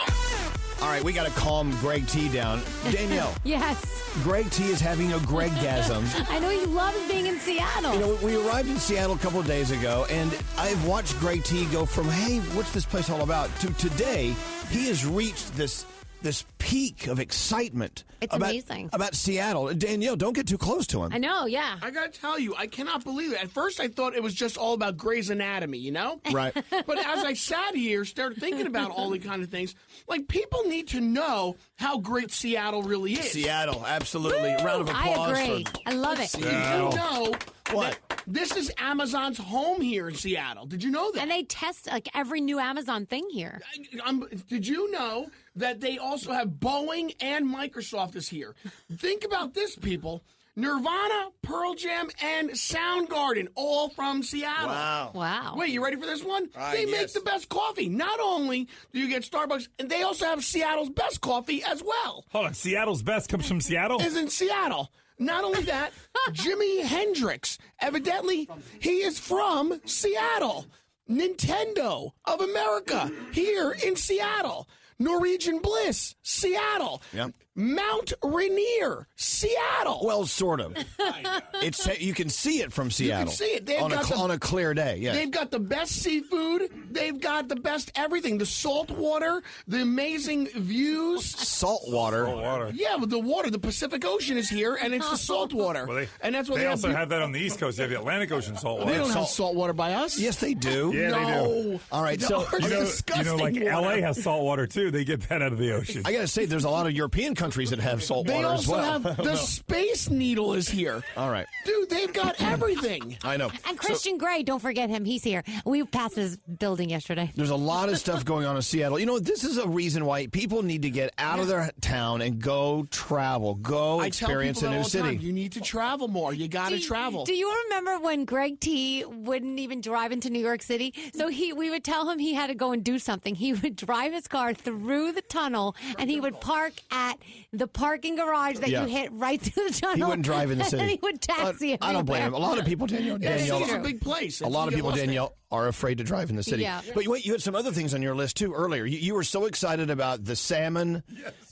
All right, we got to calm Greg T down.
<laughs>
Danielle,
Yes.
Greg T is having a Greggasm.
<laughs> I know he loves being in Seattle.
You know, we arrived in Seattle a couple of days ago, and I've watched Greg T go from "Hey, what's this place all about?" to today, he has reached this this peak of excitement.
It's
about,
amazing.
about Seattle. Danielle, don't get too close to him.
know, yeah.
I gotta tell you, I cannot believe it. At first, I thought it was just all about Grey's Anatomy, you know?
Right.
<laughs> but as I sat here, started thinking about all the kind of things, like people need to know how great Seattle really is.
Seattle, absolutely. Round of
I
applause.
agree.
For,
I love it.
Did you know what? This is Amazon's home here in Seattle. Did you know that?
And they test like every new Amazon thing here.
Um, did you know that they also have Boeing and Microsoft is here? Think about this, people. Nirvana, Pearl Jam, and Soundgarden, all from Seattle.
Wow.
Wow.
Wait, you ready for this one?
All right,
they
yes.
make the best coffee. Not only do you get Starbucks, and they also have Seattle's best coffee as well.
Hold on, Seattle's best comes from Seattle?
Is in Seattle. Not only that, Jimi Hendrix, evidently, he is from Seattle. Nintendo of America, here in Seattle. Norwegian Bliss, Seattle.
Yep.
Mount Rainier,
<laughs>
Seattle.
Well, sort of. it's uh, you can see it from Seattle.
see it. They've
on a
got
cl-
the-
on a clear day. Yeah.
They've got the best seafood. They've got the best everything. The salt water, the amazing views.
Salt water. Salt water.
Yeah, with the water. The Pacific Ocean is here, and it's the salt water.
Well, they,
and that's why
they,
they
also
have,
have that on the East Coast. They have the Atlantic Ocean salt water.
They don't have salt water by us.
Yes, they do.
<laughs> Yeah, they do.
No. The ours
you know,
is
you know, like
disgusting water.
LA has salt water too. They get that out of the ocean.
I gotta say, there's a lot of European countries that have salt
They
water as
also
well. <laughs>
have
<laughs>
the Space Needle is here.
All right.
Dude, they've got everything.
I know.
And Christian Gray, don't forget him. He's here. We passed his building yesterday.
There's a lot of stuff going on in Seattle. You know, this is a reason why people need to get out of their town and go travel, go
I tell
experience
people
a
that
new
all the time,
city.
You need to travel more. You got to
Do you-
travel.
Do you remember when Greg T wouldn't even drive into New York City? So he we would tell him he had to go and do something. He would drive his car through the tunnel and he would park at the parking garage that
Yeah.
you hit right through the tunnel.
He wouldn't drive in
<laughs>
the
And then
city.
he would taxi.
I don't blame him. A lot of
<laughs>
people, Danielle.
Yeah,
Danielle
it's true.
A lot of people, Danielle, are afraid to drive in the city.
Yeah.
But wait, you had some other things on your list too earlier. You, you were so excited about the salmon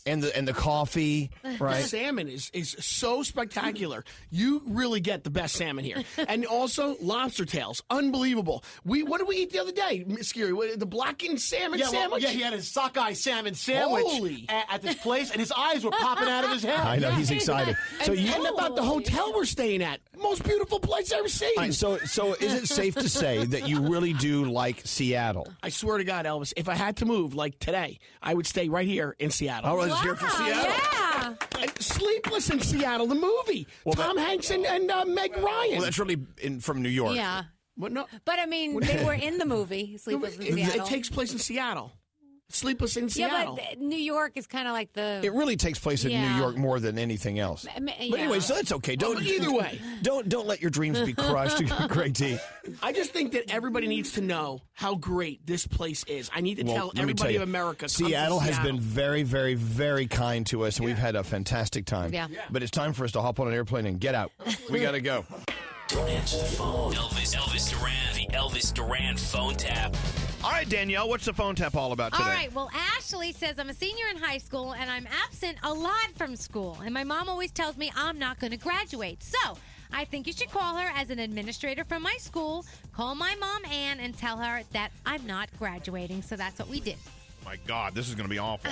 and the and the
<laughs>
coffee,
<laughs>
right?
Salmon is, is so spectacular. You really get the best salmon
<laughs>
here. And also lobster tails. Unbelievable. We what did we eat the other day, Miss Geary? What- The blackened salmon
yeah, well,
sandwich?
yeah, he had his sockeye salmon sandwich
Holy.
a- at, this place, and his eyes were popping out of his head.
I know, he's excited. So
So and,
you-
and about the hotel we're staying at. Most beautiful place I've ever seen.
All right, so so is it safe to say that you really do like Seattle?
I swear to God, Elvis, if I had to move like today, I would stay right here in Seattle.
All Oh, right, let's hear it for Wow, Seattle.
Yeah. Sleepless in Seattle, the movie. Tom Hanks and, and uh, Meg Ryan.
Well, that's really in, from New York.
Yeah.
What, no.
Uh, But I mean, they were in the movie Sleepless in Seattle.
It takes place in Seattle. Sleepless in
yeah,
Seattle.
but th- New York is kind of like the.
It really takes place in
Yeah.
New York more than anything else.
I mean,
But anyway,
yeah.
so that's okay. Don't
Well, either way.
Don't don't let your dreams be crushed, <laughs> Greg T.
I just think that everybody needs to know how great this place is. I need to
Well,
tell
let me
everybody
tell you,
of America. come to
Seattle has
Seattle.
been very, very, very kind to us, and we've had a fantastic time.
Yeah. Yeah.
But it's time for us to hop on an airplane and get out. We got to <laughs> go.
Don't answer the phone. Elvis, Elvis Duran, the Elvis Duran phone tap.
All right, Danielle, what's the phone tap all about today?
All right. Well, Ashley says I'm a senior in high school and I'm absent a lot from school, and my mom always tells me I'm not going to graduate. So I think you should call her as an administrator from my school. Call my mom Ann and tell her that I'm not graduating. So that's what we did.
My God, this is going to be awful.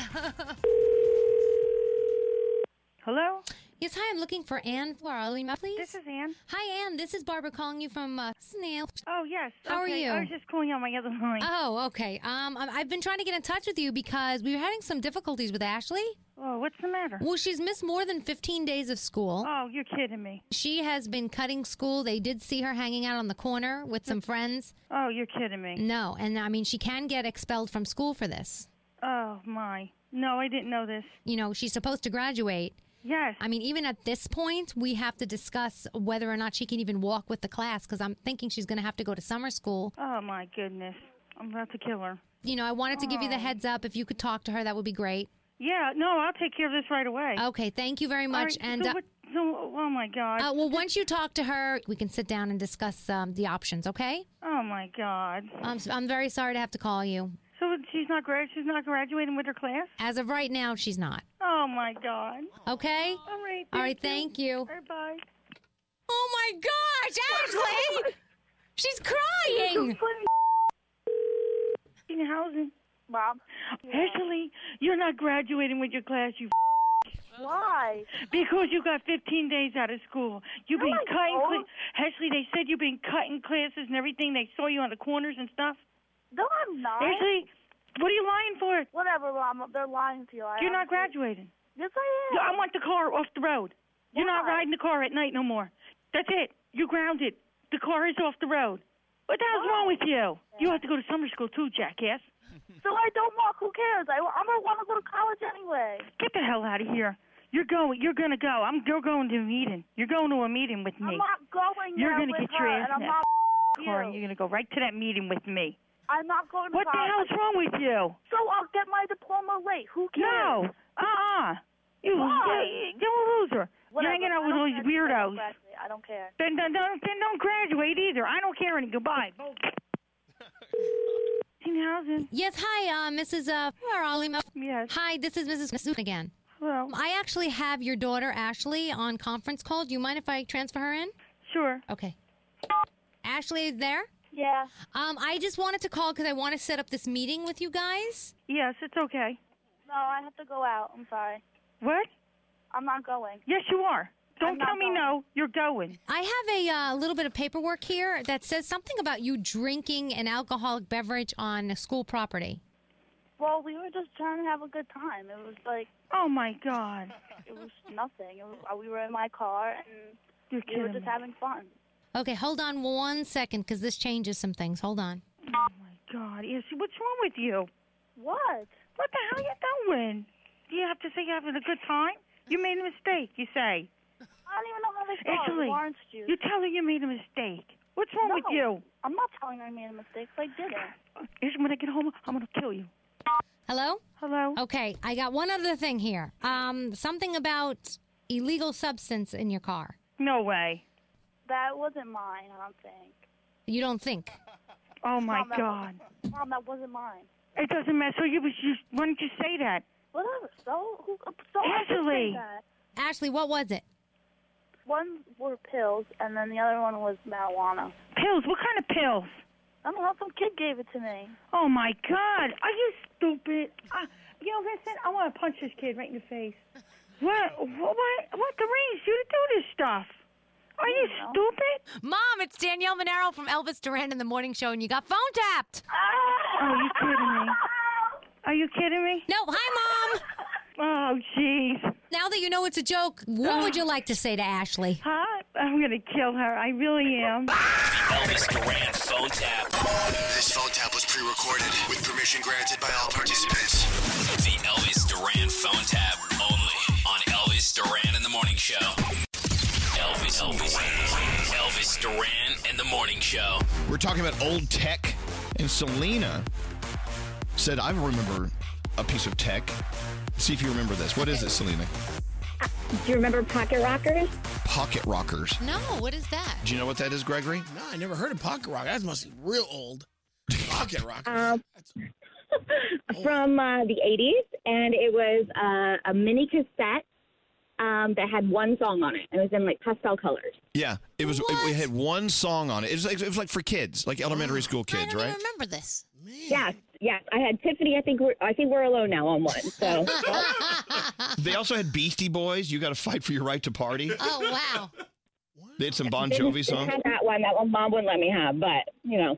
Hello? Yes, hi. I'm looking for Ann Floralima, please. This is Ann. Hi, Ann. This is Barbara calling you from uh, Snail. Oh, yes. How
okay.
are you?
I was just calling on my other line.
Oh, okay. Um, I- I've been trying to get in touch with you because we were having some difficulties with Ashley. Oh, what's the matter? Well, she's missed more than 15 days of school.
Oh, you're kidding me.
She has been cutting school. They did see her hanging out on the corner with
<laughs>
some friends.
Oh, you're kidding me.
No, and I mean, she can get expelled from school for this.
Oh, my. No, I didn't know this.
You know, she's supposed to graduate.
Yes.
I mean, even at this point, we have to discuss whether or not she can even walk with the class because I'm thinking she's going to have to go to summer school.
Oh, my goodness. I'm about to kill her.
You know, I wanted to give you the heads up. If you could talk to her, that would be great.
Oh. Yeah, no, I'll take care of this right away.
Okay, thank you very
All
much.
right,
and
so
uh,
what- so- oh, my God.
uh, well, once you talk to her, we can sit down and discuss um, the options. Okay?
oh, my God.
I'm s- I'm very sorry to have to call you.
so she's not, grad- she's not graduating with her class?
As of right now, she's not.
Oh, my God.
Okay.
All right.
All right, thank you.
Bye.
Oh my gosh, Ashley! She's crying.
<laughs>
In housing. Mom. Ashley, you're not graduating with your class, you
Why?
Because you got 15 days out of school. You've
No,
been
I
cutting.
don't.
Cl- Ashley, they said you've been cutting classes and everything. They saw you on the corners and stuff.
No, I'm not.
Ashley, what are you lying for?
Whatever, Mama. They're lying to you. I
You're not
honestly-
graduating.
Yes, I am.
You- I want the car off the road. You're not
Why?
riding the car at night no more. That's it. You're grounded. The car is off the road. What the hell's
Oh.
wrong with you? You have to go to summer school too, jackass.
So I don't walk. Who cares? I, I'm gonna want to go to college anyway.
Get the hell out of here. You're going. You're gonna go. I'm. You're going to a meeting. You're going to a meeting with me.
I'm not going.
You're
there
gonna
with
get your
her,
ass
and I'm
in
not
that
with
car.
you.
You're gonna go right to that meeting with me.
I'm not going to
What the
college.
hell's wrong with you?
So I'll get my diploma late. Who cares?
No. Uh-uh. You,
Why?
you, you're a loser.
Whatever.
You're hanging out
I
with all
don't
these
graduate, I
weirdos.
don't graduate. I don't care.
Then, then, don't, then don't graduate either. I don't care. And goodbye.
Yes, hi, uh, Mrs. Uh, Faralima. Yes. Hi, this is Mrs. Masood again. Um,
Hello.
I actually have your daughter Ashley on conference call. Do you mind if I transfer her in?
Sure.
Okay. Ashley, there.
Yeah.
Um, I just wanted to call because I want to set up this meeting with you guys.
Yes, it's okay.
No, I have to go out. I'm sorry.
What?
I'm not going.
Yes, you are.
I'm
Don't
not
tell me
going.
no. You're going.
I have a uh, little bit of paperwork here that says something about you drinking an alcoholic beverage on school property.
Well, we were just trying to have a good time. It was like.
Oh my God.
It was nothing. It was, we were in my car and
You're
we were
kidding
just
me.
having fun.
Okay, hold on one second because this changes some things. Hold on.
Oh my God. Yes. What's wrong with you?
What?
What the hell you doing? Do you have to say you're having a good time? You made a mistake. You say.
I don't even know how this goes.
Actually,
Orange juice.
you tell her you made a mistake. What's wrong with
No,
you?
I'm not telling her I made a mistake. I didn't.
Listen, when I get home, I'm gonna kill you.
Hello? Hello. Okay, I got one other thing here. Um, something about illegal substance in your car.
No way.
That wasn't mine, I don't think.
You don't think?
Oh my
Mom, that
God.
wasn't- Mom, that wasn't mine.
It doesn't matter. So you was just, why didn't you say that?
Whatever. So, who, so I just said
Ashley.
that.
Ashley, what was it?
One were pills, and then the other one was marijuana.
Pills? What kind of pills?
I don't know. Some kid gave it to me.
Oh my God. Are you stupid? Uh, you know, listen, I want to punch this kid right in the face. What? What? What? The range? You to do this stuff? Are you stupid?
Mom, it's Danielle Monero from Elvis Duran in the Morning Show, and you got phone tapped.
Are you kidding me? Are you kidding me?
No, hi,
Mom. Oh, jeez.
Now that you know it's a joke, what would you like to say to Ashley?
Huh? I'm going to kill her. I really am.
Elvis Duran phone tap.
This phone tap was pre-recorded with permission granted by all participants.
The Elvis Duran phone tap only on Elvis Duran in the Morning Show. Elvis, Elvis, Elvis Duran and the Morning Show.
We're talking about old tech, and Selena said, "I remember a piece of tech." See if you remember this. What is it, Selena?
Do you remember pocket rockers?
Pocket rockers.
No, what is that?
Do you know what that is, Gregory?
No, I never heard of pocket rock. That must be real old. Pocket rock.
Um, <laughs> from uh, the 80s, and it was uh, a mini cassette um, that had one song on it. It was in like pastel colors.
Yeah, it was. It, it had one song on it. It was like, it was like for kids, like elementary school kids, right?
remember this. Yes, yes. I had Tiffany. I think we're I think we're alone now on one. So
They also had Beastie Boys. You got to fight for your right to
<laughs>
party.
Oh,
wow.
They had some <laughs> Bon Jovi songs.
had that one. That one mom wouldn't let me have, but you know.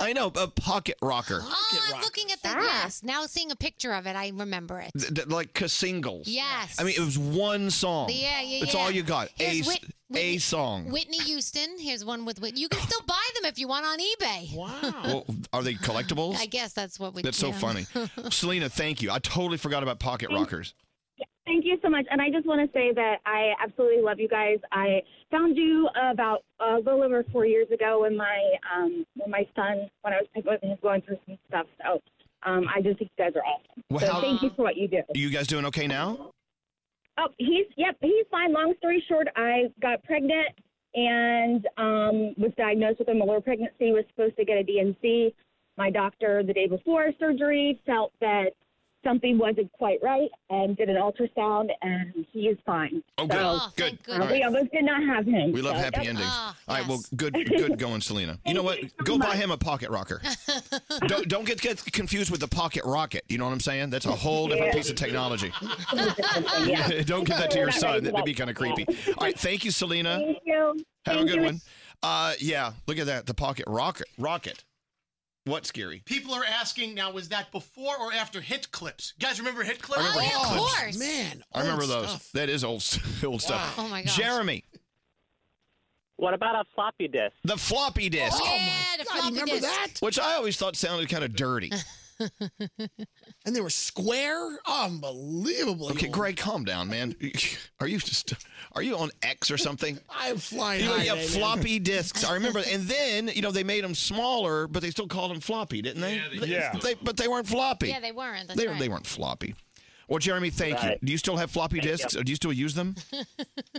I know a pocket rocker,
Oh, I'm looking at the yes. Now seeing a picture of it, I remember it.
Th- th- like a singles.
Yes.
I mean, it was one song.
Yeah, yeah,
That's
yeah.
all you got. A,
Here's Whit-
s- a song.
Whitney Houston. Here's one with Whitney. You can still buy them if you want on eBay. Wow.
<laughs> Well, are they collectibles?
I guess that's what we.
That's so
yeah. <laughs>
funny. Selena, thank you. I totally forgot about pocket rockers.
Thank you so much. And I just want to say that I absolutely love you guys. I found you about a little over four years ago when my um, when my son when I was picking up him going through some stuff. So um, I just think you guys are awesome.
Well,
so
how-
thank you for what you do.
Are you guys doing okay now?
Oh, he's yep, he's fine. Long story short, I got pregnant and um, was diagnosed with a lower pregnancy. Was supposed to get a DNC. My doctor the day before surgery felt that something wasn't quite right and did an ultrasound, and he is fine.
Oh, good.
So,
Oh, good.
uh,
All
We
right.
almost did not have him.
We love
So,
happy
yep.
endings. All right, well,
<laughs>
good, good going, Selena. You know what? Go buy him a pocket rocker. don't don't get, get confused with the pocket rocket. You know what I'm saying? That's a whole different
Yeah.
piece of technology.
Yeah.
<laughs> don't give that
<laughs>
to
We're
your
not
son.
ready for
That'd be kind of creepy. All right, thank you, Selena.
Thank you.
Have
Thank
a good
you.
one. Uh, yeah, look at that. The pocket rocket. Rocket. What scary?
People are asking now, was that before or after hit clips? You guys remember hit clips?
remember Oh, yeah, Hit of Clips. course.
Man.
I remember those. That is old, <laughs> old stuff.
Oh, my gosh.
Jeremy,
What about a floppy disk?
the floppy disk.
Oh,
yeah, the floppy disk.
Which I always thought sounded kind
<laughs>
of dirty.
and they were square. Unbelievable.
Okay, Greg, calm down, man. <laughs> Are you just are you on X or something?
I'm flying.
You know,
high
you have
today, man. <laughs>
floppy discs. I remember, and then you know they made them smaller, but they still called them floppy, didn't they?
they did Yeah. still.
They- but they weren't floppy.
Yeah, they weren't. That's
They,
right.
they weren't floppy. Well, Jeremy, thank
Right.
you. Do you still have floppy
Thank you.
discs? Or do you still use them?
<laughs>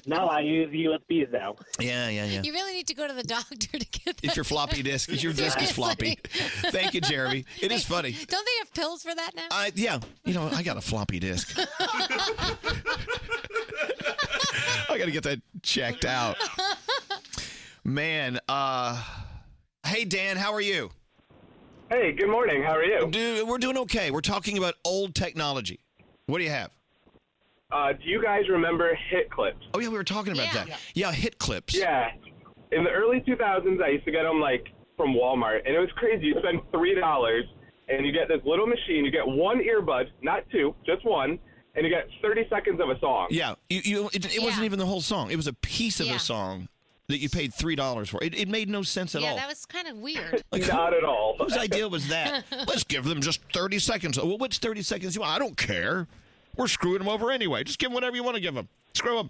No, I use USBs now.
Yeah, yeah, yeah.
<laughs> You really need to go to the doctor to get.
If your floppy disc, if your disc
<laughs>
is floppy. Thank you, Jeremy. It is funny. Uh,
Don't they have pills for that now?
I yeah, you know, I got a floppy disk.
<laughs>
I got to get that checked out. Man, uh Hey Dan, how are you?
Hey, good morning. How are you?
Dude, we're doing okay. We're talking about old technology. What do you have?
Uh, do you guys remember hit clips?
Oh yeah, we were talking about that. Yeah, hit clips.
Yeah. In the early 2000s, I used to get them like from Walmart, and it was crazy. You spend three dollars, and you get this little machine. You get one earbud, not two, just one, and you get 30 seconds of a song.
Yeah, you, you it, it wasn't even the whole song. It was a piece of a song that you paid $3 for. It, it made no sense at
yeah,
all.
that was kind of weird.
<laughs>
Not at all.
Whose idea
<laughs>
was that? Let's give them just 30 seconds. Well, which 30 seconds you want? I don't care. We're screwing them over anyway. Just give them whatever you want to give them. Screw them.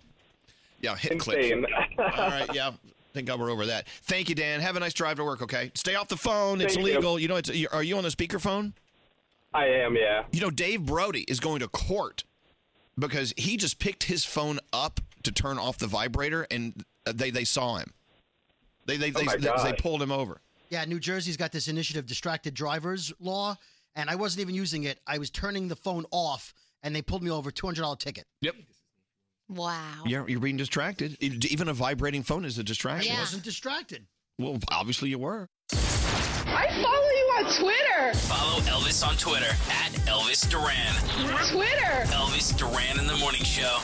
Yeah, hit clips.
Insane.
<laughs> All right, yeah. Thank God we're over that. Thank you, Dan. Have a nice drive to work, okay? Stay off the phone. It's
Thank you.
illegal. You know, it's, are you on a speakerphone?
I am, yeah.
You know, Dave Brody is going to court because he just picked his phone up to turn off the vibrator, and they they saw him. They they
Oh
they,
my
they, they
God.
pulled him over.
Yeah, New Jersey's got this initiative, distracted drivers law, and I wasn't even using it. I was turning the phone off, and they pulled me over, two hundred dollar ticket.
Yep.
Wow.
You're, you're being distracted. E, Even a vibrating phone is a distraction.
I wasn't distracted.
Well, obviously you were.
I follow you on Twitter.
Follow Elvis on Twitter at Elvis Duran.
Twitter.
Elvis Duran in the Morning Show.